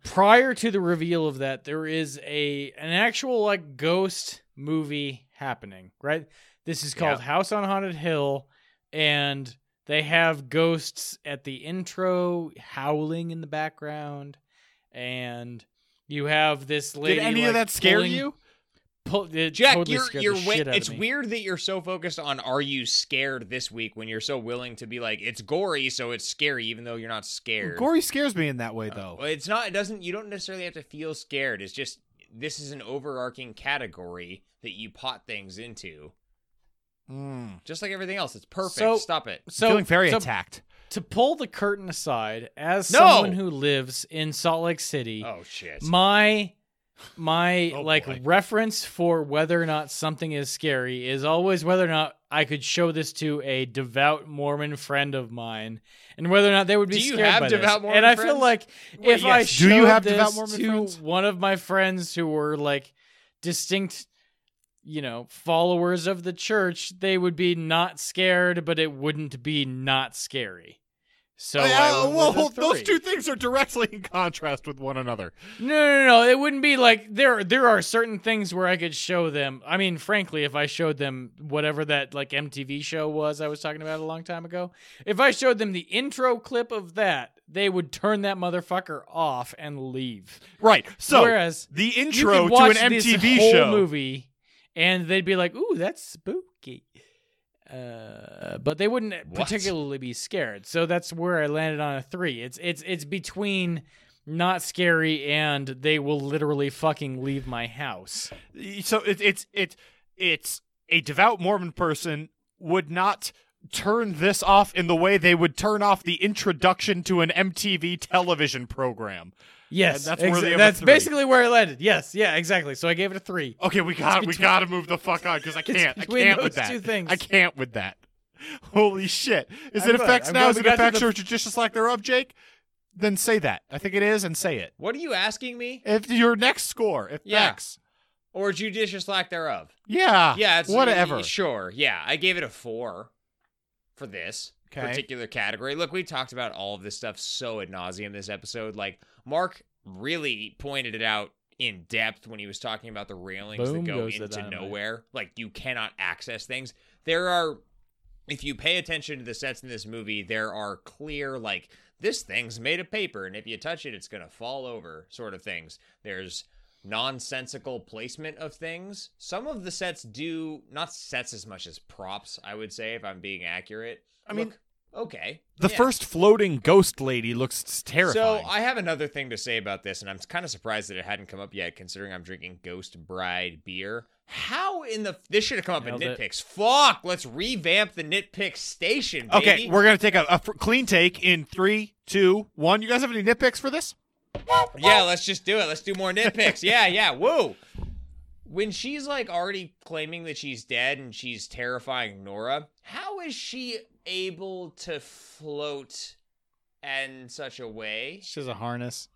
S3: Prior to the reveal of that, there is a an actual like ghost movie happening, right? This is called House on Haunted Hill, and they have ghosts at the intro howling in the background, and you have this lady.
S2: Did any of
S3: like,
S2: that scare
S3: pulling-
S2: you?
S3: Pull, it
S1: Jack,
S3: totally
S1: you're
S3: scared
S1: you're
S3: the
S1: wa-
S3: shit out of
S1: it's
S3: me.
S1: weird that you're so focused on are you scared this week when you're so willing to be like it's gory so it's scary even though you're not scared.
S2: Gory scares me in that way, though.
S1: Well, It's not it doesn't you don't necessarily have to feel scared. It's just this is an overarching category that you pot things into.
S2: Mm.
S1: Just like everything else, it's perfect.
S3: Hmm. So-
S1: Stop it.
S3: So
S2: Feeling very
S3: so
S2: attacked.
S3: to pull the curtain aside as
S1: No!
S3: someone who lives in Salt Lake City,
S1: Oh shit.
S3: my my
S2: Oh,
S3: like
S2: boy.
S3: reference for whether or not something is scary is always whether or not I could show this to a devout Mormon friend of mine, and whether or not they would be
S1: Do you
S3: scared
S1: have
S3: by
S1: devout
S3: this.
S1: Mormon
S3: and I feel
S1: friends?
S3: like if I
S2: yes. Do
S3: showed
S2: you have
S3: this
S2: devout Mormon
S3: to
S2: friends?
S3: one of my friends who were like distinct, you know, followers of the church, they would be not scared, but it wouldn't be not scary. So
S1: Oh,
S3: I
S2: Uh,
S3: went with
S2: well,
S3: a
S2: those
S3: three.
S2: two things are directly in contrast with one another.
S3: No, no, no. It wouldn't be like there. There are certain things where I could show them. I mean, frankly, if I showed them whatever that like MTV show was I was talking about a long time ago, if I showed them the intro clip of that, they would turn that motherfucker off and leave.
S2: Right. So
S3: Whereas
S2: the
S3: You
S2: intro
S3: could
S2: to an
S3: watch this
S2: MTV
S3: whole
S2: show.
S3: movie, and they'd be like, "Ooh, that's spooky," uh, but they wouldn't
S2: What?
S3: particularly be scared. So that's where I landed on a three. It's it's it's between not scary and they will literally fucking leave my house.
S2: so it, it's it's it's a devout Mormon person would not turn this off in the way they would turn off the introduction to an MTV television program.
S3: Yes,
S2: that's worthy of a
S3: that's
S2: three.
S3: basically where I landed. Yes, yeah, exactly. So I gave it a three.
S2: Okay, we got we got to move the fuck on because I can't. I
S3: between
S2: can't with
S3: those
S2: that.
S3: two things.
S2: I can't with that. Holy shit! Is
S3: I'm
S2: it
S3: glad-
S2: effects
S3: I'm
S2: now?
S3: glad
S2: Is
S3: we
S2: it
S3: got to
S2: effects
S3: the-
S2: or judicious like thereof, Jake? Then say that. I think it is, and say it.
S1: What are you asking me?
S2: If your next score, if
S1: Yeah.
S2: facts.
S1: Or judicious lack thereof?
S2: yeah,
S1: Yeah, it's
S2: whatever.
S1: y- y- Sure. Yeah, I gave it a four for this
S2: Okay.
S1: particular category. Look, we talked about all of this stuff so ad nauseum this episode. Like Mark really pointed it out in depth when he was talking about the railings
S3: Boom
S1: that go
S3: goes the
S1: into
S3: dynamite.
S1: nowhere. Like you cannot access things. There are if you pay attention to the sets in this movie, there are clear like this thing's made of paper and if you touch it it's going to fall over sort of things. There's nonsensical placement of things. Some of the sets do not sets as much as props, I would say if I'm being accurate.
S2: I mean-
S1: Look, okay.
S2: The
S1: yeah.
S2: first floating ghost lady looks terrifying.
S1: So I have another thing to say about this, and I'm kind of surprised that it hadn't come up yet, considering I'm drinking Ghost Bride beer. How in the this should have come up in
S3: Nailed it.
S1: nitpicks? Fuck, let's revamp the nitpick station. Baby.
S2: okay, we're gonna take a, a fr- clean take in three, two, one. You guys have any nitpicks for this?
S1: yeah, let's just do it. Let's do more nitpicks. yeah, yeah, woo. When she's like already claiming that she's dead and she's terrifying Nora, how is she able to float in such a way?
S3: She has a harness.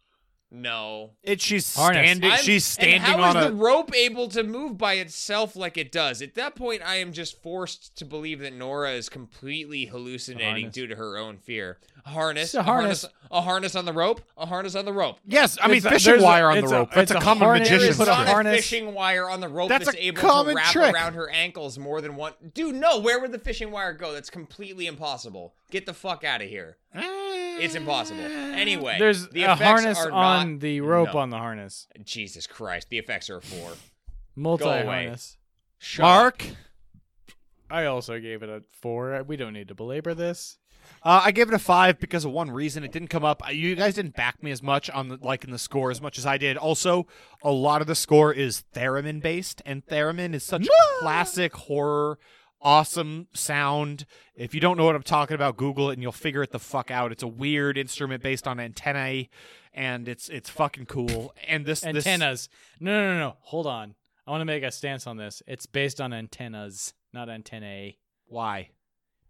S1: No,
S2: It she's
S3: Harness.
S2: standing.
S1: I'm-
S2: she's
S1: and
S2: standing
S1: how
S2: on
S1: is
S2: a.
S1: the rope able to move by itself like it does? At that point, I am just forced to believe that Nora is completely hallucinating
S3: harness.
S1: due to her own fear. A harness,
S3: It's a
S1: a harness,
S3: harness.
S1: a harness on the rope, a harness on the rope.
S2: yes, I mean
S3: It's a-
S2: fishing
S3: there's a-
S2: wire on the
S3: it's a-
S2: rope. That's a
S3: it's a
S2: common
S3: harness.
S2: magician's
S3: Put a
S2: trick.
S1: Not
S3: harness-
S1: fishing wire on the rope
S2: That's
S1: that's,
S2: a
S1: able
S2: common
S1: to wrap
S2: trick.
S1: around her ankles more than one. Dude, no, where would the fishing wire go? That's completely impossible. Get the fuck out of here. It's impossible. Anyway,
S3: There's
S1: the
S3: a
S1: effects
S3: harness
S1: are
S3: on
S1: not-
S3: the rope
S1: No.
S3: on the harness.
S1: Jesus Christ, the effects are four.
S3: Multi
S1: away.
S3: harness.
S1: Shut up.
S2: Mark,
S3: I also gave it a four. We don't need to belabor this.
S2: uh, I gave it a five because of one reason. It didn't come up. I- You guys didn't back me as much on the, like in the score as much as I did. Also, a lot of the score is theremin based, and theremin is such classic horror, awesome sound. If you don't know what I'm talking about, Google it and you'll figure it the fuck out. It's a weird instrument based on antennae, and it's it's fucking cool. And this this-
S3: antennas. No, no, no, no. Hold on. I want to make a stance on this. It's based on antennas, not antennae,
S2: why?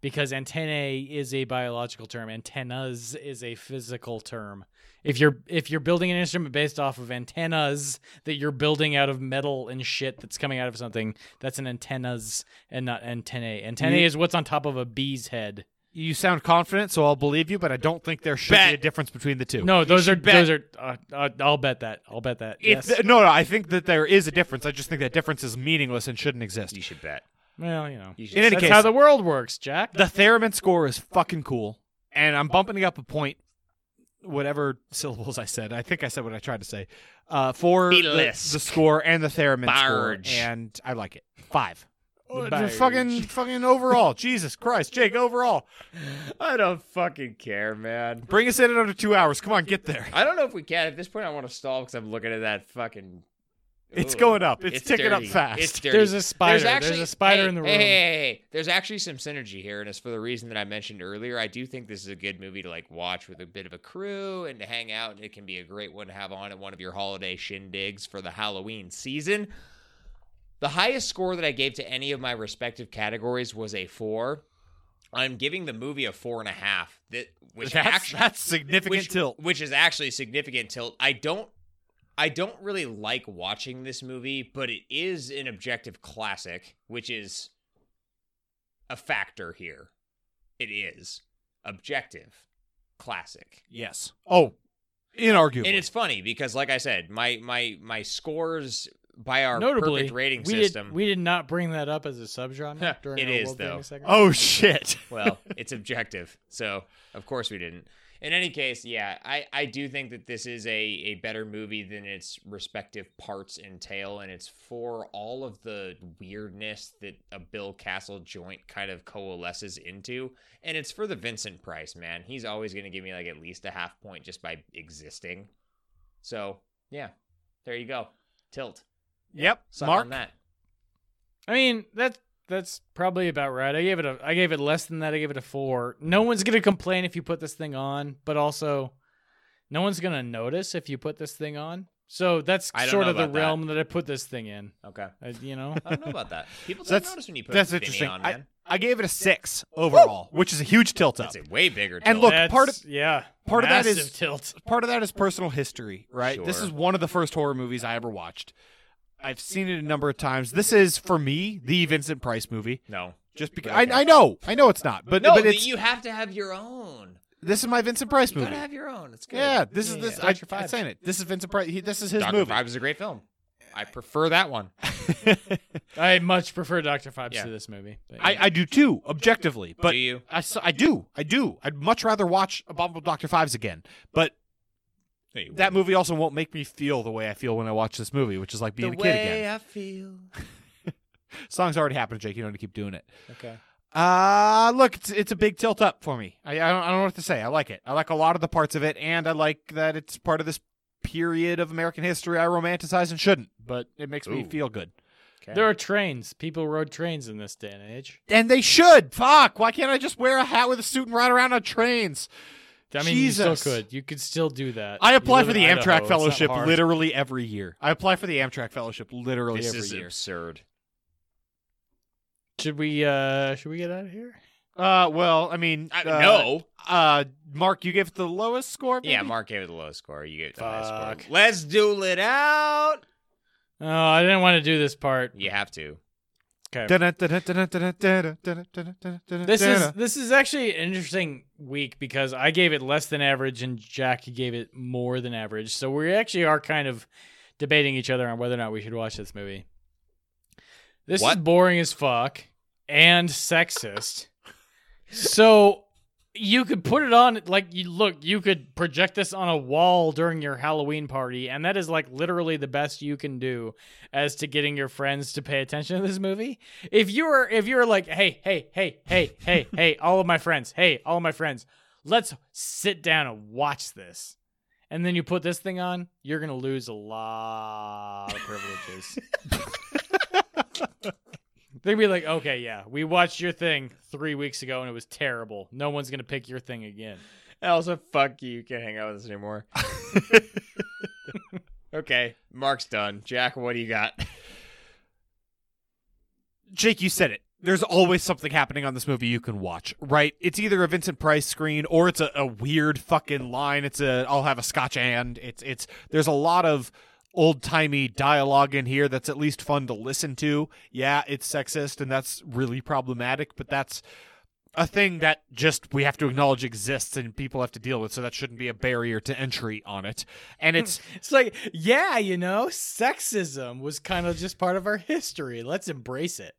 S3: because antennae is a biological term. Antennas is a physical term. If you're if you're building an instrument based off of antennas that you're building out of metal and shit that's coming out of something, that's an antennas and not antennae. Antennae
S2: You-
S3: is what's on top of a bee's head.
S2: You sound confident, so I'll believe you, but I don't think there should be a
S1: Bet.
S2: difference between the two.
S3: No, those are
S2: should bet.
S3: those are. Uh, uh, I'll bet that. I'll bet that.
S2: It,
S3: Yes.
S2: th- no, no, I think that there is a difference. I just think that difference is meaningless and shouldn't exist.
S1: You should bet.
S3: well, you know.
S1: You should
S2: In any
S3: That's
S2: case,
S3: how the world works, Jack.
S2: the theremin score is fucking cool, and I'm bumping it up a point. Whatever syllables I said, I think I said what I tried to say. Uh, for the,
S1: Basilisk.
S2: the score and the theremin
S1: Barge.
S2: score, and I like it. Five.
S3: The
S2: Uh,
S3: barge.
S2: fucking, fucking overall. Jesus Christ, Jake. Overall,
S1: I don't fucking care, man.
S2: bring us in at under two hours. Come on, get there.
S1: I don't know if we can. At this point, I want to stall because I'm looking at that fucking
S2: It's
S1: Ooh.
S2: going up. It's, ticking
S1: dirty.
S2: up fast.
S1: It's dirty.
S3: There's a spider.
S1: There's,
S3: There's
S1: actually,
S3: a spider
S1: hey,
S3: in the
S1: hey,
S3: room.
S1: Hey, hey, hey. There's actually some synergy here, and it's for the reason that I mentioned earlier. I do think this is a good movie to like watch with a bit of a crew and to hang out. and It can be a great one to have on at one of your holiday shindigs for the Halloween season. The highest score that I gave to any of my respective categories was a four. I'm giving the movie a four and a half. That which
S2: that's,
S1: actually
S2: that's significant
S1: which,
S2: tilt.
S1: which is actually a significant tilt. I don't I don't really like watching this movie, but it is an objective classic, which is a factor here. It is objective classic.
S2: Yes. Oh, inarguable.
S1: And it's funny because like I said, my my my scores by our
S3: Notably,
S1: perfect rating
S3: we
S1: system.
S3: Did, we did not bring that up as a subgenre during
S1: It
S3: our
S1: is,
S3: World
S1: though.
S3: Famous segment.
S2: oh shit.
S1: well, it's objective. So, of course, we didn't. In any case, yeah, I, I do think that this is a, a better movie than its respective parts entail, and it's for all of the weirdness that a Bill Castle joint kind of coalesces into. And it's for the Vincent Price, man. He's always going to give me like at least a half point just by existing. So, yeah, there you go. Tilt.
S2: Yep.
S1: Suck
S2: Mark.
S1: on that.
S3: I mean, that's that's probably about right. I gave it a I gave it less than that. I gave it a four. No one's gonna complain if you put this thing on, but also no one's gonna notice if you put this thing on. So that's
S1: I don't
S3: sort
S1: know
S3: of the
S1: about that.
S3: realm that. I put this thing in.
S1: Okay.
S3: Uh, you know,
S1: I don't know about that. People don't
S2: That's-
S1: notice when you put
S2: That's
S1: Vinny
S2: interesting.
S1: on,
S2: I,
S1: man.
S2: I gave it a six overall, which is a huge tilt up.
S1: That's a way bigger.
S2: And
S1: tilt.
S2: look, part
S3: That's- yeah,
S2: part of that is-
S3: massive tilt.
S2: Part of that is personal history, right? This
S1: Sure.
S2: is one of the first horror movies I ever watched. I've seen it a number of times. This is for me the Vincent Price movie.
S1: no.
S2: Just because
S1: Okay.
S2: I, I know, I know it's not, but
S1: No,
S2: but
S1: but
S2: it's
S1: you have to have your own.
S2: this is my Vincent Price
S1: You
S2: movie.
S1: gotta have your own. It's good.
S2: Yeah, this is this. I,
S1: Doctor
S2: I'm saying it. This is Vincent Price. He, this is his
S1: Doctor
S2: movie.
S1: Vibes is a great film. I prefer that one.
S3: I much prefer Doctor Fives
S1: Yeah.
S3: to this movie. But-
S2: I, I do too, objectively. But
S1: Do you?
S2: I, s- I do, I do. I'd much rather watch Abominable Doctor Fives again. But that movie also won't make me feel the way I feel when I watch this movie, which is like being a kid again.
S1: I feel.
S2: Song's already happened, Jake. You don't need to keep doing it.
S1: Okay.
S2: Uh look, it's it's a big tilt up for me. I I don't, I don't know what to say. I like it. I like a lot of the parts of it, and I like that it's part of this period of American history I romanticize and shouldn't, but it makes me
S1: Ooh.
S2: feel good.
S3: there are trains. People rode trains in this day and age.
S2: And they should. Fuck. Why can't I just wear a hat with a suit and ride around on trains?
S3: I mean, you
S2: Jesus.
S3: still could. You could still do that.
S2: I
S3: You
S2: apply
S3: live
S2: for
S3: in
S2: the
S3: Idaho.
S2: Amtrak
S3: It's not
S2: Fellowship
S3: hard.
S2: literally every year. I apply for the Amtrak Fellowship literally
S1: This
S2: every
S1: is
S2: year.
S1: absurd.
S3: Should we? uh Should we get out of here?
S2: Uh, well, I mean,
S1: I,
S2: uh,
S1: no.
S2: Uh, Mark, you gave it the lowest score.
S1: Yeah,
S2: maybe?
S1: Mark gave it the low score. You gave it the high
S3: Fuck.
S1: score. Let's duel it out.
S3: Oh, I didn't want to do this part.
S1: You have to.
S3: Okay. This
S2: This
S3: is this is actually an interesting week because I gave it less than average and Jack gave it more than average. So we actually are kind of debating each other on whether or not we should watch this movie. This is
S1: What?
S3: boring as fuck and sexist. so you could put it on like you look, you could project this on a wall during your Halloween party and that is like literally the best you can do as to getting your friends to pay attention to this movie. If you were if you were like, "Hey, hey, hey, hey, hey, hey, all of my friends, hey, all of my friends, let's sit down and watch this." And then you put this thing on, you're going to lose a lot of privileges. They'd be like, okay, yeah, we watched your thing three weeks ago and it was terrible. No one's going to pick your thing again.
S1: Also, fuck you. You can't hang out with us anymore. okay. Mark's done. Jack, what do you got?
S2: Jake, you said it. There's always something happening on this movie you can watch, right? It's either a Vincent Price screen or it's a, a weird fucking line. It's a I'll have a Scotch and it's it's there's a lot of old timey dialogue in here that's at least fun to listen to. Yeah, it's sexist and that's really problematic, but that's a thing that just we have to acknowledge exists and people have to deal with, so that shouldn't be a barrier to entry on it. And it's
S4: It's like, yeah, you know, sexism was kind of just part of our history. Let's embrace it.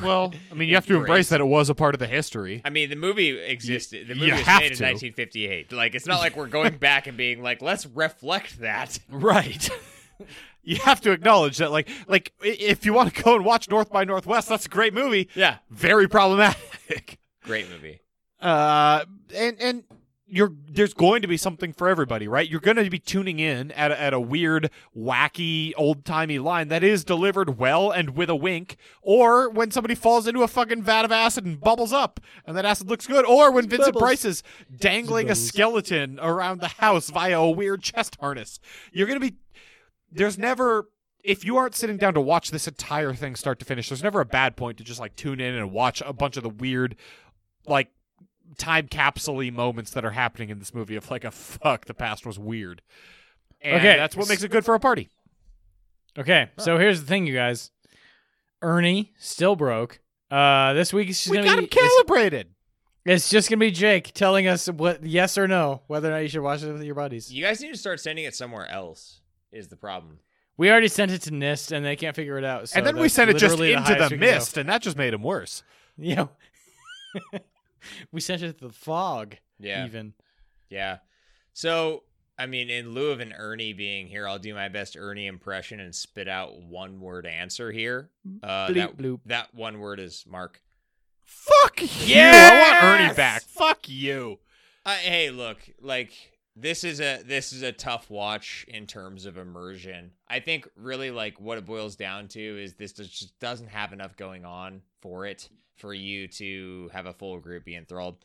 S2: well, I mean, you have to embrace that it was a part of the history.
S1: I mean, the movie existed. The
S2: you
S1: movie was
S2: have
S1: made
S2: to.
S1: in 1958. Like, it's not like we're going back and being like, let's reflect that.
S2: Right. you have to acknowledge that, like, like i- if you want to go and watch North by Northwest, that's a great movie.
S1: Yeah.
S2: Very problematic.
S1: Great movie.
S2: Uh, and and you're there's going to be something for everybody, right? You're going to be tuning in at a, at a weird, wacky, old timey line that is delivered well and with a wink, or when somebody falls into a fucking vat of acid and bubbles up, and that acid looks good, or when Vincent Price is dangling a skeleton around the house via a weird chest harness. You're going to be there's never if you aren't sitting down to watch this entire thing start to finish, there's never a bad point to just like tune in and watch a bunch of the weird, like time capsule moments that are happening in this movie of like a fuck the past was weird. And
S3: Okay.
S2: that's what makes it good for a party.
S3: Okay, so here's the thing, you guys. Ernie still broke. Uh, this week is just
S2: we
S3: gonna
S2: got
S3: be
S2: him
S3: it's-
S2: calibrated.
S3: It's just gonna be Jake telling us what yes or no whether or not you should watch it with your buddies.
S1: You guys need to start sending it somewhere else. Is the problem?
S3: We already sent it to NIST and they can't figure it out. So
S2: and then we
S3: that's
S2: sent it just
S3: literally the
S2: into
S3: highest
S2: the
S3: we can go.
S2: mist, and that just made him worse.
S3: Yeah. we sent it to the fog.
S1: Yeah,
S3: Even
S1: yeah. So, I mean, in lieu of an Ernie being here, I'll do my best Ernie impression and spit out one word answer here. Uh,
S3: Bleep
S1: that,
S3: bloop.
S1: that one word is Mark.
S2: Fuck you! I want Ernie
S1: Yes!
S2: back. Fuck you.
S1: I, hey, look, like this is a this is a tough watch in terms of immersion. I think really like what it boils down to is this does- just doesn't have enough going on for it for you to have a full group be enthralled.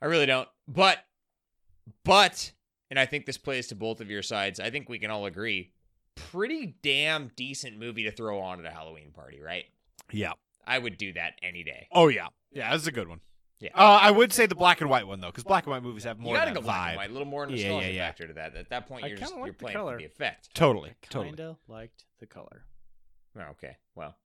S1: I really don't. But but and I think this plays to both of your sides. I think we can all agree pretty damn decent movie to throw on at a Halloween party, right?
S2: Yeah.
S1: I would do that any day.
S2: Oh yeah. Yeah, that's a good one.
S1: Yeah.
S2: Uh, I would say the black and white one though, because black and white movies have more.
S1: you gotta
S2: of
S1: go
S2: that
S1: black
S2: vibe.
S1: and white, a little more
S2: Yeah, yeah,
S1: nostalgia
S2: yeah.
S1: factor to that. At that point,
S3: I
S1: you're just
S3: kinda like
S1: you're
S3: the
S1: playing
S3: color.
S1: for the effect.
S2: Totally.
S3: kinda
S2: Totally.
S3: liked the color.
S1: Oh, okay, well,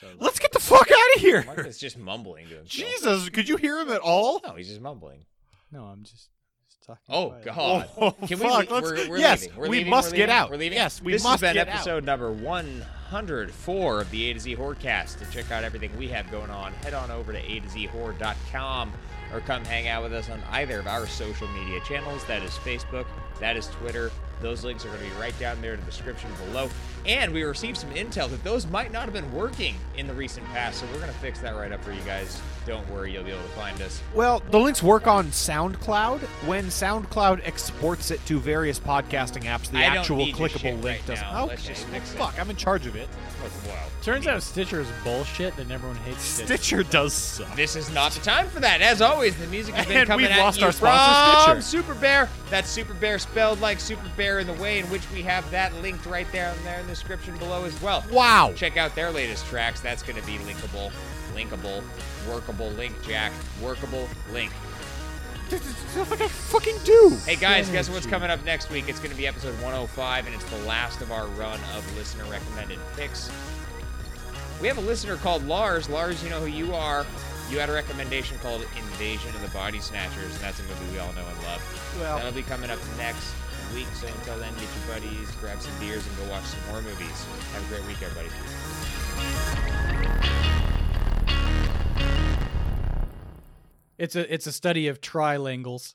S1: so
S2: Let's get the fuck out of
S1: Mark
S2: here.
S1: is just mumbling to himself.
S2: Jesus, could you hear him at all?
S1: no, he's just mumbling.
S3: No, I'm just, just talking.
S1: Oh
S3: quietly.
S1: God!
S2: Oh,
S1: Can we?
S2: fuck,
S1: le-
S2: let's-
S1: we're, we're
S2: yes,
S1: leaving. We're
S2: we
S1: leaving,
S2: must
S1: we're
S2: get
S1: leaving,
S2: out.
S1: We're leaving.
S2: Yes, we
S1: this
S2: must
S1: has been
S2: get out.
S1: episode number one hundred four of the A to Z Horcast. To check out everything we have going on, head on over to a to z horror.com or come hang out with us on either of our social media channels. That is Facebook. That is Twitter. Those links are going to be right down there in the description below. And we received some intel that those might not have been working in the recent past, so we're going to fix that right up for you guys. Don't worry, you'll be able to find us.
S2: Well, the links work on SoundCloud. When SoundCloud exports it to various podcasting apps, the
S1: I don't
S2: actual
S1: need your
S2: clickable
S1: shit
S2: link
S1: right
S2: doesn't.
S1: now.
S2: Okay,
S1: Let's just
S2: well,
S1: fix it.
S2: fuck, I'm in charge of it.
S1: Wow.
S3: Turns out Stitcher is bullshit and everyone hates Stitcher.
S2: Stitcher does suck.
S1: This is not the time for that. As always, the music has been
S2: And
S1: coming
S2: we've
S1: at
S2: lost
S1: you
S2: our sponsor,
S1: from Super Bear. That's Super Bear spelled like Super Bear in the way in which we have that linked right there and there in the description below as well.
S2: Wow.
S1: Check out their latest tracks. That's going to be linkable, linkable, workable link, Jack, workable link.
S2: This is like I fucking do.
S1: Hey guys, guess what's coming up next week? It's going to be episode 105, and it's the last of our run of listener recommended picks. We have a listener called Lars. Lars, you know who you are. You had a recommendation called Invasion of the Body Snatchers, and that's a movie we all know and love.
S2: Well-
S1: That'll be coming up next week, so until then, get your buddies, grab some beers, and go watch some more movies. Have a great week, everybody.
S3: It's a it's a study of trilinguals.